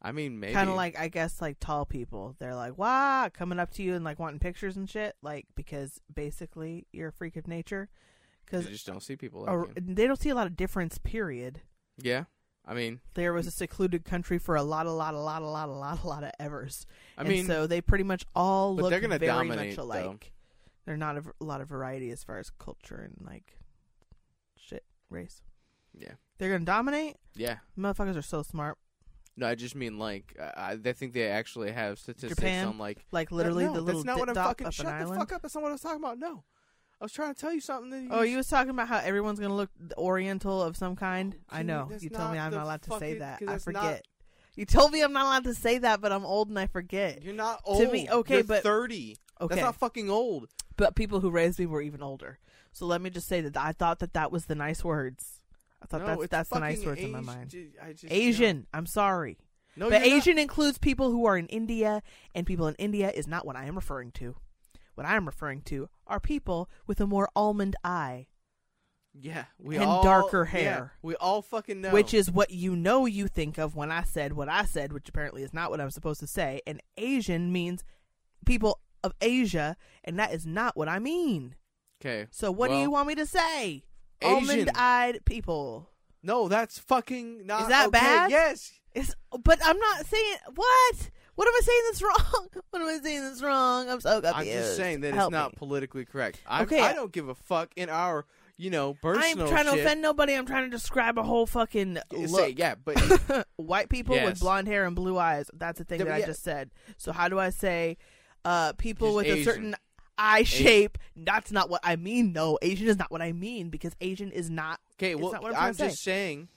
I mean, maybe Kind of like I guess like tall people. They're like, "Wow," coming up to you and like wanting pictures and shit. Like because basically you're a freak of nature. you Because just don't see people like or, you. they don't see a lot of difference. Period. Yeah, I mean, There was a secluded country for a lot, a lot, a lot, a lot, a lot, a lot of evers. I And mean, so they pretty much all but look they're gonna very dominate, much though. alike. They're not a, v- a lot of variety as far as culture and like shit race. Yeah. they're gonna dominate. yeah. Motherfuckers are so smart. No, I just mean like I, I think they actually have statistics Japan? on like Like literally, No, the little that's not dip what I'm dop fucking. up shut an the island. fuck up! That's not what I was talking about. No, I was trying to tell you something. That you Oh, you was talking about how everyone's gonna look Oriental of some kind. I Dude, know. that's You told me not I'm the not allowed to say fucking- that. 'cause I that's not- forget. You told me I'm not allowed to say that, but I'm old and I forget. You're not old. To me- okay, You're but- thirty. Okay, That's not fucking old. but people who raised me were even older. So let me just say that I thought that that was the nice words. I thought no, that's it's that's the nice fucking words in my age- mind. ju- I just- Asian. I'm sorry, No, but you're not. Asian includes people who are in India, and people in India is not what I am referring to. What I am referring to are people with a more almond eye. Yeah, we and all- darker yeah, hair. we all fucking know. which is what you know you think of when I said what I said, which apparently is not what I'm supposed to say. And Asian means people of Asia, and that is not what I mean. okay. So what do you want me to say? Asian. Almond-eyed people. No, that's fucking not. Is that okay. bad? Yes. It's, but I'm not saying what. What am I saying that's wrong? [LAUGHS] What am I saying that's wrong? I'm so confused. I'm just saying that it's Help not me. politically correct. I'm, Okay. I don't give a fuck in our, you know, I personal ain't trying to shit. offend nobody. I'm trying to describe a whole fucking You look. Say, yeah, [LAUGHS] but white people Yes. with blonde hair and blue eyes. That's the thing Th- that yeah. I just said. So how do I say uh people Just with Asian. a certain eye shape? That's not what I mean. No, Asian is not what I mean because Asian is not. okay. It's Well, not what I'm trying I'm to just saying.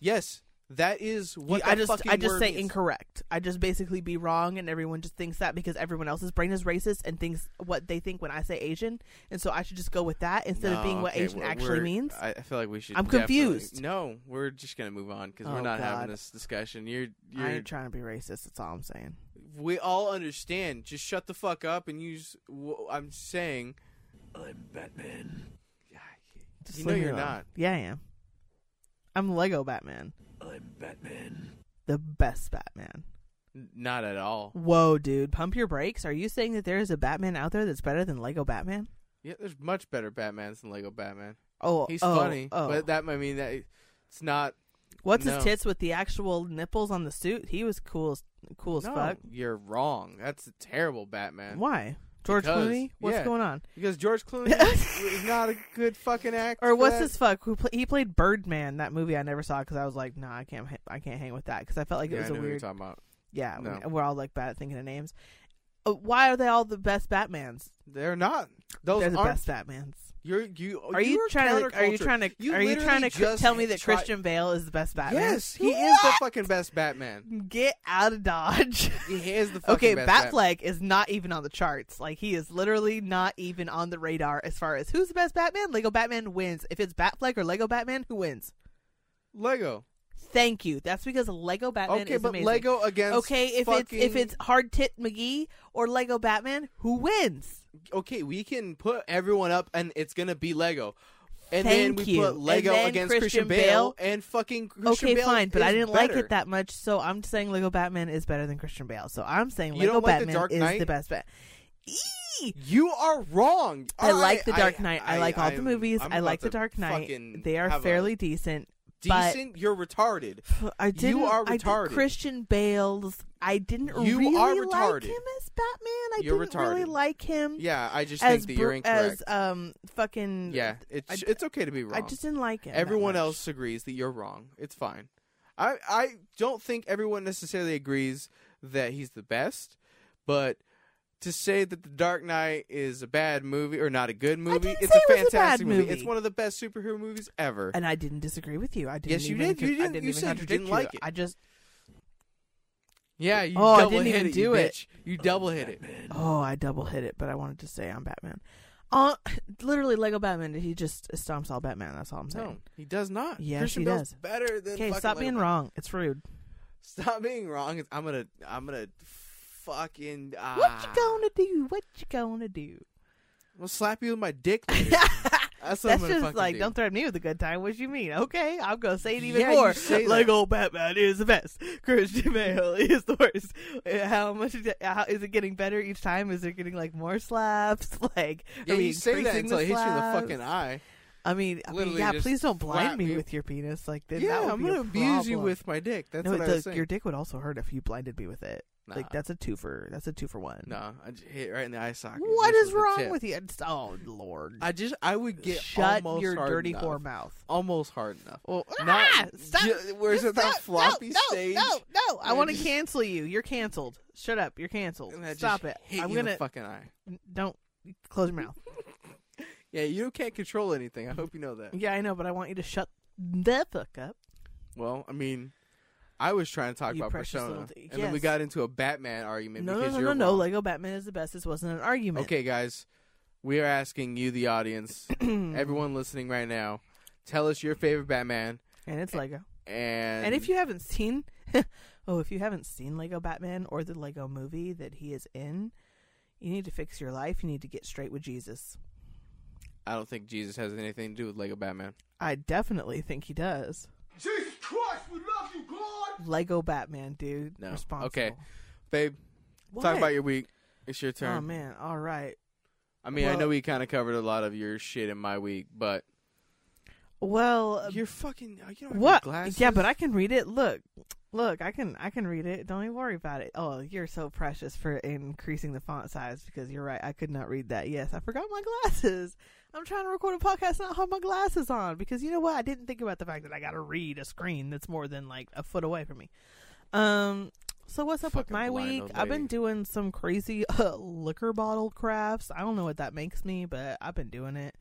Yes, that is what I that just fucking I just word say means. incorrect. I just basically be wrong, and everyone just thinks that because everyone else's brain is racist and thinks what they think when I say Asian, and so I should just go with that instead No, of being what Oh, okay, Asian we're- actually we're- means. I I feel like we should. I'm definitely- confused. No, we're just gonna move on because Oh, we're not having God. this discussion. You're, I you're. ain't trying to be racist. That's all I'm saying. we all understand. Just shut the fuck up and use. wh- I'm saying. I'm Batman. Just You know leave me you're alone. not. Yeah, I am. I'm Lego Batman. I'm Batman. The best Batman. Not at all. Whoa, dude. Pump your brakes. Are you saying that there is a Batman out there that's better than Lego Batman? Yeah, there's much better Batmans than Lego Batman. Oh, He's oh, funny, Oh. but that I mean that it's not. What's no. his tits with the actual nipples on the suit? He was cool as, cool as no, fuck. you're wrong. That's a terrible Batman. Why? George Because- Clooney? What's yeah. going on? Because George [LAUGHS] Clooney is not a good fucking actor. Or what's that. his fuck? Who pla he played Birdman? That movie I never saw because I was like, nah, I can't, ha- I can't hang with that because I felt like it Yeah, was I a know who you're weird talking about. Yeah, we- No. we're all like bad at thinking of names. Uh, Why are they all the best Batmans? They're not. Those They're the aren't. best Batmans. You're you. Are you, trying to? Are you trying to? are you trying to cr- tell me that Christian Bale is the best Batman? Yes, he is the What? fucking best Batman. Get out of Dodge. He is the fucking okay, best Batfleck is not even on the charts. Like he is literally not even on the radar as far as who's the best Batman. Lego Batman wins. If it's Batfleck or Lego Batman, who wins? Lego. Thank you. That's because Lego Batman. okay, is but amazing. Lego against Okay, if it's fucking- if it's Hard Tit McGee or Lego Batman, who wins? okay, we can put everyone up, and it's gonna be Lego. And then Thank we you. put Lego And then against Christian Bale, Bale. and fucking Christian okay, Bale. fine, but I is didn't like better. it that much, so I'm saying Lego Batman is better than Christian Bale. So I'm saying You Lego don't like the Batman Dark is Knight? the best Bat. You are wrong. I like the Dark I- Knight. I, like all the I'm- movies. I'm I about like the to Dark fucking Knight. They are have a fairly decent. but- decent. You're retarded. I didn't. are I did- retarded. Christian Bale's. I didn't You really are retarded. like him as Batman. I You're didn't really retarded. like him Yeah, I just as think that you're Bru- incorrect. as um fucking yeah, it's I- it's okay to be wrong. I just didn't like him. that everyone much. else agrees that you're wrong. It's fine. I I don't think everyone necessarily agrees that he's the best, but to say that the Dark Knight is a bad movie or not a good movie, didn't it's say a it was a bad fantastic movie. movie. It's one of the best superhero movies ever. And I didn't disagree with you. I didn't. Yes, you even did. You con- I didn't- you even said you contradict didn't like it. I just. yeah, you Oh, I double didn't hit even it, you do it. bitch. You double hit it. Oh, I double hit it, but I wanted to say I'm Batman. Uh, [LAUGHS] literally, Lego Batman. He just stomps all Batman. That's all I'm saying. No, he does not. Yes, Christian he Bale's does. better than. Okay, fucking stop being Lego. wrong. It's rude. Stop being wrong. It's- I'm gonna. I'm gonna fucking. Uh, What you gonna do? What you gonna do? I'm gonna slap you with my dick. [LAUGHS] later. That's what I'm That's gonna just fucking like, do. don't threaten me with a good time. What you mean? Okay, I'm gonna say it even Yeah, you more. [LAUGHS] say that. Lego Batman is the best. Christian Bale [LAUGHS] is the worst. Uh, How much? Is it, how, is it getting better each time? Is it getting like more slaps? [LAUGHS] Like, Yeah, are we you say that increasing until I hit you in the slaps? fucking eye. I mean, I mean Literally yeah. just Please don't blind slap me me. with your penis. Like, then that yeah, would I'm be gonna a abuse you problem. with my dick. That's no, what I the- was saying. your dick would also hurt if you blinded me with it. Nah. Like, that's a twofer. That's a twofer one. No, I just hit right in the eye socket. What just with is the wrong tip. with you? It's- Oh Lord! I just I would get Shut almost your hard dirty enough. whore mouth. Almost hard enough. Well, Not- ah, stop. ju- where's Just it that stop. floppy no, no, stage? No, no, I And want to just- cancel you. You're canceled. Shut up. You're canceled. And I Stop just it. Hit I'm you in gonna the fucking eye. don't close your [LAUGHS] mouth. Yeah, you can't control anything. I hope you know that. yeah, I know, but I want you to shut the fuck up. Well, I mean, I was trying to talk You about precious Persona, little d- and then we yes. got into a Batman argument. No, no, because no, you're no, no. wrong. Lego Batman is the best. This wasn't an argument. Okay, guys, we are asking you, the [CLEARS THROAT] audience, everyone listening right now, tell us your favorite Batman, and it's Lego. and And if you haven't seen, [LAUGHS] oh, if you haven't seen Lego Batman or the Lego movie that he is in, you need to fix your life. You need to get straight with Jesus. I don't think Jesus has anything to do with Lego Batman. I definitely think he does. Jesus Christ, we love you, God! Lego Batman, dude. No. Responsible. Okay, babe, talk about your week. It's your turn. Oh man, all right. I mean, I Well- know we kind of covered a lot of your shit in my week, but Well, you're fucking. You don't Uh, what? Yeah, but I can read it. Look, look, I can, I can read it. Don't even worry about it. Oh, you're so precious for increasing the font size because you're right. I could not read that. Yes, I forgot my glasses. I'm trying to record a podcast and I have my glasses on because you know what? I didn't think about the fact that I got to read a screen that's more than like a foot away from me. Um. So what's up with Fucking my blind week? old I've been lady. doing some crazy [LAUGHS] uh, liquor bottle crafts. I don't know what that makes me, but I've been doing it.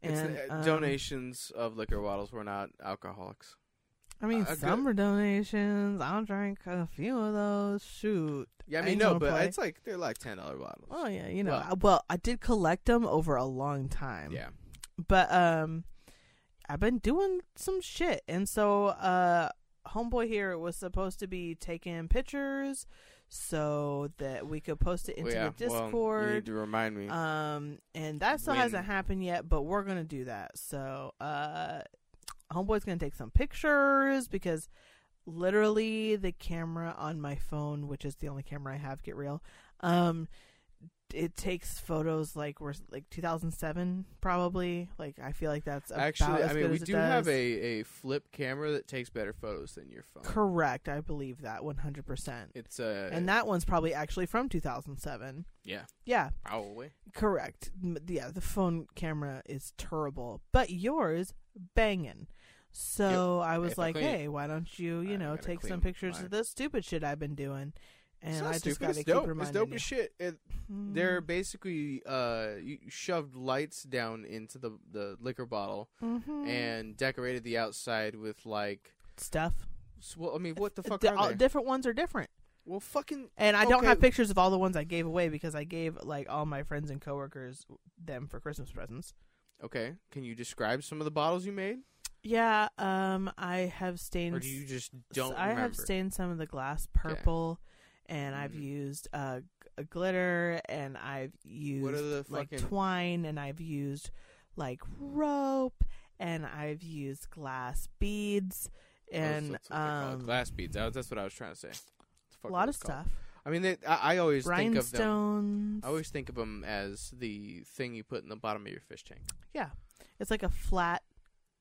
It's And the- uh, um, donations of liquor bottles were not alcoholics. I mean, a good- some are donations. I'll drink a few of those. Shoot. Yeah, I I mean ain't no, gonna but play. it's like they're like ten dollar bottles. Oh yeah, you know. Well- I- well, I did collect them over a long time. yeah, But um, I've been doing some shit, and so uh, homeboy here was supposed to be taking pictures so that we could post it into Well, yeah. the Well, you Discord. need to remind me. Um, and that still When- hasn't happened yet, but we're gonna do that. So, uh, homeboy's gonna take some pictures because literally the camera on my phone, which is the only camera I have, get real. Um, it takes photos like we're like 2007 probably. Like I feel like that's about Actually, as I good mean we as it do have does. a a flip camera that takes better photos than your phone. correct. I believe that 100. percent It's uh And that one's probably actually from 2007. yeah Yeah, probably Correct. M- Yeah, the phone camera is terrible, but yours banging. So I was If I like, clean it. hey, why don't you, you I know, gotta take clean some pictures mine. of this stupid shit I've been doing, it's and not I just stupid. gotta it's keep dope. It's reminding dope you. Hmm. as shit. It, They're basically uh you shoved lights down into the the liquor bottle Mhm. and decorated the outside with like stuff. s- well I mean what the fuck The- are all- they? different ones are different, well fucking and I don't Okay. have pictures of all the ones I gave away because I gave like all my friends and coworkers them for Christmas presents. okay. Can you describe some of the bottles you made, Yeah, um, I have stained. or do you just So don't? I have remember? stained some of the glass purple, and I've Mhm. used uh, g- a glitter, and I've used are the like fucking- twine, and I've used like rope, and I've used glass beads, Those- and that's what they call it, um, glass beads. That- that's what I was trying to say. That's a fucking lot what of it's called. stuff, I mean, they, I, I always think of them. rhinestones. I always think of them as the thing you put in the bottom of your fish tank, yeah, it's like a flat,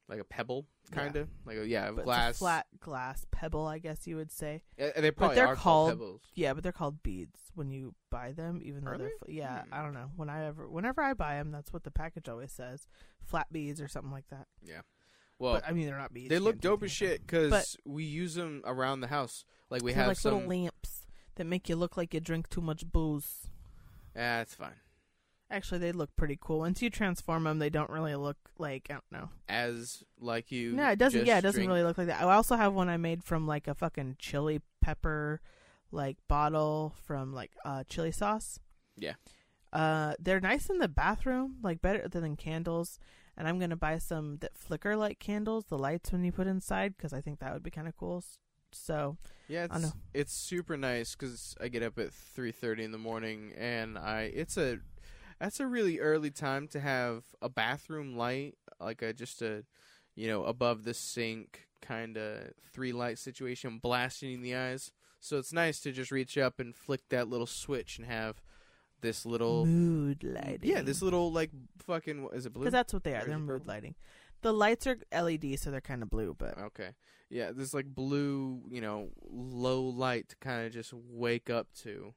like a pebble, Yeah. kind of like a, yeah, but it's a glass. flat glass pebble, I guess you would say. Yeah, they probably they're are called, called- pebbles. Yeah, but they're called beads when you buy them, even though Are they're they? fl- yeah. Hmm. I don't know. When I ever, whenever I buy them, that's what the package always says: flat beads or something like that. Well, but I mean, they're not beads. they you look can't do dope as anything shit with them. because we use them around the house. Like we But have they're like some. little lamps that make you look like you drink too much booze. Ah, it's fine. Actually, they look pretty cool. Once you transform them, they don't really look like I don't know. As like you. No, it doesn't. just Yeah, it doesn't drink- really look like that. I also have one I made from like a fucking chili pepper, like bottle from like uh chili sauce. Yeah. Uh, they're nice in the bathroom, like better than candles. And I'm gonna buy some that flicker like candles, the lights when you put inside, because I think that would be kind of cool. S- So Yeah, I it's, it's super nice because I get up at three thirty in the morning, and I it's a that's a really early time to have a bathroom light, like a just a you know above the sink kind of three light situation, blasting in the eyes. So it's nice to just reach up and flick that little switch and have this little mood lighting. yeah this little like fucking what- is it blue? because that's what they Or are. is They're it mood purple? lighting. The lights are LED, so they're kind of blue, but Okay. Yeah, this like blue, you know, low light to kind of just wake up to.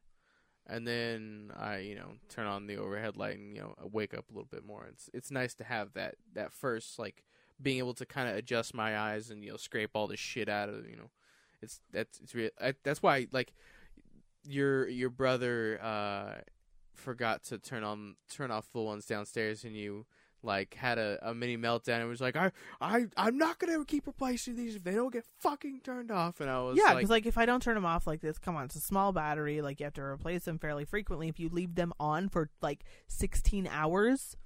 And then I, you know, turn on the overhead light and, you know, wake up a little bit more. It's it's nice to have that that first like being able to kind of adjust my eyes and you know scrape all the shit out of, you know. It's that's it's real I, that's why like your your brother uh forgot to turn on turn off the ones downstairs and you like had a, a mini meltdown and was like I I I'm not gonna keep replacing these if they don't get fucking turned off and I was yeah, like, because like, if I don't turn them off like this, come on, it's a small battery. Like you have to replace them fairly frequently. If you leave them on for like 16 hours,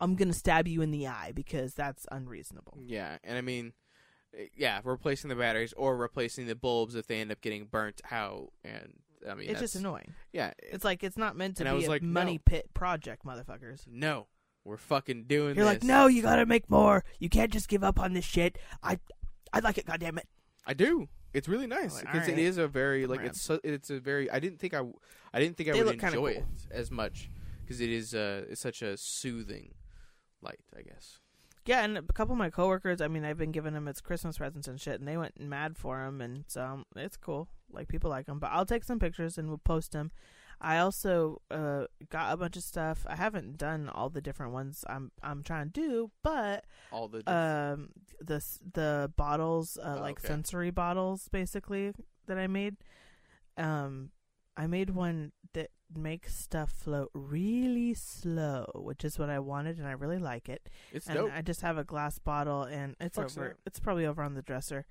I'm gonna stab you in the eye because that's unreasonable. yeah and I mean eh, yeah replacing the batteries or replacing the bulbs if they end up getting burnt out and I mean it's that's- just annoying. yeah it's It's like it's not meant to And I be was a like, money no. pit project, motherfuckers. no we're fucking doing You're like, this. no, you gotta make more. You can't just give up on this shit. I, I like it. Goddamn it. I do it's really nice Like, because alright. it is a very like Alright. it's so, it's a very I didn't think I w- I didn't think I They would look enjoy kinda it cool. as much because it is uh it's such a soothing light I guess Yeah, and a couple of my coworkers. I mean, I've been giving them its Christmas presents and shit, and they went mad for them, and so um, it's cool. Like people like them, but I'll take some pictures and we'll post them. I also uh, got a bunch of stuff. I haven't done all the different ones I'm I'm trying to do, but all the um the s- the bottles uh, Oh, like okay. sensory bottles basically that I made. Um, I made one that makes stuff float really slow, which is what I wanted, and I really like it it's and dope I just have a glass bottle, and it's Fucks it over. up. It's probably over on the dresser.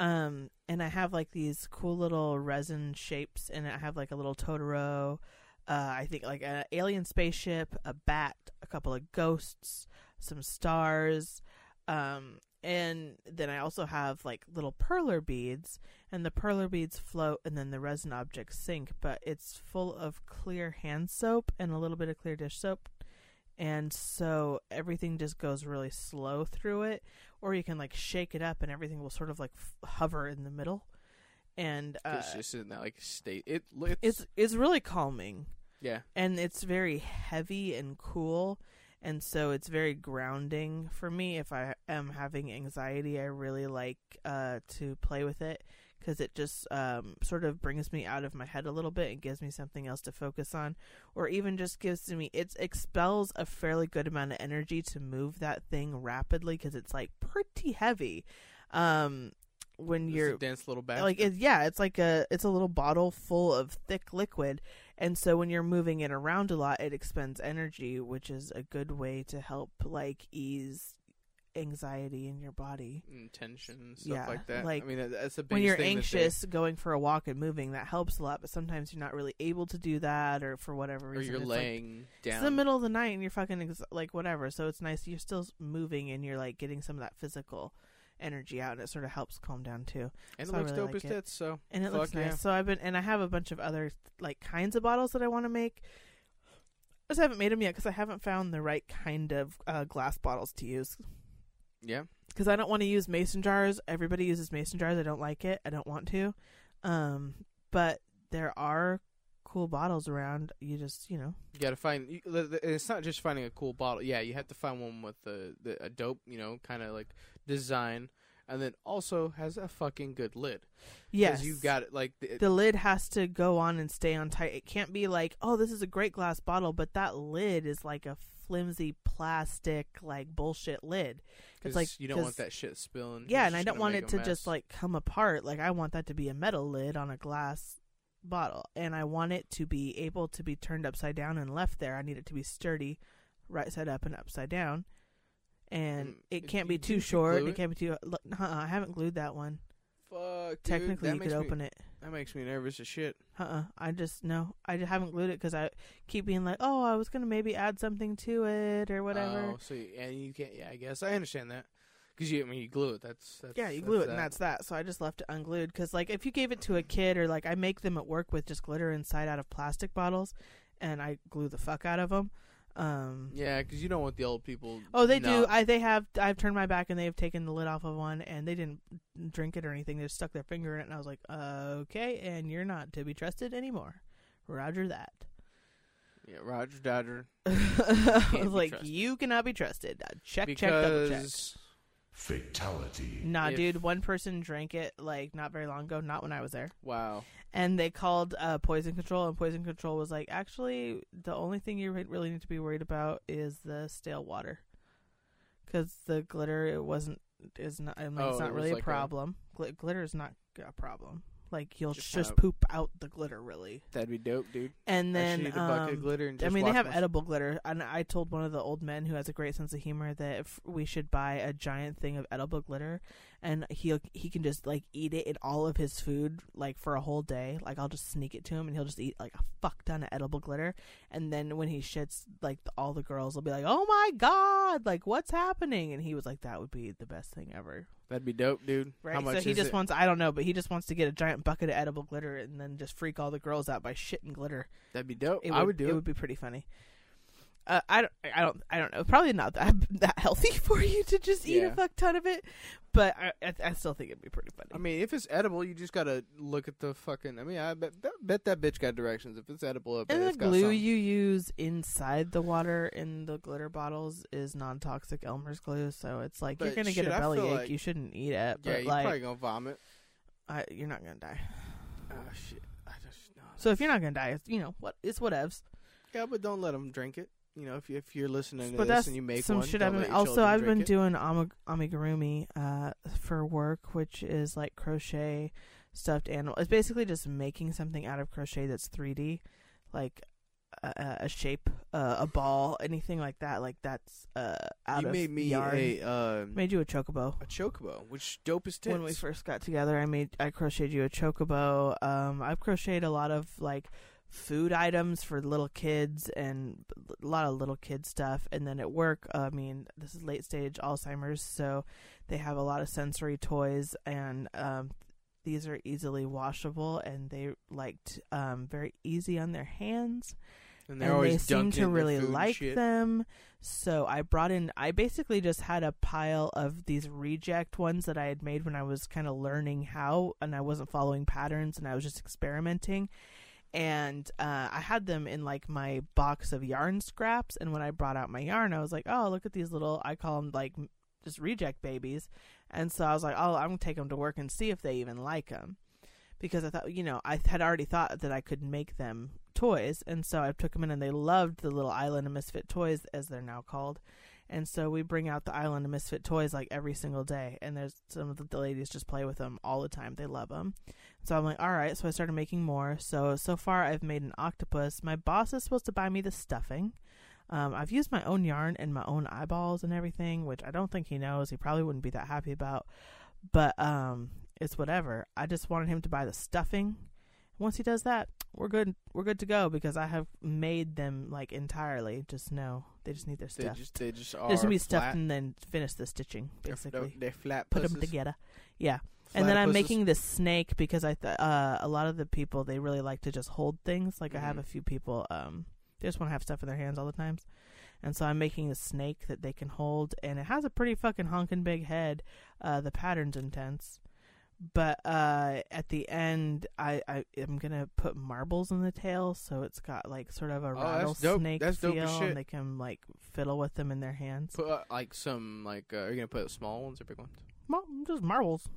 Um, and I have like these cool little resin shapes, and I have like a little Totoro. Uh, I think like an alien spaceship, a bat, a couple of ghosts, some stars, um, and then I also have like little perler beads, and the perler beads float, and then the resin objects sink. But it's full of clear hand soap and a little bit of clear dish soap and so everything just goes really slow through it or you can like shake it up and everything will sort of like f- hover in the middle and uh, it's just in that like state it it's, it's it's really calming yeah and it's very heavy and cool and so it's very grounding for me if i am having anxiety i really like uh, to play with it because it just um, sort of brings me out of my head a little bit and gives me something else to focus on or even just gives to me it expels a fairly good amount of energy to move that thing rapidly because it's like pretty heavy um, when It's you're a dense little bag like it's yeah it's like a it's a little bottle full of thick liquid and so when you're moving it around a lot it expends energy which is a good way to help like ease anxiety in your body and tension and stuff Yeah, like that. like, I mean, that- that's the biggest when you're thing that they- anxious going for a walk and moving that helps a lot but sometimes you're not really able to do that or for whatever or reason you're it's like- laying down. it's the middle of the night and you're fucking ex- like whatever so it's nice you're still moving and you're like getting some of that physical energy out and it sort of helps calm down too and so I it looks really dope as like it. tits. So and it fuck looks yeah. nice. So I've been and I have a bunch of other like kinds of bottles that I want to make. I just haven't made them yet because I haven't found the right kind of uh, glass bottles to use. Yeah, Because I don't want to use mason jars. Everybody uses mason jars. I don't like it. I don't want to. Um, but there are cool bottles around. You just you know you gotta find. You, the- the- it's not just finding a cool bottle. Yeah, you have to find one with the, the a dope, you know, kind of like design, and then also has a fucking good lid. 'Cause yes you got it. Like the, the lid has to go on and stay on tight. It can't be like, oh, this is a great glass bottle, but that lid is like a flimsy plastic, like bullshit lid. It's 'cause like you don't 'cause- want that shit spilling. Yeah, It's and I just don't gonna want make it a to mess. just like come apart. Like I want that to be a metal lid on a glass bottle, and I want it to be able to be turned upside down and left there. I need it to be sturdy, right side up and upside down. And Mm, it if can't you- be too didn't you short. glue It it? can't be too. look, Uh-uh, I haven't glued that one. Fuck, dude, Technically, that you could makes me- open it. That makes me nervous as shit. Uh-uh. I just no. I just haven't glued it because I keep being like, oh, I was gonna maybe add something to it or whatever. Oh, so you- and you can't. Yeah, I guess I understand that because you I mean you glue it. That's, that's Yeah, you that's glue it, that. and that's that. So I just left it unglued because, like, if you gave it to a kid or like I make them at work with just glitter inside out of plastic bottles, and I glue the fuck out of them. Um, yeah, because you don't want the old people. Oh, they do. not- I they have. I've turned my back and they have taken the lid off of one, and they didn't drink it or anything. They just stuck their finger in it, and I was like, okay, and you're not to be trusted anymore. Roger that. [LAUGHS] yeah, Roger Dodger I be was like, trusted. you cannot be trusted. Uh, Check, check, double check. because Fatality. Nah, if- dude. One person drank it like not very long ago. Not when I was there. wow, and they called uh, poison control and poison control was like actually the only thing you re- really need to be worried about is the stale water because the glitter it wasn't is not I mean, Oh, it's not it was really like a- a problem Gl- glitter is not a problem like you'll Just just, kinda- poop out the glitter really that'd be dope, dude. and I should then eat a bucket of um, glitter and I just mean, they watch have myself- edible glitter, and I told one of the old men who has a great sense of humor that if we should buy a giant thing of edible glitter, and he will he can just like eat it in all of his food like for a whole day. Like I'll just sneak it to him, and he'll just eat like a fuck ton of edible glitter, and then when he shits, like all the girls will be like, "Oh my god, like what's happening?" And he was like, "That would be the best thing ever." That'd be dope, dude. Right? How much so he is just it? wants I don't know, but he just wants to get a giant bucket of edible glitter and then just freak all the girls out by shitting glitter That'd be dope. it would, I would do it. it. would be pretty funny. Uh, I don't, I don't, I don't know. Probably not that [LAUGHS] that healthy for you to just eat Yeah. a fuck ton of it, but I, I, I still think it'd be pretty funny. I mean, if it's edible, you just gotta look at the fucking. I mean, I bet, bet, bet that bitch got directions. If it's edible, I bet and the it's got glue something. you use inside the water in the glitter bottles is non-toxic Elmer's glue, so it's like you're But gonna get shit, a I feel bellyache. like- you shouldn't eat it, yeah, but you're like probably gonna vomit. I, you're not gonna die. Oh shit! I just no. So if you're not gonna die, it's, you know what? It's whatevs. Yeah, but don't let them drink it. You know, if you, if you're listening to but this that's and you make some one, shit don't I've let been, your also children I've been drink it. doing ama- amigurumi uh for work, which is like crochet stuffed animal. It's basically just making something out of crochet that's 3D, like a- a, a shape, uh, a ball, anything like that. Like that's uh out You of made me yarn. a um, made you a chocobo. a chocobo, which dope as tits. When we first got together, I made I crocheted you a chocobo. Um, I've crocheted a lot of like food items for little kids and a lot of little kid stuff. And then at work, uh, I mean, this is late stage Alzheimer's, so they have a lot of sensory toys, and um, these are easily washable, and they liked um, very easy on their hands and and they seem dunking to in their really food and like shit. them. So I brought in. I basically just had a pile of these reject ones that I had made when I was kind of learning how, and I wasn't following patterns, and I was just experimenting. And uh, I had them in like my box of yarn scraps. And when I brought out my yarn, I was like, "Oh, look at these little." I call them like m- just reject babies. And so I was like, "Oh, I'm gonna take them to work and see if they even like them." because I thought, you know, I had already thought that I could make them toys, and so I took them in, and they loved the little Island of Misfit Toys, as they're now called. And so we bring out the Island of Misfit Toys like every single day, and there's some of the ladies just play with them all the time. They love them. So I'm like, all right. So I started making more. So so far, I've made an octopus. My boss is supposed to buy me the stuffing. Um, I've used my own yarn and my own eyeballs and everything, which I don't think he knows. He probably wouldn't be that happy about but um it's whatever i just wanted him to buy the stuffing once he does that we're good we're good to go because i have made them like entirely just no they just need their They stuff just they just are they're just gonna be flat. stuffed and then finish the stitching They're- basically They're, they're flat. put them pusses. together yeah and then i'm Platypuses. making this snake because i th- uh a lot of the people they really like to just hold things like i have Mhm. a few people um they just want to have stuff in their hands all the times and so i'm making a snake that they can hold and it has a pretty fucking honking big head uh the pattern's intense but uh at the end i i am gonna put marbles in the tail so it's got like sort of a Oh, that's dope. rattlesnake That's dope as feel shit. and they can like fiddle with them in their hands Put uh, like some like uh, are you gonna put small ones or big ones? Mar- just marbles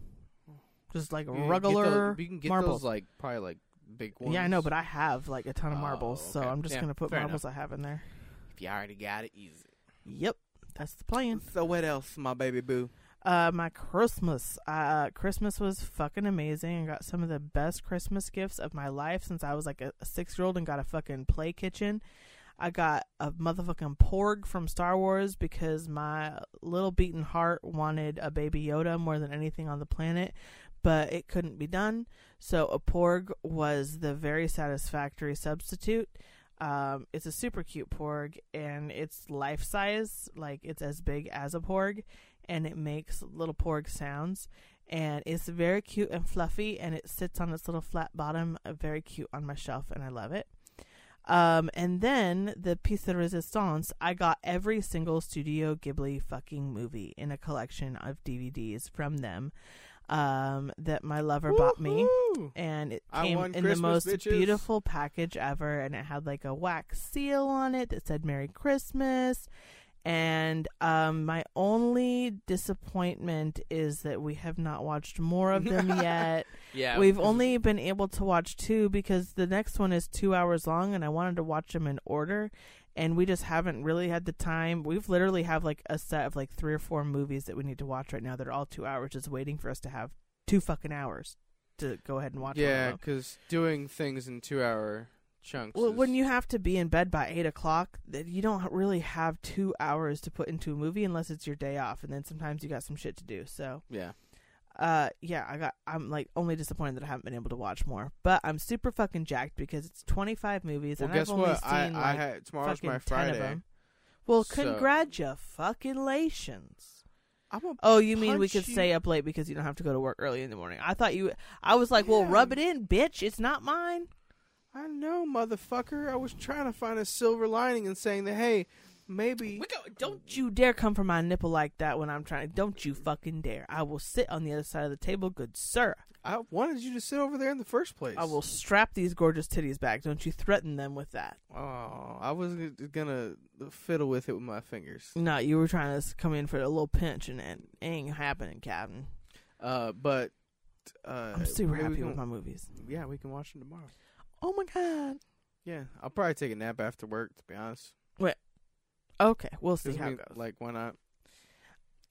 just like You can get regular those- You can get marbles those like probably like big ones. Yeah, I know, but I have like a ton of Oh, marbles, so okay. I'm just Yeah, gonna put fair marbles I have in there. if you already got it, use it. Yep, that's the plan. So what else, my baby boo? Uh, my Christmas, uh, Christmas was fucking amazing. I got some of the best Christmas gifts of my life since I was like a, a six year old and got a fucking play kitchen. I got a motherfucking porg from Star Wars because my little beaten heart wanted a baby Yoda more than anything on the planet, but it couldn't be done. So a porg was the very satisfactory substitute. Um, it's a super cute porg and it's life size, like it's as big as a porg, and it makes little porg sounds. And it's very cute and fluffy, and it sits on its little flat bottom, uh, very cute on my shelf, and I love it. Um, and then the piece de resistance, I got every single Studio Ghibli fucking movie in a collection of DVDs from them um, that my lover bought me. Woohoo! And it I came won in Christmas, the most bitches. beautiful package ever. And it had like a wax seal on it that said Merry Christmas. And um, my only disappointment is that we have not watched more of [LAUGHS] them yet. Yeah, We've only been able to watch two because the next one is two hours long, and I wanted to watch them in order, and we just haven't really had the time. We've literally have like a set of like three or four movies that we need to watch right now. They're all two hours, just waiting for us to have two fucking hours to go ahead and watch. all of yeah, them. because doing things in two hour chunks. Well, is- when you have to be in bed by eight o'clock, that you don't really have two hours to put into a movie unless it's your day off, and then sometimes you got some shit to do. So. yeah, uh yeah i got i'm like only disappointed that i haven't been able to watch more but i'm super fucking jacked because it's 25 movies well, and guess i've only what? seen I, like I had tomorrow's fucking my 10 of Friday. them well So- congratulations I'm a oh you mean we punch could you- stay up late because you don't have to go to work early in the morning i thought you i was like well Yeah. rub it in bitch it's not mine I know, motherfucker. I was trying to find a silver lining and saying that hey, maybe don't you dare come for my nipple like that when i'm trying don't you fucking dare i will sit on the other side of the table good sir I wanted you to sit over there in the first place. i will strap these gorgeous titties back don't you threaten them with that Oh, I was gonna fiddle with it with my fingers. No, you were trying to s- come in for a little pinch, and it ain't happening, Captain. Uh, but uh, I'm super maybe we happy can- with my movies. Yeah, we can watch them tomorrow. Oh my god. Yeah, I'll probably take a nap after work. To be honest, Okay, we'll see 'Cause I how mean, it goes. like why not?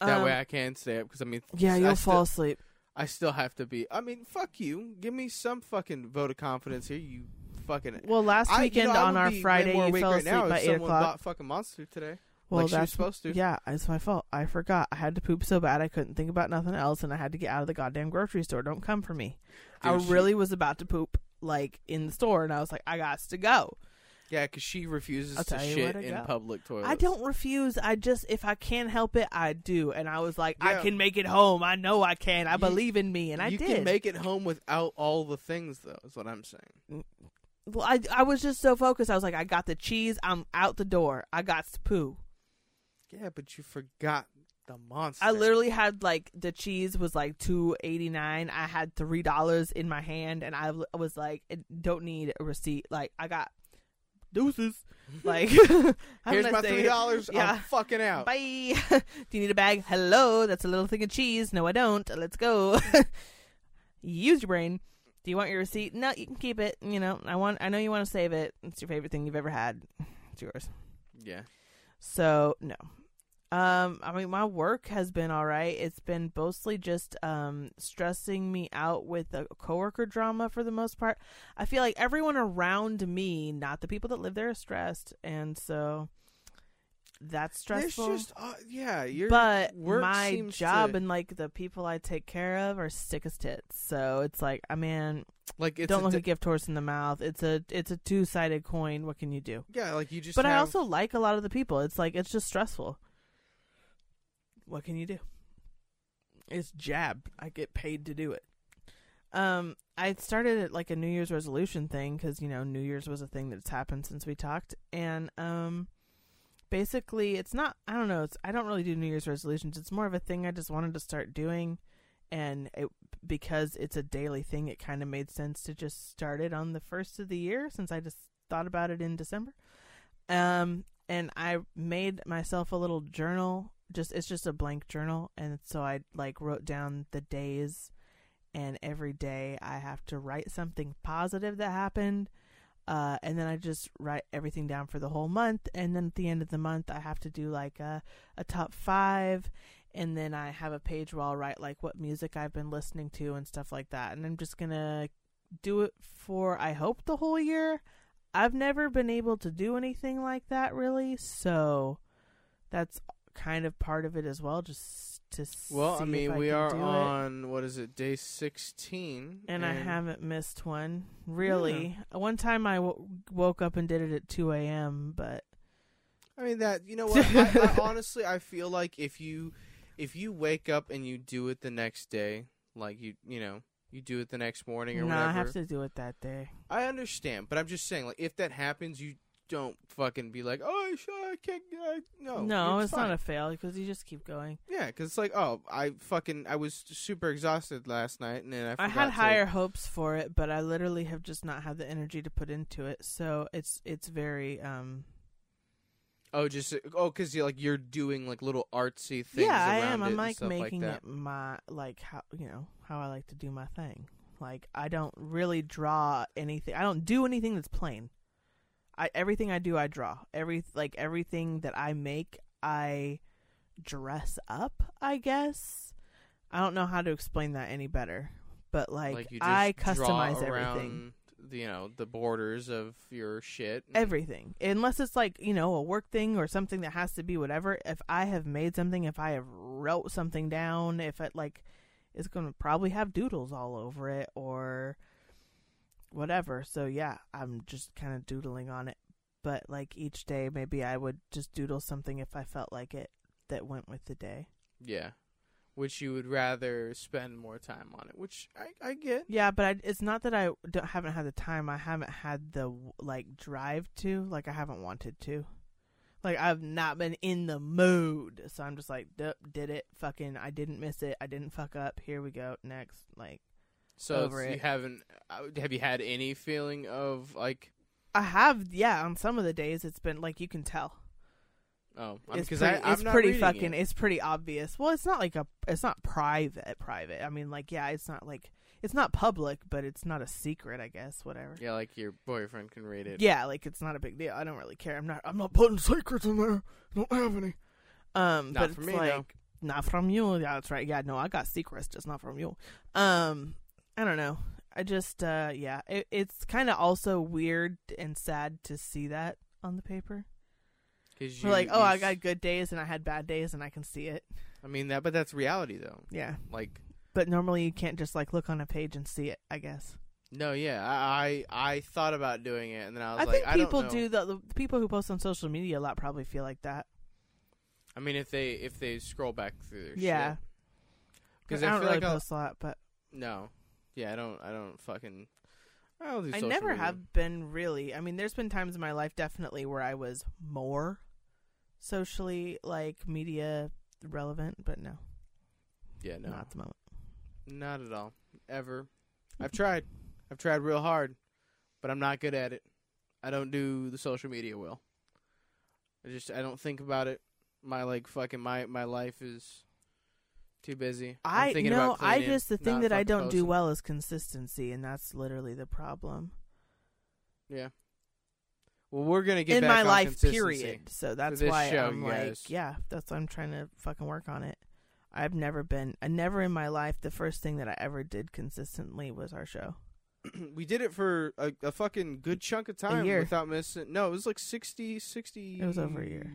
That Um, way I can stay up. Because I mean, yeah, I you'll still- fall asleep. I still have to be. I mean, fuck you. Give me some fucking vote of confidence here. You fucking. Well, last I- you weekend know, I on would our be way Friday, more you awake fell right asleep now if by eight someone o'clock. bought fucking monster today. well, like she was that's supposed to. Yeah, it's my fault. I forgot. I had to poop so bad I couldn't think about nothing else, and I had to get out of the goddamn grocery store. Don't come for me. Dude, I she- really was about to poop like in the store, and I was like, I got to go. Yeah, because she refuses I'll to tell you shit where to in go. public toilets. I don't refuse. I just, if I can help it, I do. And I was like, Yeah. I can make it home. I know I can. I You- believe in me, and I you did. can make it home without all the things, though. Is what I'm saying. well, I, I was just so focused. I was like, I got the cheese. I'm out the door. I got to poo. Yeah, but you forgot the monster. I literally had like the cheese was like two eighty nine. I had three dollars in my hand, and I l- was like, I don't need a receipt. Like I got deuces. [LAUGHS] Like how Here's did I my say three it? dollars. I'm Yeah. fucking out. Bye. [LAUGHS] Do you need a bag? Hello, that's a little thing of cheese. No, I don't. Let's go. [LAUGHS] Use your brain. Do you want your receipt? No, you can keep it. You know, I want. I know you want to save it. It's your favorite thing you've ever had. It's yours. Yeah. So no. Um, I mean, my work has been all right. It's been mostly just um stressing me out with the coworker drama for the most part. I feel like everyone around me, not the people that live there, is stressed, and so that's stressful. There's just uh, yeah. Your but work my seems job to, and like the people I take care of are sick as tits. So it's like, I mean, like it's don't a look di- a gift horse in the mouth. It's a it's a two sided coin. What can you do? yeah. Like you just. but I have- also like a lot of the people. It's like it's just stressful. What can you do? It's jab. I get paid to do it. Um, I started it like a New Year's resolution thing because you know New Year's was a thing that's happened since we talked, and um, basically it's not. I don't know. It's I don't really do New Year's resolutions. It's more of a thing I just wanted to start doing, and it because it's a daily thing. It kind of made sense to just start it on the first of the year since I just thought about it in December um and i made myself a little journal just it's just a blank journal and so i like wrote down the days and every day i have to write something positive that happened uh, and then I just write everything down for the whole month, and then at the end of the month, I have to do like a a top five, and then I have a page where I'll write like what music I've been listening to and stuff like that. And I'm just gonna do it for I hope the whole year. I've never been able to do anything like that really, so that's kind of part of it as well, just to Well, see I if mean, we can are do it. on what is it, day sixteen, and I haven't missed one really. One time I w- woke up and did it at two a.m., but [LAUGHS] I mean that you know what? I, I honestly, I feel like if you if you wake up and you do it the next day, like you you know you do it the next morning or No, whatever. I have to do it that day. I understand, but I'm just saying, like, if that happens, you don't fucking be like, oh, I sh- I can't. I, no, no, it's Oh, fine. not a fail because you just keep going. Yeah, because it's like, oh, I fucking, I was super exhausted last night, and then I, I had forgot to- higher hopes for it, but I literally have just not had the energy to put into it. So it's it's very um Oh, just oh, because you like you're doing like little artsy things. yeah, I around am. It I'm and like stuff making like that. it my like how you know how I like to do my thing. Like I don't really draw anything. I don't do anything that's plain. I everything I do, I draw. Every like everything that I make, I dress up. I guess I don't know how to explain that any better. But like, you just I draw customize around everything. The, you know the borders of your shit. and- everything unless it's like you know a work thing or something that has to be whatever if i have made something if i have wrote something down if it like it's gonna probably have doodles all over it or whatever so yeah i'm just kind of doodling on it but like each day maybe i would just doodle something if i felt like it that went with the day Yeah, which you would rather spend more time on it, which I I get. yeah but I, it's not that i don't, haven't had the time i haven't had the like drive to like i haven't wanted to like i've not been in the mood so i'm just like dup, did it fucking i didn't miss it i didn't fuck up here we go next like So Over it's- you it. haven't uh, have you had any feeling of like i have yeah on some of the days it's been like you can tell oh it's because pretty, I'm it's not pretty reading fucking it. it's pretty obvious well it's not like a it's not private private i mean like yeah it's not like it's not public but it's not a secret i guess whatever yeah like your boyfriend can read it. Yeah, like it's not a big deal. I don't really care. I'm not. I'm not putting secrets in there. I don't have any. Um, Not but for it's me, no. like not from you. Yeah, that's right. Yeah, no, I got secrets, just not from you. Um, I don't know. I just, uh, yeah, it, it's kind of also weird and sad to see that on the paper. because We're like, oh, I got good days and I had bad days, and I can see it. I mean that, but that's reality though. Yeah, Like but normally you can't just like look on a page and see it. I guess. no, yeah, I I, I thought about doing it, and then I was I, like, think I people don't know. do the, the people who post on social media a lot probably feel like that. I mean, if they if they scroll back through their Yeah. because I I, don't feel really like I'll- post a lot, but. no, yeah, I don't I don't fucking I don't do I social never media. have been really. I mean, there's been times in my life definitely where I was more socially like media relevant, but no, yeah no not at the moment. not at all ever. I've tried I've tried real hard, but I'm not good at it. I don't do the social media well. I just I don't think about it. My like fucking my my life is too busy. I'm I thinking no, about I cleaning, just the thing not that I fucking don't do posting. well is consistency, and that's literally the problem Well, we're gonna get in back my on life. consistency. Period. So that's this why show, I'm you like, guys. yeah, that's why I'm trying to fucking work on it. I've never been, I never in my life, the first thing that I ever did consistently was our show. [CLEARS THROAT] we did it for a, a fucking good chunk of time year. without missing. No, it was like 60, 60. It was over a year.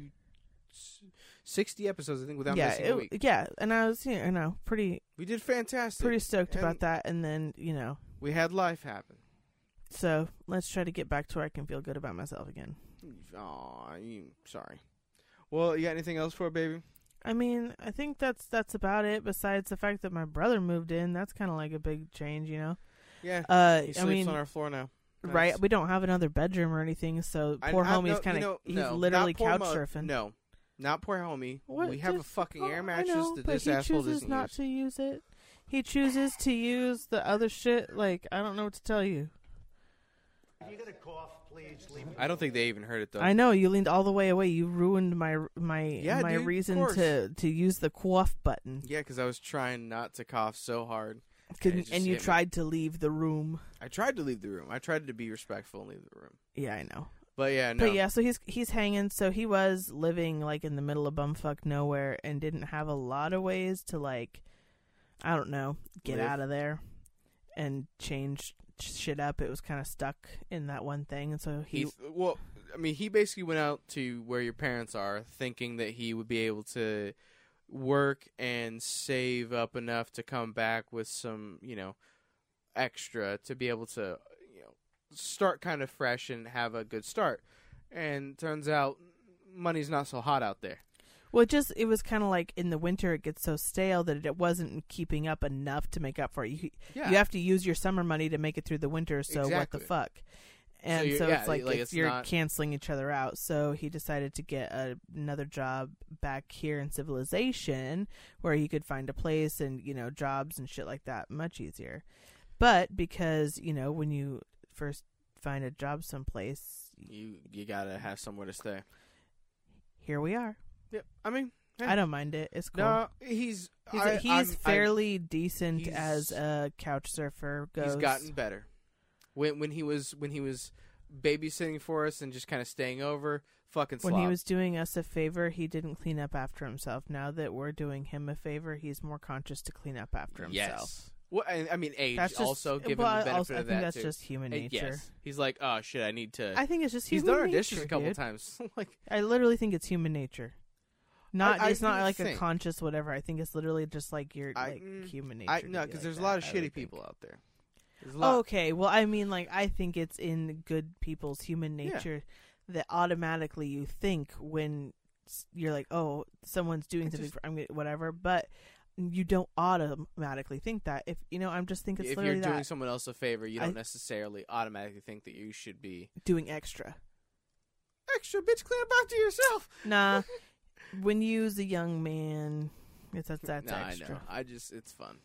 s- 60 episodes, I think, without yeah, missing a week. it, yeah, and I was, you know, pretty We did fantastic. pretty stoked And about that. And then you know, We had life happen. so let's try to get back to where I can feel good about myself again. Aw, you, sorry. Well, you got anything else for it, baby? I mean, I think that's that's about it. Besides the fact that my brother moved in, that's kind of like a big change, you know. Yeah. Uh, he I sleeps mean, on our floor now. Nice. right? We don't have another bedroom or anything, so I- poor I- no, homie's you kind of know, he's no, literally not poor couch mo- surfing. No, not poor homie. What, we have a just- fucking oh, I air mattress know, that but this he asshole chooses doesn't not use. to use it. He chooses to use the other shit. Like I don't know what to tell you. I don't think they even heard it though. I know you leaned all the way away. You ruined my my Yeah, my dude, of reason course. to to use the quaff button, Yeah, because I was trying not to cough so hard. Can- it and, just you hit me. tried to leave the room. I tried to leave the room. I tried to be respectful and leave the room. Yeah, I know. But yeah, no. But yeah, so he's he's hanging. So he was living like in the middle of bumfuck nowhere and didn't have a lot of ways to like, I don't know, get Live. out of there and change shit up. It was kind of stuck in that one thing, and so he, he well, I mean, he basically went out to where your parents are, thinking that he would be able to work and save up enough to come back with some, you know, extra to be able to, you know, start kind of fresh and have a good start. And turns out money's not so hot out there. Well, it just it was kind of like in the winter it gets so stale that it wasn't keeping up enough to make up for it. You, Yeah. you have to use your summer money to make it through the winter. So what the Exactly. fuck? And you're- so, yeah, it's like, like, it's- it's you're not- canceling each other out. So he decided to get a, another job back here in civilization where he could find a place and you know jobs and shit like that much easier. But because you know when you first find a job someplace, You you gotta have somewhere to stay. here we are. Yep. I mean, I don't mind it. It's cool. no, he's He's, I- he's I'm- I- fairly decent he's- as a couch surfer goes. he's gotten better. When when he was when he was babysitting for us and just kind of staying over, fucking when he slob. was doing us a favor, he didn't clean up after himself. Now that we're doing him a favor, he's more conscious to clean up after himself. Yes. Well, I, I mean, age That's just- also give well, him I the benefit also- I of think that that's too. just human Uh, nature. Yes. He's like, oh shit, I need to. I think it's just he's human done our nature. dishes a couple dude. times. [LAUGHS] like, I literally think it's human nature. Not I it's not really like a think- conscious whatever. I think it's literally just like your I- like mm, human nature. I to no, be because like there's a that, lot of I shitty would think. Oh, people out there. There's a lot. Okay, well, I mean, like, I think it's in good people's human Yeah. nature that automatically you think when s- you're like, oh, someone's doing something, just- for, I'm gonna, whatever, but you don't automatically think that. If you know, I'm just think it's if literally you're doing that, someone else a favor, you I- don't necessarily automatically think that you should be doing extra. extra bitch. Clean up after yourself. Nah, when you's a young man, it's that's that's no, extra. I know. I just it's fun.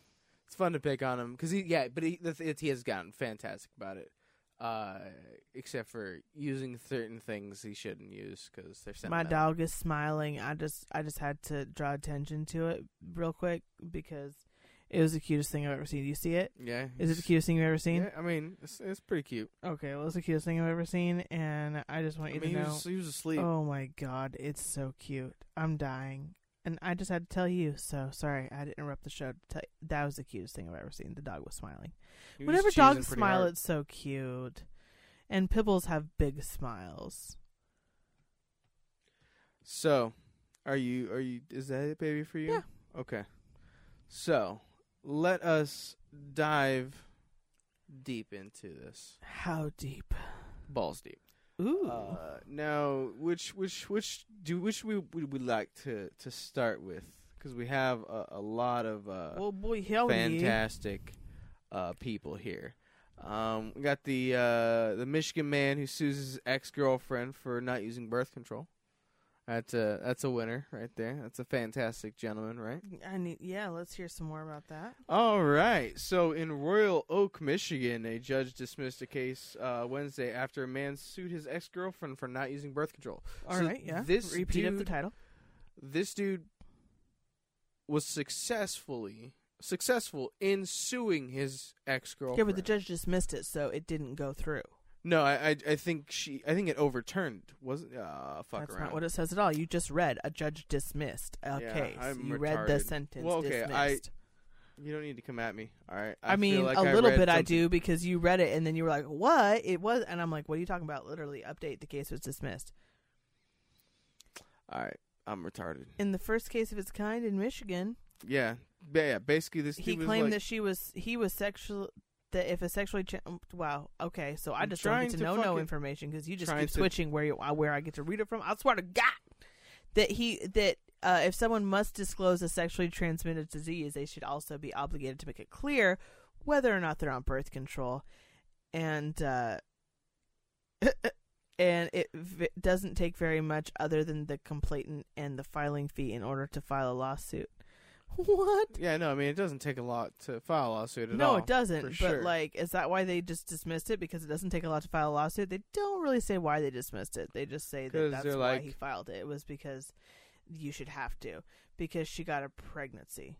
It's fun to pick on him because he yeah, but he the th- it's, he has gotten fantastic about it. Uh, except for using certain things he shouldn't use because they're my sentimental. dog is smiling. I just I just had to draw attention to it real quick because it was the cutest thing I've ever seen. Do you see it? Yeah, Is it the cutest thing you've ever seen? Yeah, I mean it's, it's pretty cute. Okay, well, it's the cutest thing I've ever seen, and I just want I you mean, to he know. was, he was asleep. Oh my god, it's so cute. I'm dying, and I just had to tell you. So sorry, I had to interrupt the show. To tell you. That was the cutest thing I've ever seen. The dog was smiling. He was Whenever cheesing dogs pretty smile, hard. it's so cute. And pibbles have big smiles. So, are you are you is that it baby for you? Yeah. Okay. So, let us dive deep into this. How deep? Balls deep. Ooh, Uh, now, which which which do which we would we like to to start with cuz we have a, a lot of uh well, Oh boy, hell yeah! fantastic uh people here. Um, we got the uh, the Michigan man who sues his ex girlfriend for not using birth control. That's a that's a winner right there. That's a fantastic gentleman, right? I need, yeah. Let's hear some more about that. All right. So in Royal Oak, Michigan, a judge dismissed a case uh, Wednesday after a man sued his ex girlfriend for not using birth control. All right, So yeah. This repeat of the dude- title. this dude was successfully successful in suing his ex girlfriend. Yeah, but the judge dismissed it, so it didn't go through. No, I, I I think she I think it overturned. Wasn't uh fuck That's around. not what it says at all. You just read a judge dismissed a Yeah, case. I'm you read the retarded. sentence Well, okay, I- dismissed. you don't need to come at me. All right. I, feel mean, like a little read bit I something- do because you read it and then you were like, "What it was?" And I'm like, "What are you talking about?" Literally, update the case was dismissed. All right. I'm retarded. In the first case of its kind in Michigan, Yeah. Ba- yeah. Basically, this he dude was claimed like, that she was he was sexual that if a sexually cha- wow okay so I I'm just don't trying get to to know no fucking- information because you just trying keep to- switching where you uh, where I get to read it from. I swear to God that he that uh, if someone must disclose a sexually transmitted disease, they should also be obligated to make it clear whether or not they're on birth control, and uh, [LAUGHS] and it v- doesn't take very much other than the complainant and the filing fee in order to file a lawsuit. [LAUGHS] What? Yeah, no, I mean it doesn't take a lot to file a lawsuit at no, all. it doesn't. for But sure. like, is that why they just dismissed it? Because it doesn't take a lot to file a lawsuit. They don't really say why they dismissed it. They just say that 'Cause that's why they're like- he filed it. It was because you should have to because she got a pregnancy.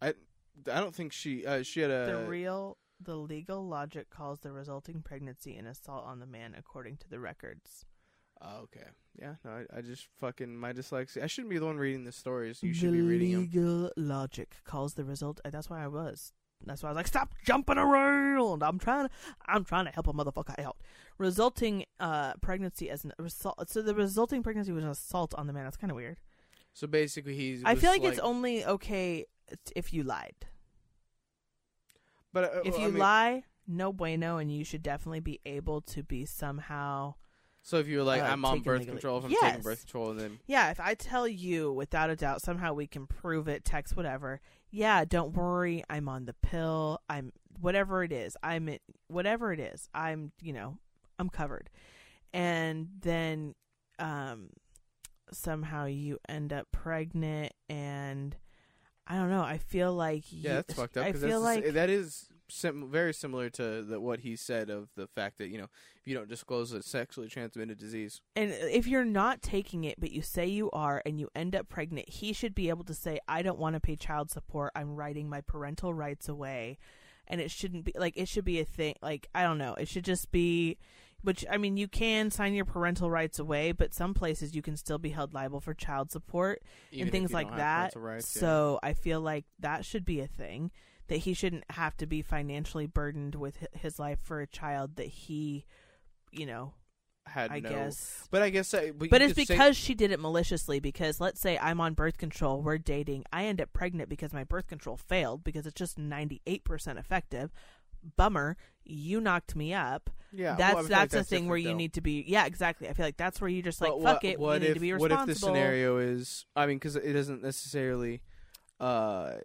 I, I don't think she uh, she had the a real, the legal logic calls the resulting pregnancy an assault on the man, according to the records. Oh, okay. Yeah, no, I, I just fucking my dyslexia. I shouldn't be the one reading the stories. You should be reading them. Legal logic calls the result. and That's why I was. That's why I was like, stop jumping around. I'm trying. I'm trying to help a motherfucker out. Resulting uh, pregnancy as an result. So the resulting pregnancy was an assault on the man. That's kind of weird. So basically, he's. I feel was like, it's only okay if you lied. But uh, If well, you I mean, lie, no bueno, and you should definitely be able to be somehow So if you were like, Uh, I'm on taking birth legally- control, if I'm Yes. taking birth control, and then Yeah, if I tell you without a doubt, somehow we can prove it, text, whatever. Yeah, don't worry. I'm on the pill. I'm whatever it is. I'm in, whatever it is. I'm, you know, I'm covered. And then um, somehow you end up pregnant, and I don't know. I feel like yeah, you, that's fucked up. I 'cause feel that's the like s- that is sim- very similar to the, what he said of the fact that you know if you don't disclose a sexually transmitted disease, And if you're not taking it, but you say you are and you end up pregnant, he should be able to say, I don't want to pay child support. I'm writing my parental rights away. And it shouldn't be like, it should be a thing. Like, I don't know. It should just be, which, I mean, you can sign your parental rights away, but some places you can still be held liable for child support Even and if things you like don't have that. parental rights, yeah. so I feel like that should be a thing that he shouldn't have to be financially burdened with hi- his life for a child that he, you know, had I no. guess. But I guess, I, but, But you it's could say- because she did it maliciously. Because let's say I'm on birth control, we're dating, I end up pregnant because my birth control failed because it's just 98% effective. Bummer, you knocked me up. Yeah, well, that's I feel like that's a that's thing where different, you though. need to be. Yeah, exactly. I feel like that's where you just like But fuck it. What we if need to be what responsible. if the scenario is? I mean, because it doesn't necessarily, uh, uh,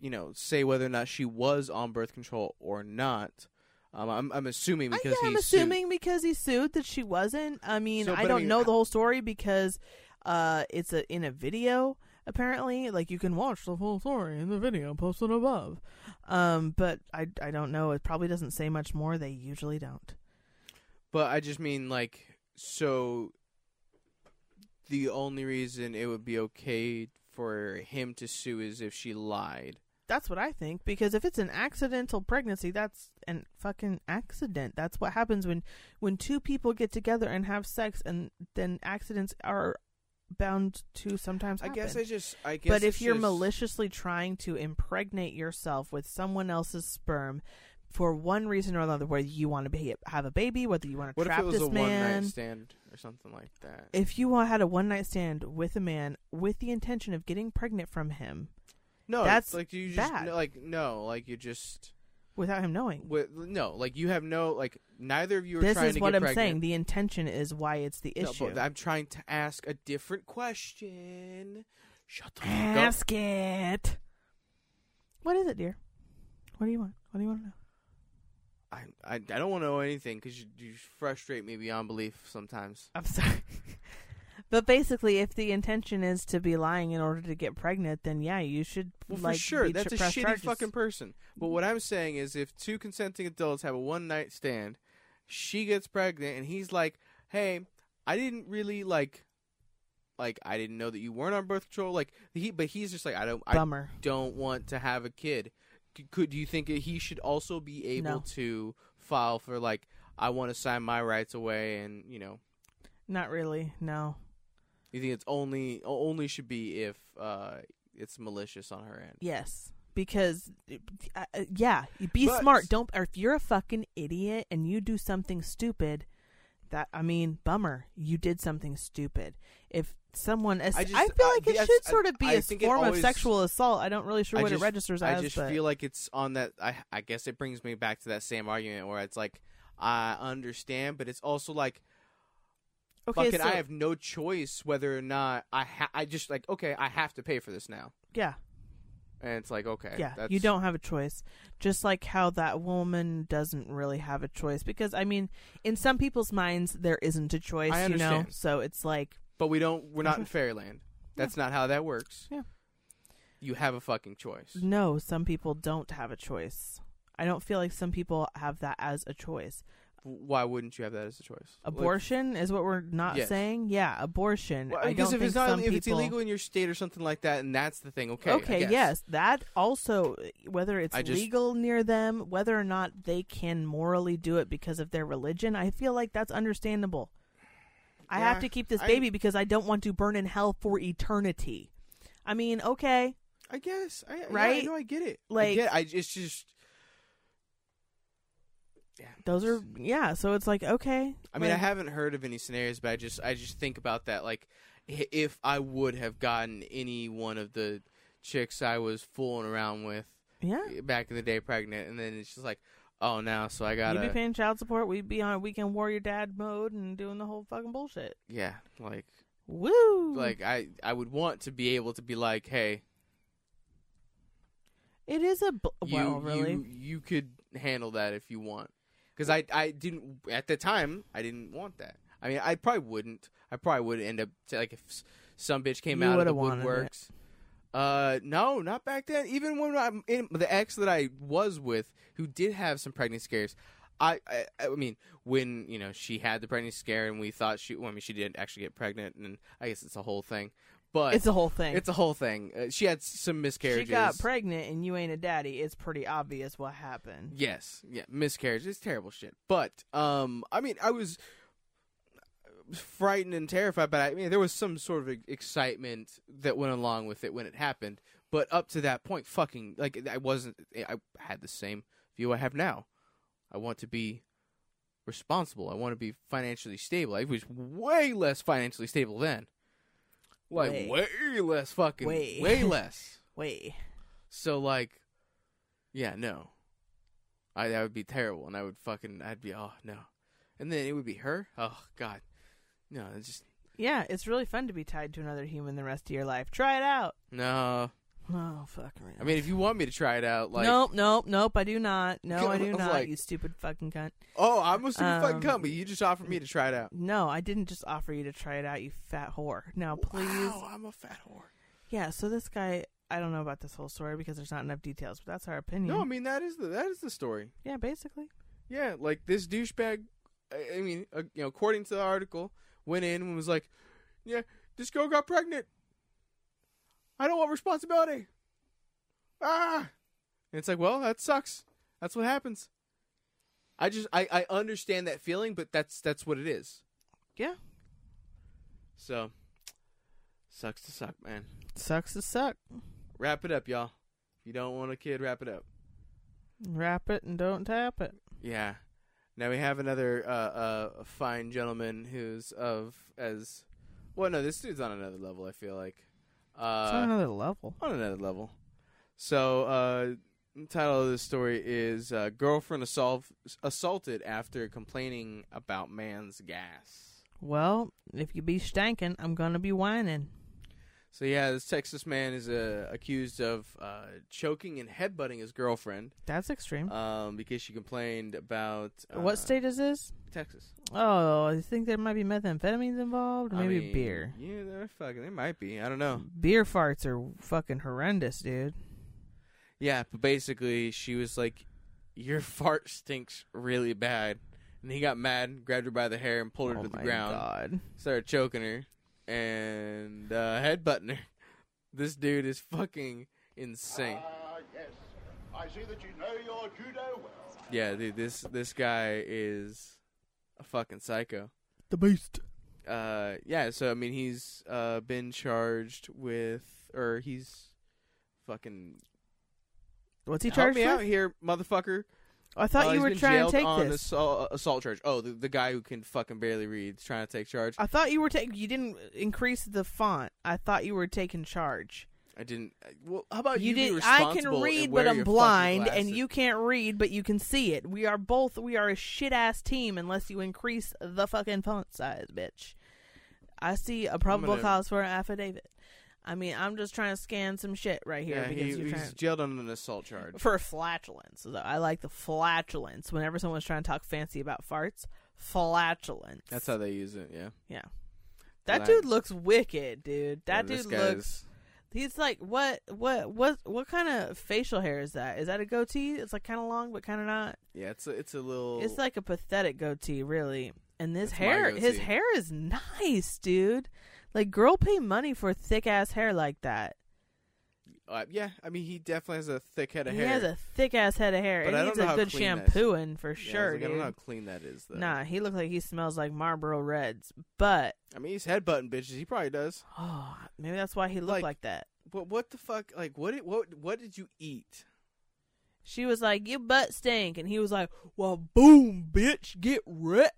you know, say whether or not she was on birth control or not. Um, I'm I'm assuming I, because yeah, he I'm sued. assuming because he sued that she wasn't. I mean, So, I but I don't mean, know h- the whole story because uh, it's a, in a video apparently. Like you can watch the full story in the video posted above. Um, but I I don't know. It probably doesn't say much more. They usually don't. But I just mean like so. The only reason it would be okay for him to sue is if she lied. That's what I think because if it's an accidental pregnancy, that's an fucking accident. That's what happens when when two people get together and have sex, and then accidents are bound to sometimes. I guess happen. I just I guess. But if it's you're just- maliciously trying to impregnate yourself with someone else's sperm for one reason or another, whether you want to be, have a baby, whether you want to what if trap it was this a one man, night stand or something like that? if you had a one night stand with a man with the intention of getting pregnant from him no, that's it's like you just bad. like no, like you just. without him knowing, With, no, like you have no like neither of you are this trying is to what get I'm pregnant. saying. The intention is why it's the No, issue. but I'm trying to ask a different question. Shut the fuck up. Ask it. What is it, dear? What do you want? What do you want to know? I, I, I don't want to know anything because you, you frustrate me beyond belief sometimes. I'm sorry. [LAUGHS] but basically, if the intention is to be lying in order to get pregnant, then yeah, you should. Well, like, for sure, be that's a press shitty charges. fucking person. But what I'm saying is, if two consenting adults have a one night stand, she gets pregnant, and he's like, "Hey, I didn't really like." Like I didn't know that you weren't on birth control. Like he, but he's just like I don't. I bummer. don't want to have a kid. C- Could do you think that he should also be able No. to file for like I want to sign my rights away and you know Not really. No. you think it's only o- only should be if uh it's malicious on her end. Yes. Because, uh, uh, yeah, be But- smart. Don't. Or if you're a fucking idiot and you do something stupid, that I mean, bummer. You did something stupid. If someone, I, I just- feel I- like it yes, should I- sort of be I a think it form always- of sexual assault. I don't really sure I what just, it registers I as. just but- feel like it's on that. I I guess it brings me back to that same argument where it's like I understand, but it's also like okay, fucking so, I have no choice whether or not I ha- I just like okay I have to pay for this now, yeah. and it's like okay Yeah, that's, you don't have a choice. Just like how that woman doesn't really have a choice because I mean, in some people's minds there isn't a choice, I you know. understand. So it's like But we don't. We're not in fairyland. That's not how that works. Yeah. You have a fucking choice. no, some people don't have a choice. I don't feel like some people have that as a choice. Why wouldn't you have that as a choice? Like- Abortion is what we're not Yes. saying. Yeah, abortion. Well, I don't guess if think it's not, some if people. it's illegal in your state or something like that, and that's the thing. Okay. I okay, guess. yes, that also whether it's I just- legal near them, whether or not they can morally do it because of their religion, I feel like that's understandable. I Yeah, have to keep this I- baby because I don't want to burn in hell for eternity. I mean, okay, I guess. I, right. Right? I know. I get it. I Like- get, I it's just. Yeah. those are yeah. So it's like okay. I mean, I like- haven't heard of any scenarios, but I just I just think about that. Like, i- if I would have gotten any one of the chicks I was fooling around with yeah. [LAUGHS] back in the day pregnant, and then it's just like, Oh, now so I You'd be gotta. paying child support. We'd be on weekend warrior dad mode and doing the whole fucking bullshit. Yeah, like Woo! like I I would want to be able to be like, hey, it is a bl- you well, really. you you could handle that if you want. Because I I didn't at the time I didn't want that. I mean I probably wouldn't. I probably would end up like if s- some bitch came You out of the would've wanted it. woodworks. Uh no, not back then. Even when I'm in the ex that I was with, who did have some pregnancy scares, I, I I mean when you know she had the pregnancy scare and we thought she well, I mean she didn't actually get pregnant and I guess it's a whole thing, but it's a whole thing. it's a whole thing. Uh, she had s- some she miscarriages. got pregnant and you ain't a daddy. It's pretty obvious what happened. Yes, yeah, miscarriage is terrible shit. But um, I mean, I was frightened and terrified, but I mean, there was some sort of e- excitement that went along with it when it happened. But up to that point, fucking like I wasn't. eh, I had the same view I have now. I want to be responsible. I want to be financially stable. I was way less financially stable then. Like way, Way. less fucking Way. [LAUGHS] way less. Wait, So like, yeah, no, I that would be terrible, and I would fucking I'd be oh no, and then it would be her. Oh god, no, it's just yeah, it's really fun to be tied to another human the rest of your life. Try it out. no. Oh fuck! man. I mean, if you want me to try it out, like, nope, nope, nope. I do not. No, [LAUGHS] I I do was not. like- you stupid fucking cunt. oh, I'm a super fucking Um, cunt, but you just offered me to try it out. No, I didn't just offer you to try it out. You fat whore. Now please. Wow, I'm a fat whore. Yeah. So this guy, I don't know about this whole story because there's not enough details, but that's our opinion. No, I mean that is the that is the story. yeah, basically. Yeah, like this douchebag. I, I mean, uh, you know, according to the article, went in and was like, "Yeah, this girl got pregnant. I don't want responsibility." Ah, and it's like, well, that sucks. That's what happens. I just, I, I understand that feeling, but that's that's what it is. Yeah. So, sucks to suck, man. Sucks to suck. Wrap it up, y'all. If you don't want a kid, wrap it up. Wrap it and don't tap it. Yeah. Now we have another uh, uh, fine gentleman who's of as well. No, this dude's on another level. I feel like It's on uh, another level. on another level. So, uh, the title of this story is uh, "Girlfriend Assault- Assaulted After Complaining About Man's Gas." Well, if you be stankin', I'm gonna be whining. So yeah, this Texas man is uh, accused of uh, choking and headbutting his girlfriend That's extreme. um, because she complained about uh, what state is this? Texas. Oh, I think there might be methamphetamines involved, or I maybe mean, beer. Yeah, they're fucking. They might be. I don't know. Beer farts are fucking horrendous, dude. Yeah, but basically, she was like, "Your [LAUGHS] fart stinks really bad," and he got mad, grabbed her by the hair, and pulled her oh to the my ground, god. started choking her, and uh, headbutting her. [LAUGHS] This dude is fucking insane. Ah, yes. I see that you know your judo well. Yeah, dude, this this guy is a fucking psycho. The beast. uh yeah so i mean he's uh been charged with or he's fucking What's he help charged me out with? here motherfucker I thought Uh, you he's were been trying jailed to take on this. assault, assault charge oh the, the guy who can fucking barely read is trying to take charge I thought you were taking. You didn't increase the font. I thought you were taking charge. i didn't uh, well how about you, you be didn't. I can responsible and read, wear but I'm your fucking blind, and glasses? you can't read, but you can see it. We are both. We are a shit ass team unless you increase the fucking font size, bitch. I see a probable gonna- cause for an affidavit. I mean, I'm just trying to scan some shit right here yeah, because he, you're he's trying jailed on an assault charge for flatulence. though. I like the flatulence. Whenever someone's trying to talk fancy about farts, flatulence. that's how they use it yeah Yeah. That Like- dude looks wicked, dude. Yeah, That this dude guy's- looks. He's like, what, what, what, what kind of facial hair is that? Is that a goatee? It's like kind of long, but kind of not. yeah it's a, it's a little It's like a pathetic goatee, really. And Oh. this That's my hair, his goatee. hair is nice, dude. Like, girl, pay money for thick ass hair like that. uh, yeah i mean he definitely has a thick head of he hair has a thick ass head of hair. But it I don't needs know a how good clean that is. shampooing for Yeah, I was sure, like, i dude. don't know how uh, clean that is though Nah, he looks like he smells like Marlboro Reds, but i mean he's headbutting bitches he probably does oh, maybe that's why he looked Like- like that. But what the fuck? Like, what? Did, what? What did you eat? She was like, "Your butt stink," and he was like, "Well, boom, bitch, get wrecked."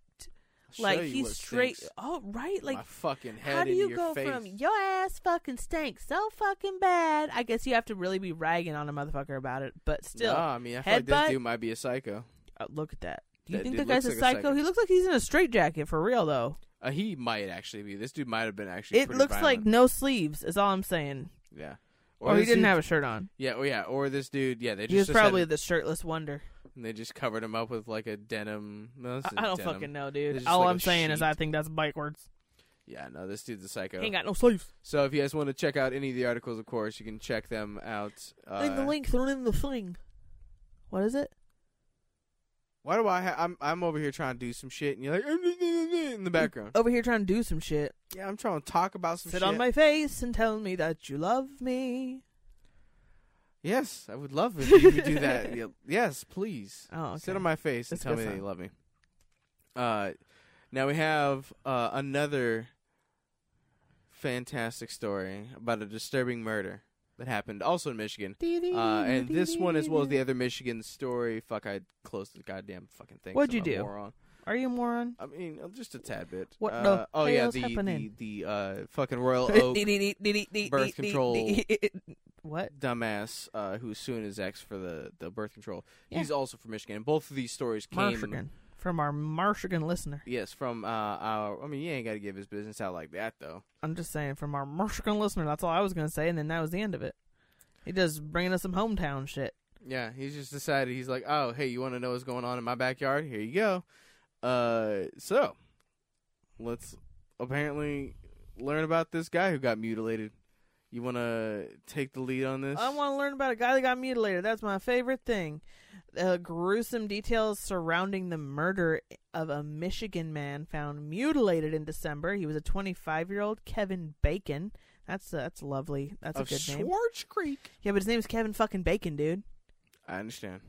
I'll like show you he's what straight. stinks. Oh, right. my Like, fucking head. how do into you your go face. from your ass fucking stinks so fucking bad? I guess you have to really be ragging on a motherfucker about it, but still, Nah, I mean, I feel like this headbutt? dude might be a psycho. uh, look at that. Do you That think the dude guy's looks a like a psycho? psycho. he looks like he's in a straitjacket for real, though. Uh, he might actually be. This dude might have been actually. It pretty looks like violent. no sleeves. Is all I'm saying. Yeah. Or, he this didn't dude- have a shirt on. Yeah. Oh yeah. Or this dude. Yeah. They just He was just had- probably the shirtless wonder. and they just covered him up with like a denim. No, this I, isn't I don't denim. fucking know, It's dude. just All like a I'm saying is sheet. I think that's bike words. Yeah. No. This dude's a psycho. He ain't got no sleeves. So if you guys want to check out any of the articles, of course, you can check them out. Uh, Link the link thrown in the thing. What is it? Why do I? Ha- I'm I'm over here trying to do some shit, and you're like [LAUGHS] in the background. Over here trying to do some shit. Yeah, I'm trying to talk about some Oh. Sit shit. on my face and tell me that you love me. Yes, I would love if you would do [LAUGHS] that. Yeah, Yes, please. Oh, Sit okay. on my face and That's a tell good me that you song. love me. Uh, now we have uh, another fantastic story about a disturbing murder that happened also in Michigan. Uh, and this one, as well as the other Michigan story. Fuck, I closed the goddamn fucking thing. 'cause What'd you I'm a do? moron. Are you a moron? I mean, uh, just a tad bit. What uh, the Oh yeah, hell's the happening? the, the uh, fucking Royal [LAUGHS] Oak birth control. What? dumbass uh, who's suing his ex for the, the birth control. Yeah. He's also from Michigan. And both of these stories came. Marshigan. From our Marshigan listener. Yes, from uh, our. I mean, you ain't got to give his business out like that, though. I'm just saying, from our Marshigan listener. That's all I was going to say, and then that was the end of it. He just bringing us some hometown shit. Yeah, he's just decided. He's like, oh, hey, you want to know what's going on in my backyard? Here you go. Uh, so let's apparently learn about this guy who got mutilated. You want to take the lead on this? I want to learn about a guy that got mutilated. That's my favorite thing. The gruesome details surrounding the murder of a Michigan man found mutilated in December. He was a 25 year old Kevin Bacon. That's uh, that's lovely. That's of a good name. Schwartz Creek. Yeah, but his name is Kevin fucking Bacon, dude. I understand.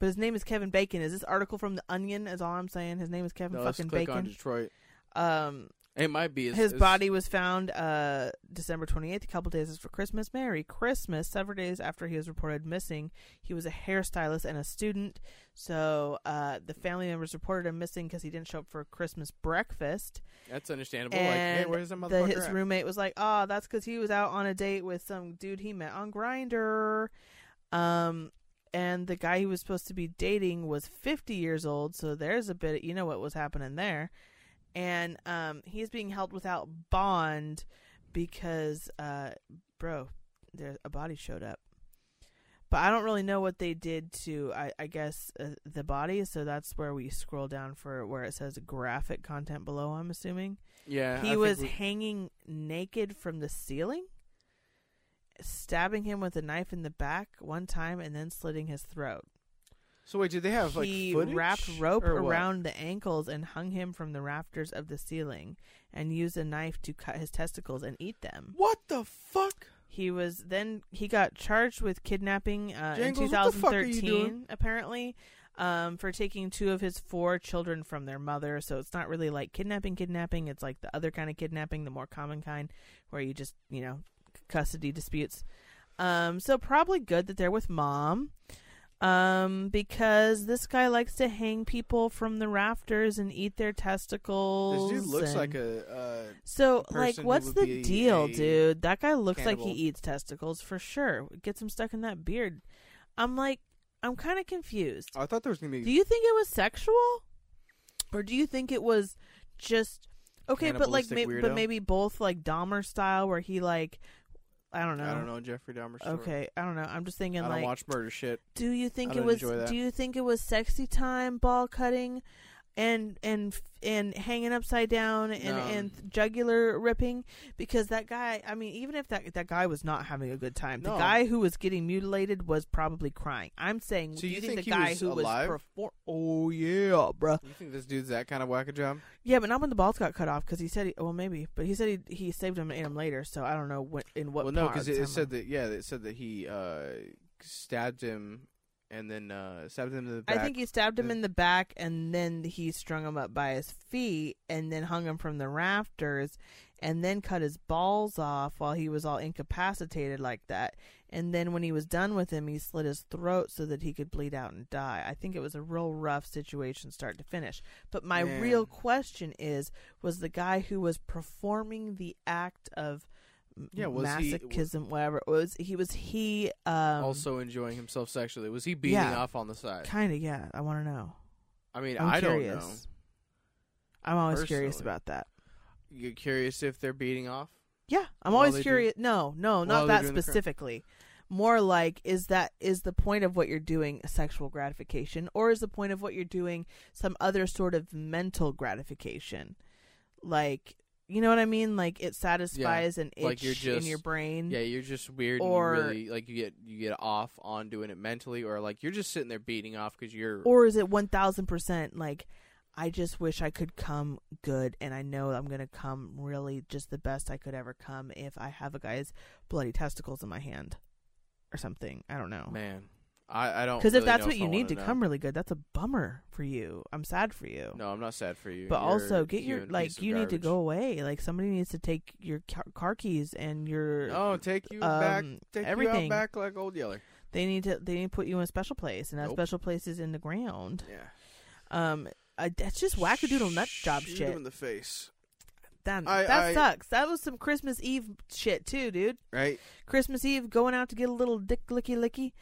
But his name is Kevin Bacon. Is this article from the Onion? Is all I'm saying. His name is Kevin No, let's fucking click on Bacon. Detroit. Um, It might be it's- his it's- body was found uh, December 28th, a couple days after Christmas. Merry Christmas. Several days after he was reported missing, he was a hairstylist and a student. So uh, the family members reported him missing because he didn't show up for Christmas breakfast. That's understandable. And like, hey, where's that the, motherfucker? his at? roommate was like, oh, that's because he was out on a date with some dude he met on Grinder. Um, and the guy he was supposed to be dating was 50 years old. So there's a bit, you know what was happening there. And um, he's being held without bond because, uh, bro, there a body showed up. But I don't really know what they did to, I, I guess, uh, the body. So that's where we scroll down for where it says graphic content below. I'm assuming Yeah, I he think was we- hanging naked from the ceiling, stabbing him with a knife in the back one time and then slitting his throat. so wait, did they have like he footage wrapped rope or what? around the ankles and hung him from the rafters of the ceiling and used a knife to cut his testicles and eat them. What the fuck? He was then he got charged with kidnapping uh, in Jangles, what the fuck are you 2013 doing? apparently um, for taking two of his four children from their mother. So it's not really like kidnapping, kidnapping. It's like the other kind of kidnapping, the more common kind, where you just you know custody disputes. Um, so probably good that they're with mom. Um, because this guy likes to hang people from the rafters and eat their testicles. This dude looks and- like a. Uh, so, person like, who what's would the be deal, a dude? That guy looks like he cannibal. eats testicles for sure. Gets him stuck in that beard. I'm like, I'm kind of confused. I thought there was gonna be. Do you think it was sexual, or do you think it was just okay? But like, Cannibalistic may- but weirdo? maybe both, like Dahmer style, where he like, I don't know. I don't know Jeffrey Dahmer. Story. Okay, I don't know. I'm just thinking I don't like, watch murder shit. do you think I it don't was? enjoy that. Do you think it was sexy time ball cutting, and and and hanging upside down and No. and jugular ripping? Because that guy, I mean, even if that that guy was not having a good time, the No. guy who was getting mutilated was probably crying. I'm saying, So do you you, think, think the he guy was who alive? was perform? Oh yeah, bruh. You think this dude's that kind of whack a job? Yeah, but not when the balls got cut off because he said, he, well, maybe, but he said he he saved him and ate him later. So I don't know what in what. well, no, part of it, the it said timeline. that. Yeah, it said that he uh, stabbed him and then uh, stabbed him in the back. I think he stabbed him the- in the back and then he strung him up by his feet and then hung him from the rafters and then cut his balls off while he was all incapacitated like that. And then when he was done with him, he slit his throat so that he could bleed out and die. I think it was a real rough situation start to finish. But my Man. real question is was the guy who was performing the act of Yeah, was he- masochism whatever was he was he um also enjoying himself sexually. Was he beating yeah. off on the side? kind of yeah i want to know I mean, I'm I curious. don't know. I'm always curious Personally. about that. You're curious if they're beating off? Yeah, I'm While always they do- curious. No, no, while not they're that doing the crime. specifically. More like is that is the point of what you're doing sexual gratification or is the point of what you're doing some other sort of mental gratification? Like, you know what I mean? Like it satisfies an itch like you're in just- your brain. Yeah, you're just weird Or- and you really like you get you get off on doing it mentally, or like you're just sitting there beating off because you're Or is it 1000% like I just wish I could come good and I know I'm going to come really just the best I could ever come if I have a guy's bloody testicles in my hand or something. I don't know. man. I I don't Because really if that's know what I you need wanna to know. come really good, that's a bummer for you. I'm sad for you. No, I'm not sad for you. but You're also a get your human piece like of you need to garbage. go away. Like somebody needs to take your ca- car keys and your. No, Oh, take you back. um, Take you everything. out back like old Yeller. They need to they need to put you in a special place, and that Nope. special place is in the ground. Yeah. Um, I, that's just wackadoodle nut job Shoot shit. him in the face. that I- that I- sucks. That was some Christmas Eve shit too, dude. Right. Christmas Eve going out to get a little dick licky licky.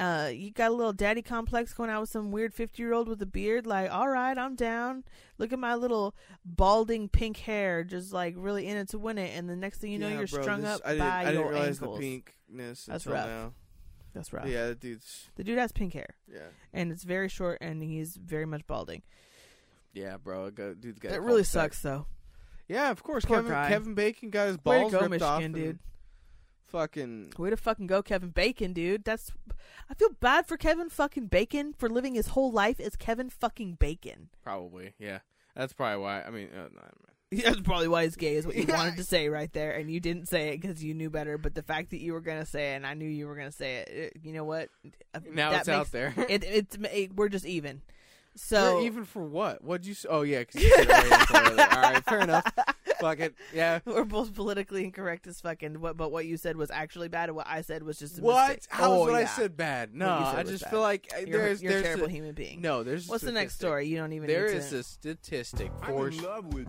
Uh, you got a little daddy complex going out with some weird 50 year old with a beard. Like, all right, I'm down. Look at my little balding pink hair, just like really in it to win it. And the next thing you know, Yeah, you're bro, strung this- up I didn't, by I didn't your realize ankles. the pinkness That's until rough. now. That's rough. Yeah, that dude's The dude has pink hair, yeah, and it's very short, and he's very much balding. yeah, bro. I Go, dude's got That really sucks, though. Yeah, of course. Poor Kevin guy. Kevin Bacon got his Way to balls go, ripped off. Michigan, and dude. Fucking Way to fucking go, Kevin Bacon, dude. That's I feel bad for Kevin fucking Bacon for living his whole life as Kevin fucking Bacon. probably. Yeah, that's probably why. I mean, uh, no, I mean, [LAUGHS] That's probably why he's gay, is what you wanted to say right there, and you didn't say it because you knew better. But the fact that you were gonna say it, and I knew you were gonna say it, it you know what? Uh, Now that it's out there. [LAUGHS] It, it's it, we're just even. So [LAUGHS] We're even for what? What'd you? s Oh yeah, because you said earlier, so earlier. All right, fair enough. Fuck it. [LAUGHS] Yeah. we're both politically incorrect as fucking. What, but what you said was actually bad, and what I said was just a What? mistake. How is Oh, what I yeah. said bad? No, you said I was just bad. feel like uh, You're, there's you're there's a terrible a- human being. No, there's a What's the next statistic. story? You don't even. There need is to... a statistic I'm for. in love with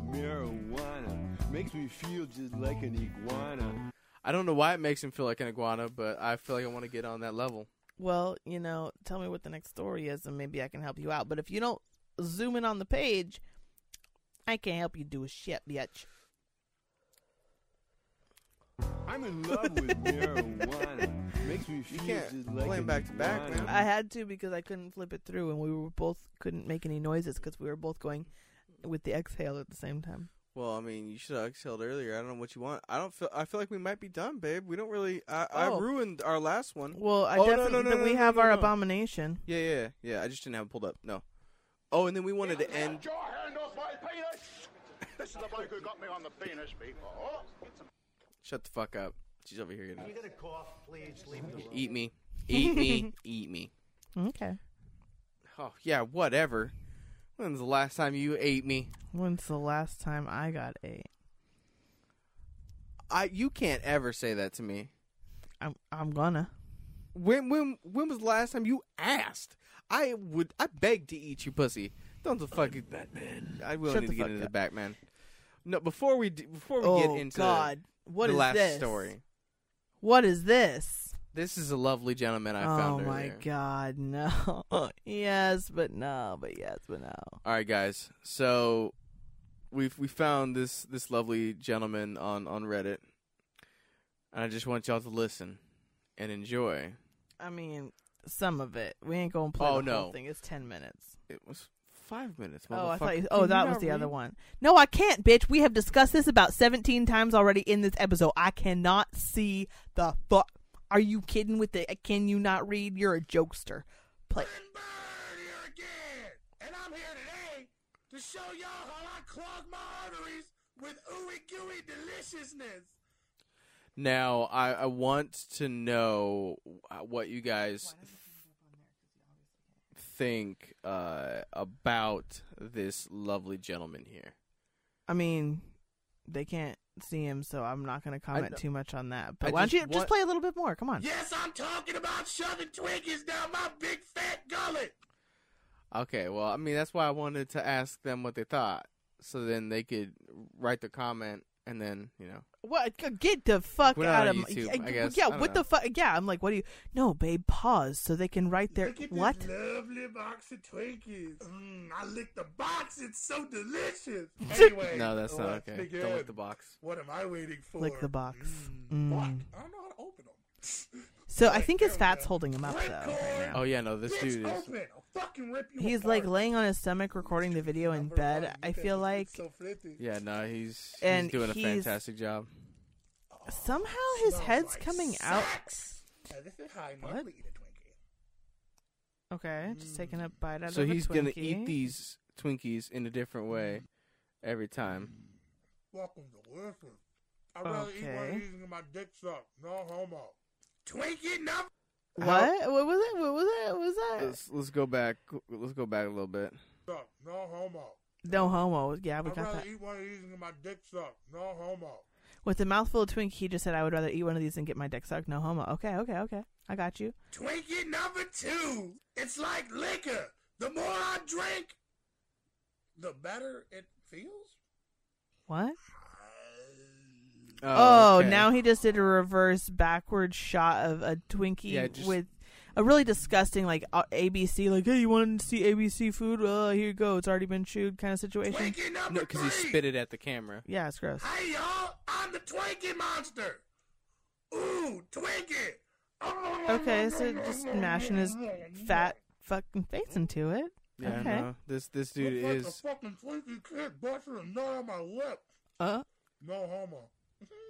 marijuana. Makes me feel just like an iguana. I don't know why it makes him feel like an iguana, but I feel like I want to get on that level. well, you know, tell me what the next story is and maybe I can help you out. But if you don't zoom in on the page, I can't help you do a shit, bitch. I'm in love with marijuana. Makes me feel can't just like play 'em an back to back, iguana. man. I had to because I couldn't flip it through and we were both couldn't make any noises because we were both going with the exhale at the same time. Well, I mean, you should have exhaled earlier. I don't know what you want. I don't feel. I feel like we might be done, babe. We don't really. I, I Oh. ruined our last one. Well, I Oh, no, no, definitely no, no, we no, have no, our no. abomination. Yeah, yeah, yeah. I just didn't have it pulled up. No. Oh, and then we wanted to end. Get your hand off my penis! This is the bloke who got me on the penis before. Shut the fuck up. She's over here. Getting... You gonna cough? Please leave Eat me. Eat [LAUGHS] me. Eat me. Okay. Oh yeah, whatever. When's the last time you ate me? When's the last time I got a I. You can't ever say that to me. I'm I'm gonna. When when when was the last time you asked? I would I beg to eat you pussy. Don't the fuck Batman. I will Shut need the to get fuck into the up. Batman. No, before we do, before we oh get into god. What the is last this? story. What is this? This is a lovely gentleman I oh found my earlier. god, no. [LAUGHS] yes, but no, but yes, but no. All right, guys. So we've we found this this lovely gentleman on on Reddit, and I just want y'all to listen and enjoy. I mean, some of it. We ain't gonna play Oh, the no. whole thing. It's ten minutes. It was five minutes. Oh, I thought. motherfucker. You, oh, Can that not was the read? other one. No, I can't, bitch. We have discussed this about seventeen times already in this episode. I cannot see the fuck. Are you kidding with the? Can you not read? You're a jokester. Play. burn here again. And I'm here today to show y'all how I clog my arteries with ooey gooey deliciousness. Now, I, I want to know uh, what you guys think uh, about this lovely gentleman here. I mean, they can't see him, so I'm not gonna comment know. too much on that. But I why don't just you just want- play a little bit more? Come on. Yes, I'm talking about shoving Twinkies down my big fat gullet. Okay, well, I mean, that's why I wanted to ask them what they thought, so then they could write the comment and then you know What? g- Get the fuck We're not out of on my. YouTube, yeah, I guess. Yeah, I don't what know. the fuck? Yeah, I'm like, what do you? No, babe, pause so they can write their Look at what? this lovely box of Twinkies. Mmm, I licked the box. It's so delicious. [LAUGHS] Anyway, no that's not let's okay begin. don't lick the box What am I waiting for? Lick the box. Mm. Fuck, Mm. I don't know how to open them. So I think his There we fat's go. holding him [LAUGHS] up Rip though. cord. right now. oh yeah no this Bitch, dude is open. I'll fucking rip you He's apart. like laying on his stomach recording the video in Number bed. one, I you think feel it's like so flippy. yeah no he's And he's doing a he's- fantastic job somehow his Smells head's like coming out. sex. Now, this is how I normally eat a Twinkie. Okay, Mm. just taking a bite out so of a he's gonna Twinkie. eat these Twinkies in a different way every time Welcome to listen. I'd rather eat one of Okay. these than get my dick sucked. No homo. Twinkie number. What? What was it? What was it? What was that? let's let's go back let's go back a little bit sucked. No homo. no homo. Yeah, we I'd got rather that. eat one of these than get my dick sucked. No homo. With a mouthful of Twinkie, he just said, "I would rather eat one of these than get my dick sucked." No homo. Okay, okay, okay. I got you. Twinkie number two. It's like liquor. The more I drink, the better it feels. What? Oh, Oh, okay. now he just did a reverse backward shot of a Twinkie Yeah, just- with a really disgusting like uh, ABC, like hey, you want to see ABC food? Uh, here you go. It's already been chewed, kind of situation. Twinkie no number because three. he spit it at the camera Yeah, it's gross. Hey y'all, I'm the Twinkie monster. Ooh, Twinkie. Okay, so just mashing his fat fucking face into it. yeah okay. no this this dude Looks is like a fucking Twinkie kid busted a nut on my lip. Uh, [LAUGHS] No homo.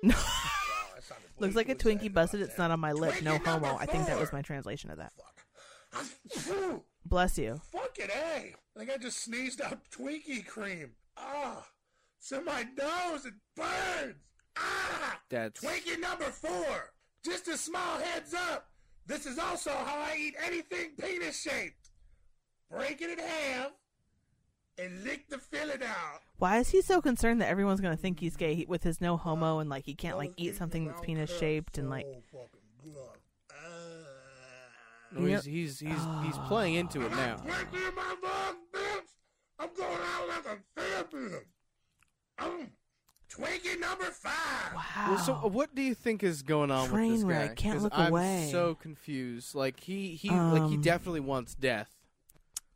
no. Oh, that sounded Looks like a way too Twinkie excited busted. about It's that. not on my lip. No Twinkie number homo. I think that was four. my translation of that. Phew, Bless you. Fucking a! Like I just sneezed out Twinkie cream. Ah, it's in my nose. It burns. Ah. that's Twinkie number four. Just a small heads up. This is also how I eat anything penis shaped. Break it in half and lick the filling out. Why is he so concerned that everyone's gonna think he's gay he- with his no homo and like he can't like eat something that's penis shaped and like So fucking good. Ah. no, he's he's he's, he's playing into it I'm now breaking in my lungs, bitch. I'm going out like a champion. Um, Twinkie number five. wow. Well, so uh, what do you think is going on Train with this wreck, guy? can't 'Cause look I'm away. so confused. Like he, he, like he Um, definitely wants death.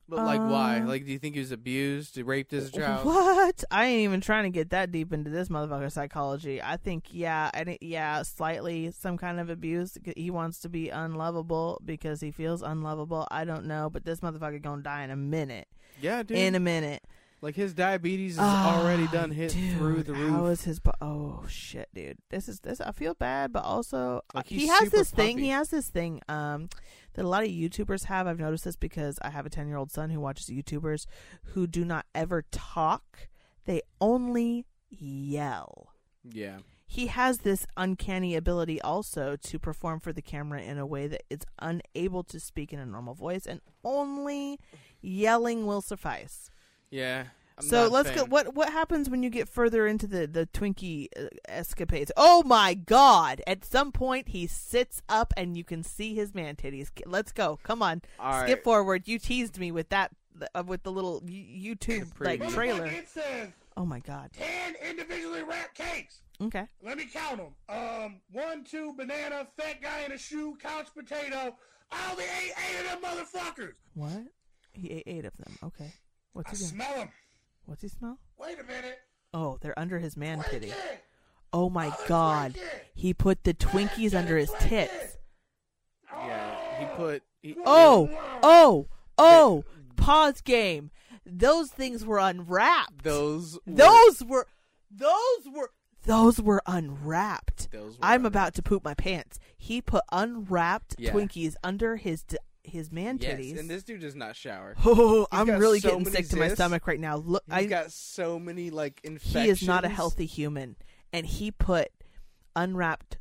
But like, why? uh, Like, do you think he was abused, raped as a child? What? I ain't even trying to get that deep into this motherfucker's psychology. I think, yeah, I think, yeah, slightly some kind of abuse. He wants to be unlovable because he feels unlovable. I don't know, but this motherfucker gonna die in a minute. Yeah, dude. In a minute. like his diabetes is Ah, already done hit dude, through the roof. How is his? Bo- oh shit, dude. This is this. I feel bad, but also Like, he he's has super this thing. He puffy. has this thing. Um, that a lot of YouTubers have. I've noticed this because I have a ten year old son who watches YouTubers who do not ever talk. They only yell. yeah, He has this uncanny ability also to perform for the camera in a way that it's unable to speak in a normal voice, and only yelling will suffice yeah. I'm so not a let's go. fan. What what happens when you get further into the the Twinkie uh, escapades? Oh my God! At some point, he sits up and you can see his man titties. K- Let's go. Come on, All skip right. forward. You teased me with that uh, with the little y- YouTube like Preview. trailer. It says Oh my God. 10 individually wrapped cakes. Okay. Let me count them. Um, one, two, banana, fat guy in a shoe, couch potato. I only ate eight of them motherfuckers. What? He ate eight of them. Okay. What's I he doing? smell them. What's he smell? Wait a minute. Oh, they're under his man Wait titty. a Oh my Other God. Twinkie. He put the Twinkies under his Twinkie. tits. Yeah, he put. He, Oh, oh, oh, pause game. Those things were unwrapped. those. were- Those were, those were, those were unwrapped. Those were I'm unwrapped. about to poop my pants. He put unwrapped Yeah. Twinkies under his d- his man Yes, titties. and this dude does not shower. [LAUGHS] oh, I'm got really so getting many sick to my zits. stomach right now. Look, He's I, got so many like infections. he is not a healthy human, and he put unwrapped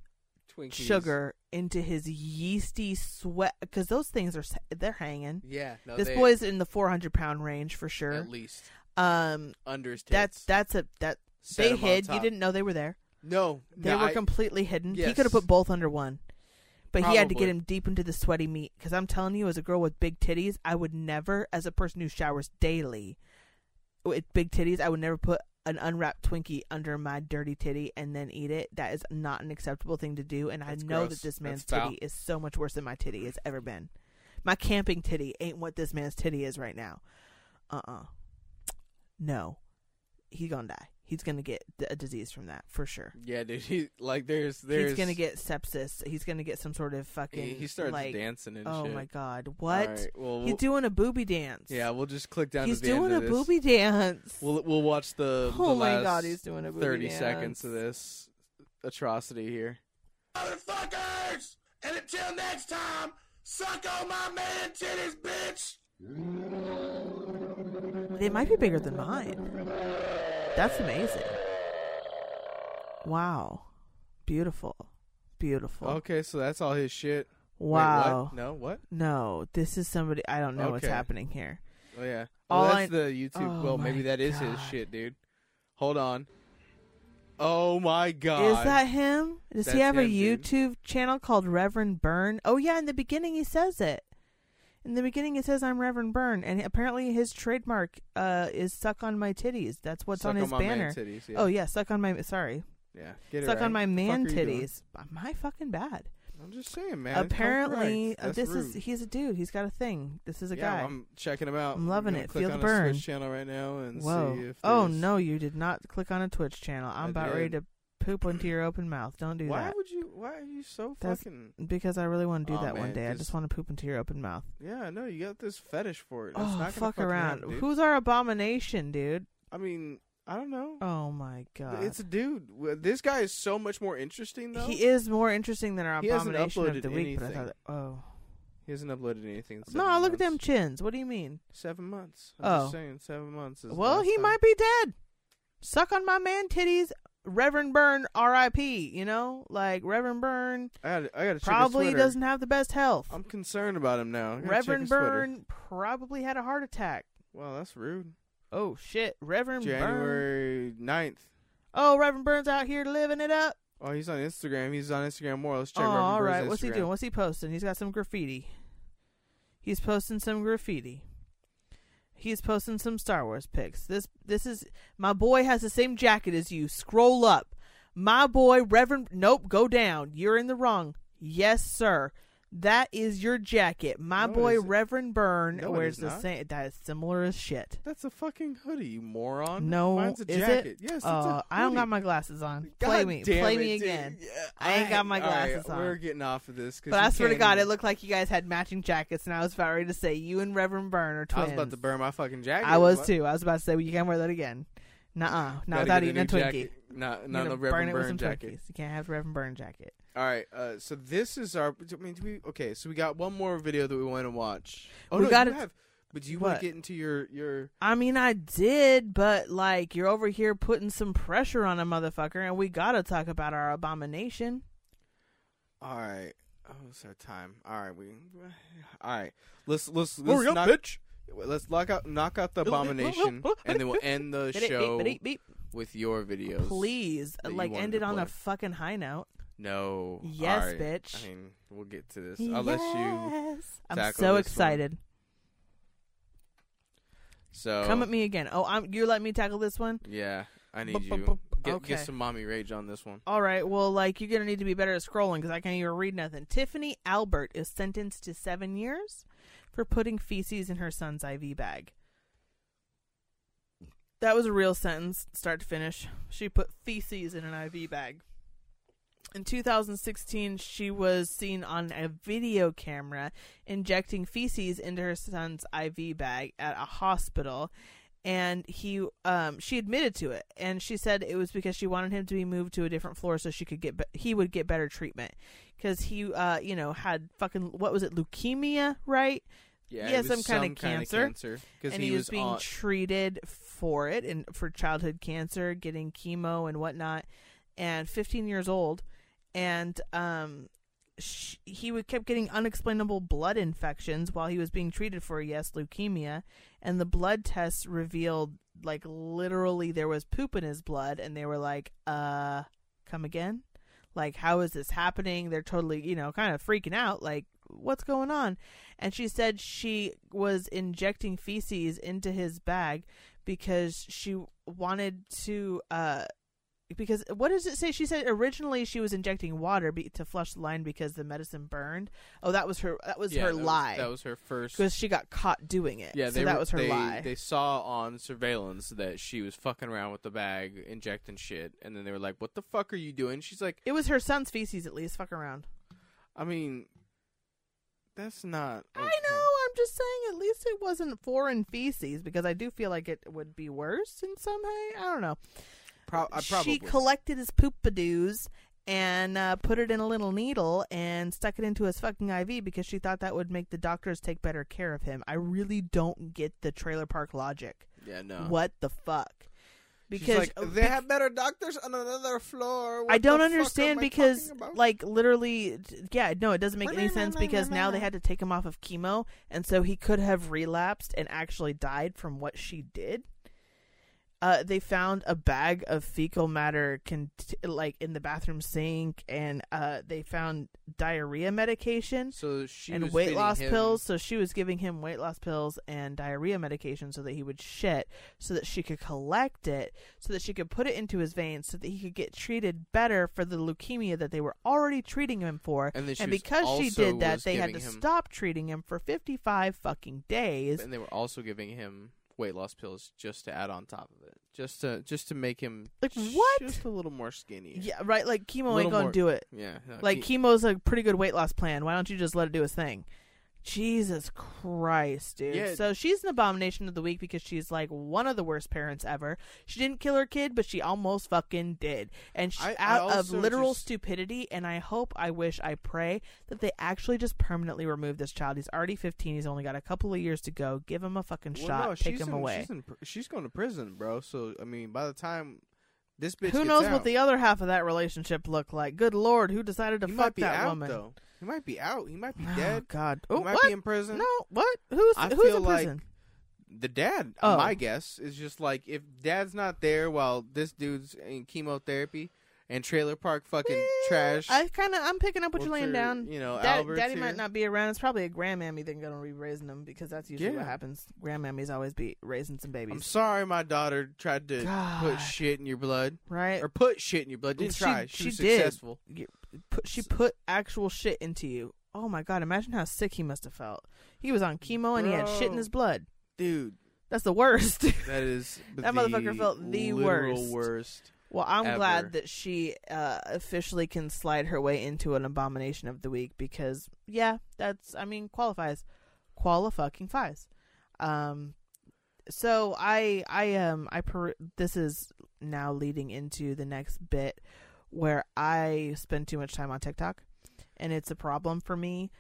Twinkies. sugar into his yeasty sweat because those things are s- they're hanging. Yeah, no, this they- boy's in the 400 pound range for sure at least um under his tits. that's that's a that Set they him on hid you top. didn't know they were there No, they no, were I- completely hidden he Yes. could have put both under one but he had to get Probably. him deep into the sweaty meat because i'm telling you as a girl with big titties i would never as a person who showers daily with big titties i would never put an unwrapped Twinkie under my dirty titty and then eat it. That is not an acceptable thing to do. And That's I know gross. that this man's That's foul. titty is so much worse than my titty has ever been. My camping titty ain't what this man's titty is right now. Uh uh No. He gonna die. He's gonna get d- a disease from that for sure. Yeah, dude. He like there's there's He's gonna get sepsis. He's gonna get some sort of fucking. He, he starts like, dancing and Oh shit. my god! What? All right, well, He's we'll- doing a booby dance. yeah, we'll just click down. he's to the doing end a of this. booby dance. We'll we'll watch the, the Oh my last God, he's doing a booby thirty dance. seconds of this atrocity here. Motherfuckers! And until next time, suck on my man titties, bitch! They might be bigger than mine. That's amazing. Wow. Beautiful. Beautiful. Okay, so that's all his shit. Wait, what? Wow. no, what? No, this is somebody I don't know what's Okay. happening here. Oh yeah. All Well, I- that's the YouTube. Oh well, maybe my that is his God. shit, dude. Hold on. Oh my god. Is that him? Does he That's have a him, dude. YouTube channel called Reverend Byrne? Oh yeah, in the beginning he says it. In the beginning it says I'm Reverend Byrne and apparently his trademark uh is suck on my titties. That's what's Suck on his my man banner. titties, yeah. Oh yeah, suck on my sorry. yeah. Get it suck on right. my Fuck man are you doing? titties. My fucking bad. I'm just saying, man. Come Apparently, correct. uh, That's this rude. is he's a dude. He's got a thing. This is a yeah, guy. I'm checking him out. I'm loving gonna it. Click Feel the on A burn. Switch channel right now and Whoa. see if oh there's- no, you did not click on a Twitch channel. I'm I about ready did. to poop into your open mouth. Don't do Why that. would you? Why are you so That's fucking? because I really want to do Aw, that one Oh, man, day. I just- just want to poop into your open mouth. Yeah, no, you got this fetish for it. It's not Oh, gonna fuck fucking around. happen, dude. Who's our abomination, dude? I mean, I don't know. Oh my god, It's a dude. W- This guy is so much more interesting though. he is more interesting than our He hasn't abomination of uploaded the week. But I anything. thought, oh He hasn't uploaded anything. in no, seven look at them months. chins. What do you mean? Seven months. I'm Oh. just saying, seven months. Is the Well, last he time. might be dead. Suck on my man titties, Reverend Byrne, R.I.P. You know, like Reverend Byrne I got. I got to probably doesn't have the best health. I'm concerned about him now. I gotta check Reverend his Twitter. Byrne probably had a heart attack. Wow, that's rude. Oh shit, Reverend Byrne. January 9th. Oh, Reverend Byrne's out here living it up. Oh, he's on Instagram. He's on Instagram more. Let's check. oh, Reverend all Bird's right. What's he Instagram. doing? What's he posting? He's got some graffiti. He's posting some graffiti. He's posting some Star Wars pics. This this is my boy has the same jacket as you. Scroll up. My boy Reverend Nope, go down. You're in the wrong. Yes, sir. That is your jacket. My No, it boy isn't. Reverend Byrne No, it wears is the not. same that is similar as shit. That's a fucking hoodie, you moron. No, mine's a is jacket. it? Yes, it's Oh, a I don't got hoodie. my glasses on. God play me, damn play it, me dude. again. Yeah, I ain't got my all right, glasses on. We're getting off of this, 'cause But you I swear to can't God, even- it looked like you guys had matching jackets, and I was about ready to say you and Reverend Byrne are I twins. was about to burn my fucking jacket. I was What? too. I was about to say well, you can't wear that again. Nuh uh. Not Gotta without get eating a, new Twinkie. jacket. Not, You're not gonna a Reverend burn it with Burn some jacket. Twinkies. You can't have Reverend Byrne jacket. All right, uh, so this is our. I mean, do we okay? So we got one more video that we want to watch. Oh We no, gotta- you have. But do you want What? to get into your your? I mean, I did, but like you're over here putting some pressure on a motherfucker, and we gotta talk about our abomination. All right. Oh, it's our time. All right, we. All right. Let's let's let's Hurry up, knock, bitch. Let's knock out knock out the abomination, and then we'll end the show with your videos. Please, that you like, wanted end to it on a play. fucking high note. No. Yes, All right. bitch. I mean, we'll get to this unless you. Yes. I'm tackle so this one. excited. So Come at me again. Oh, I'm, you're letting me tackle this one? Yeah, I need Bup, bup, you. bup. Get, Okay. get some mommy rage on this one. All right, well, like, you're going to need to be better at scrolling because I can't even read nothing. Tiffany Albert is sentenced to seven years for putting feces in her son's IV bag. That was a real sentence, start to finish. She put feces in an IV bag. In 2016, she was seen on a video camera injecting feces into her son's IV bag at a hospital, and he, um, she admitted to it, and she said it was because she wanted him to be moved to a different floor so she could get, be- he would get better treatment, because he, uh, you know, had fucking what was it, leukemia, right? Yeah, Yeah, it was some kinda kinda cancer. Because and he, was, uh, being on- treated for it and for childhood cancer, getting chemo and whatnot. And 15 years old, and um, sh- he would kept getting unexplainable blood infections while he was being treated for yes leukemia, and the blood tests revealed like literally there was poop in his blood, and they were like, uh, come again. Like, how is this happening? They're totally, you know, kind of freaking out. Like, what's going on? and she said she was injecting feces into his bag because she wanted to uh because what does it say? She said originally she was injecting water be- to flush the line because the medicine burned. Oh, that was her. That was Yeah, her that was- lie that was her first. because she got caught doing it. Yeah, so they that were- was her they, lie. They saw on surveillance that she was fucking around with the bag, injecting shit, and then they were like, "What the fuck are you doing?" She's like, it was her son's feces, at least. Fuck around. "I mean, that's not." I know. okay." I'm just saying. At least it wasn't foreign feces because I do feel like it would be worse in some way. I don't know. Pro- I probably. She collected his poopadoos and uh, put it in a little needle and stuck it into his fucking IV because she thought that would make the doctors take better care of him. I really don't get the trailer park logic. yeah, no. What the fuck? She's Because like, they bec- have better doctors on another floor. What I don't the fuck understand am I because, talking about?" like, literally, t- yeah, no, it doesn't make any sense because now they had to take him off of chemo, and so he could have relapsed and actually died from what she did. Uh, they found a bag of fecal matter, con- like, in the bathroom sink, and uh, they found diarrhea medication so she and was weight feeding loss him- pills. So she was giving him weight loss pills and diarrhea medication so that he would shit, so that she could collect it, so that she could put it into his veins, so that he could get treated better for the leukemia that they were already treating him for. And then she was because she also did that, was they had to giving him- stop treating him for fifty-five fucking days. and they were also giving him weight loss pills just to add on top of it, just to just to make him Like, what? just a little more skinny. Yeah, right. Like chemo ain't Little gonna more- do it. yeah. no, Like he- chemo's a pretty good weight loss plan. Why don't you just let it do its thing? Jesus Christ, dude. Yeah. So she's an abomination of the week because she's like one of the worst parents ever. She didn't kill her kid, but she almost fucking did. And she, I- I out of also literal just- stupidity, and I hope, I wish, I pray that they actually just permanently remove this child. He's already 15. He's only got a couple of years to go. Give him a fucking Well, shot. no, Take she's him in- away. She's, in pr- she's going to prison, bro. So I mean, by the time this bitch Who gets knows out, what the other half of that relationship looked like? Good lord, who decided to he fuck might be that out woman? though. He might be out. He might be Oh, dead. God. He Oh, might what? be in prison. No, what? Who's I who's feel in like- prison? The dad, Oh. my guess, is just like if dad's not there while this dude's in chemotherapy and trailer park fucking trash. I kind of I'm picking up what you're What's laying her- down. you know, Dad- Albert's daddy here. might not be around. It's probably a grandmammy that's gonna be raising them because that's usually Yeah. what happens. Grandmammies always be raising some babies, I'm sorry, my daughter tried to God. put shit in your blood right? or put shit in your blood. Didn't she, try. She, was did. successful. You- put- she put actual shit into you. Oh my god! Imagine how sick he must have felt. He was on chemo and he had shit in Bro. his blood. Dude, That's the worst. [LAUGHS] that is That motherfucker the felt the literal worst. worst. Well, I'm ever. glad that she uh, officially can slide her way into an abomination of the week because, yeah, that's I mean qualifies, qualifucking fies. Um, so I I um I per- this is now leading into the next bit where I spend too much time on TikTok, and it's a problem for me.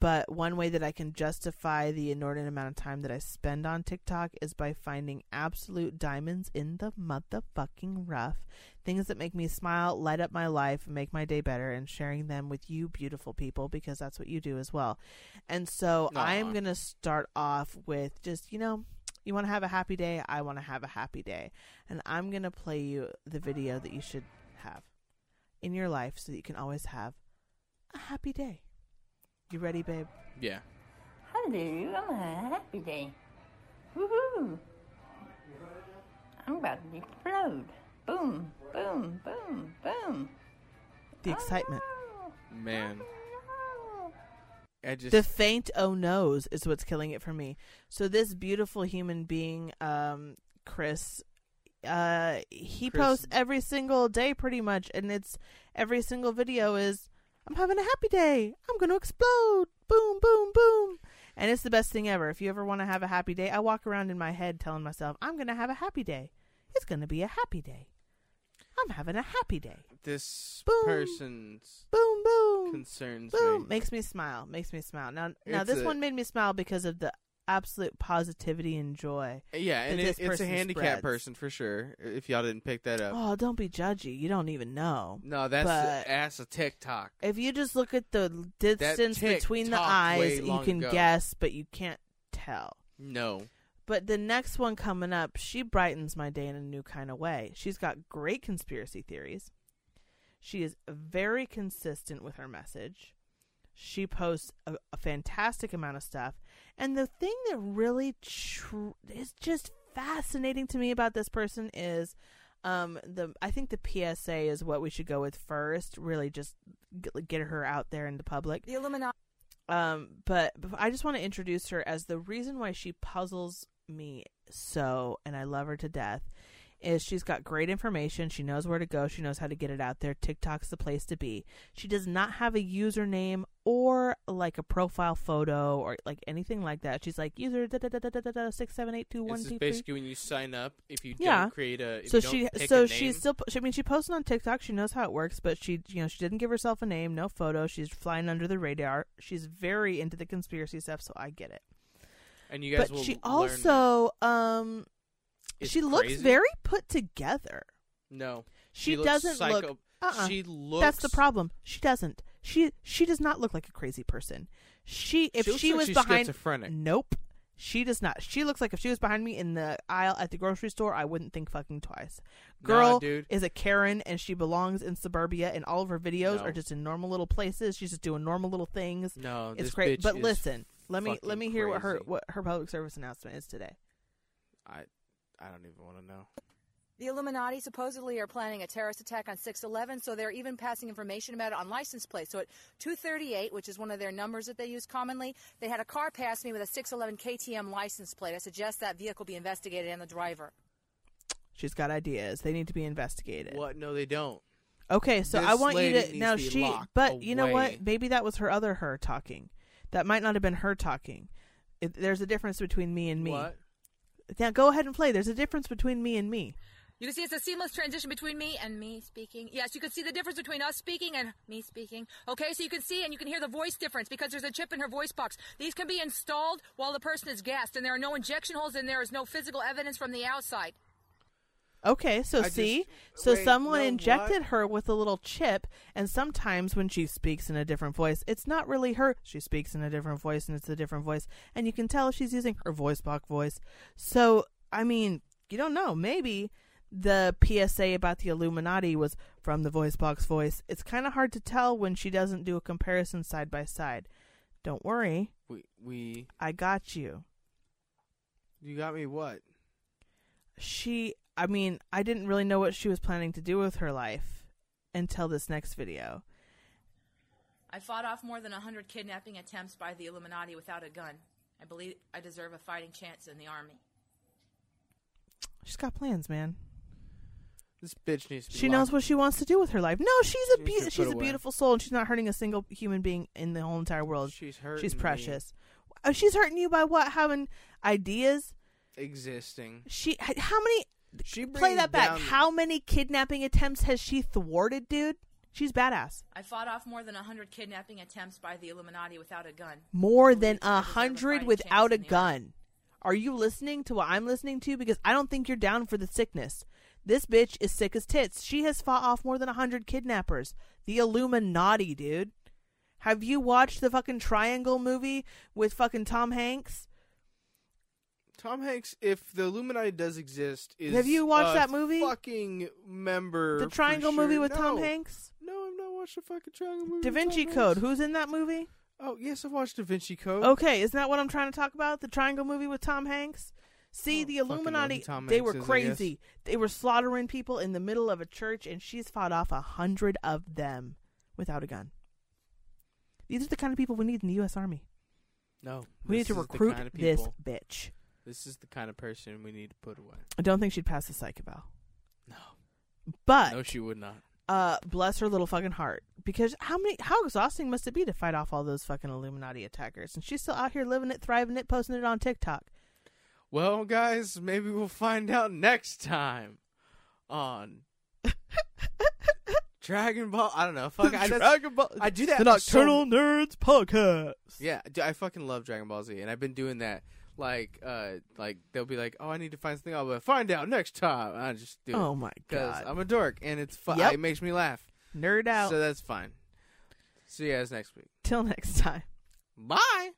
But one way that I can justify the inordinate amount of time that I spend on TikTok is by finding absolute diamonds in the motherfucking rough. Things that make me smile, light up my life, make my day better, and sharing them with you beautiful people because that's what you do as well. And so Aw. I'm going to start off with just, you know, you want to have a happy day? I want to have a happy day. And I'm going to play you the video that you should have in your life so that you can always have a happy day. You ready, babe? Yeah. Hello, I'm a happy day. Woohoo! I'm about to explode. Boom, boom, boom, boom. The excitement. Man. I just The faint oh no's is what's killing it for me. So this beautiful human being, um, Chris, uh, he Chris- posts every single day pretty much, and it's every single video is I'm having a happy day. I'm gonna explode. Boom, boom, boom. And it's the best thing ever. If you ever want to have a happy day, I walk around in my head telling myself, I'm gonna have a happy day. It's gonna be a happy day. I'm having a happy day. this Boom. person's Boom, boom. concerns Boom! me. Makes me smile. Makes me smile. Now, now It's this a- one made me smile because of the absolute positivity and joy. Yeah, and that it, this it's a person handicap spreads. person for sure. If y'all didn't pick that up, Oh, don't be judgy. You don't even know. no, that's but- that's a TikTok. If you just look at the distance tick between the tocked way eyes, you long can ago. guess, but you can't tell. No, But the next one coming up, she brightens my day in a new kind of way. She's got great conspiracy theories. She is very consistent with her message. She posts a, a fantastic amount of stuff. And the thing that really tr- is just fascinating to me about this person is um the I think the PSA is what we should go with first, really just g- get her out there in the public. The Illuminati. Um but, but I just want to introduce her as the reason why she puzzles me so and I love her to death is she's got great information. She knows where to go. She knows how to get it out there. TikTok's the place to be. She does not have a username or like a profile photo or like anything like that. She's like user da da da da da da da six seven eight two one this is two three. basically when you sign up. If you Yeah. don't create a, if So you don't she, pick so a name, she's still. I mean, she posted on TikTok. She knows how it works, but she, you know, she didn't give herself a name, no photo. She's flying under the radar. She's very into the conspiracy stuff, so I get it. and you guys but will she learn that also, um, it's she looks crazy. very put together. No, She, looks doesn't psycho- look. Uh-uh. She looks. That's the problem. She doesn't. She she does not look like a crazy person. She if She looks she, like was she's behind. schizophrenic. Nope. She does not. She looks like if she was behind me in the aisle at the grocery store, I wouldn't think fucking twice. Nah, Girl dude. is a Karen and she belongs in suburbia, and all of her videos No. are just in normal little places. She's just doing normal little things. No, it's this great. bitch but is listen, let me let fucking me hear what her crazy. what her public service announcement is today. I, I don't even want to know. The Illuminati supposedly are planning a terrorist attack on 6/11, so they're even passing information about it on license plates. So at 2:38, which is one of their numbers that they use commonly, they had a car pass me with a 611 KTM license plate. I suggest that vehicle be investigated and the driver. She's got ideas. They need to be investigated. What? No, they don't. Okay, so I This want you lady to needs now to be she locked but you know away. what? Maybe that was her other her talking. That might not have been her talking. It, there's a difference between me and me. What? Now go ahead and play. There's a difference between me and me. You can see it's a seamless transition between me and me speaking. Yes, you can see the difference between us speaking and me speaking. Okay, so you can see and you can hear the voice difference because there's a chip in her voice box. These can be installed while the person is gassed, and there are no injection holes, and there is no physical evidence from the outside. Okay, so I just- see, so wait, someone no, injected what? her with a little chip, and sometimes when she speaks in a different voice, it's not really her. She speaks in a different voice, and it's a different voice, and you can tell she's using her voice box voice. So, I mean, you don't know. Maybe the PSA about the Illuminati was from the voice box voice. It's kind of hard to tell when she doesn't do a comparison side by side. Don't worry, We, we, I got you. you got me. What? she i mean i didn't really know what she was planning to do with her life until this next video I fought off more than 100 kidnapping attempts by the Illuminati without a gun. I believe I deserve a fighting chance in the army. she's got plans man This bitch needs to. Be she knows locked- what she wants to do with her life no she's a She be- needs to she's put a away. beautiful soul and she's not hurting a single human being in the whole entire world She's hurting she's me. precious Uh, she's hurting you by what having ideas Existing. she h- how many She play brings that back down- how many kidnapping attempts has she thwarted dude she's badass I fought off more than 100 kidnapping attempts by the Illuminati without a gun. more than I a deserve a hundred fighting without chance a in the army. gun. Are you listening to what I'm listening to? Because I don't think you're down for the sickness. This bitch is sick as tits. She has fought off more than a hundred kidnappers. The Illuminati, dude. Have you watched the fucking Triangle movie with fucking Tom Hanks? Tom Hanks, if the Illuminati does exist, is Have you watched a that movie? Fucking member. The for Triangle movie sure. with Tom No. Hanks? No, I've not watched the fucking Triangle movie. Da with Tom Vinci Hanks. Code. Who's in that movie? Oh yes, I've watched Da Vinci Code. Okay, isn't that what I'm trying to talk about? The Triangle movie with Tom Hanks? See, Oh, the fucking know who Illuminati, Tom they Hanks were is, I guess. crazy. They were slaughtering people in the middle of a church, and she's fought off a hundred of them without a gun. These are the kind of people we need in the U.S. Army. No, We this need to is the recruit kind of this people- bitch. This is the kind of person we need to put away. I don't think she'd pass the psych eval. No, But, no, she would not. uh, bless her little fucking heart. Because how many, how exhausting must it be to fight off all those fucking Illuminati attackers? And she's still out here living it, thriving it, posting it on TikTok. Well, guys, maybe we'll find out next time [LAUGHS] on Dragon Ball. I don't know. Fuck, I, that's- Dragon Ball. I do that The so- Nocturnal Nerds podcast. Yeah, dude, I fucking love Dragon Ball Z, and I've been doing that. Like, uh, like they'll be like, "Oh, I need to find something out, but find out next time." And I just do. it. Oh my 'Cause God. I'm a dork, and it's fun. Yep. It makes me laugh, Nerd out. so that's fine. See you guys next week. Till next time. Bye.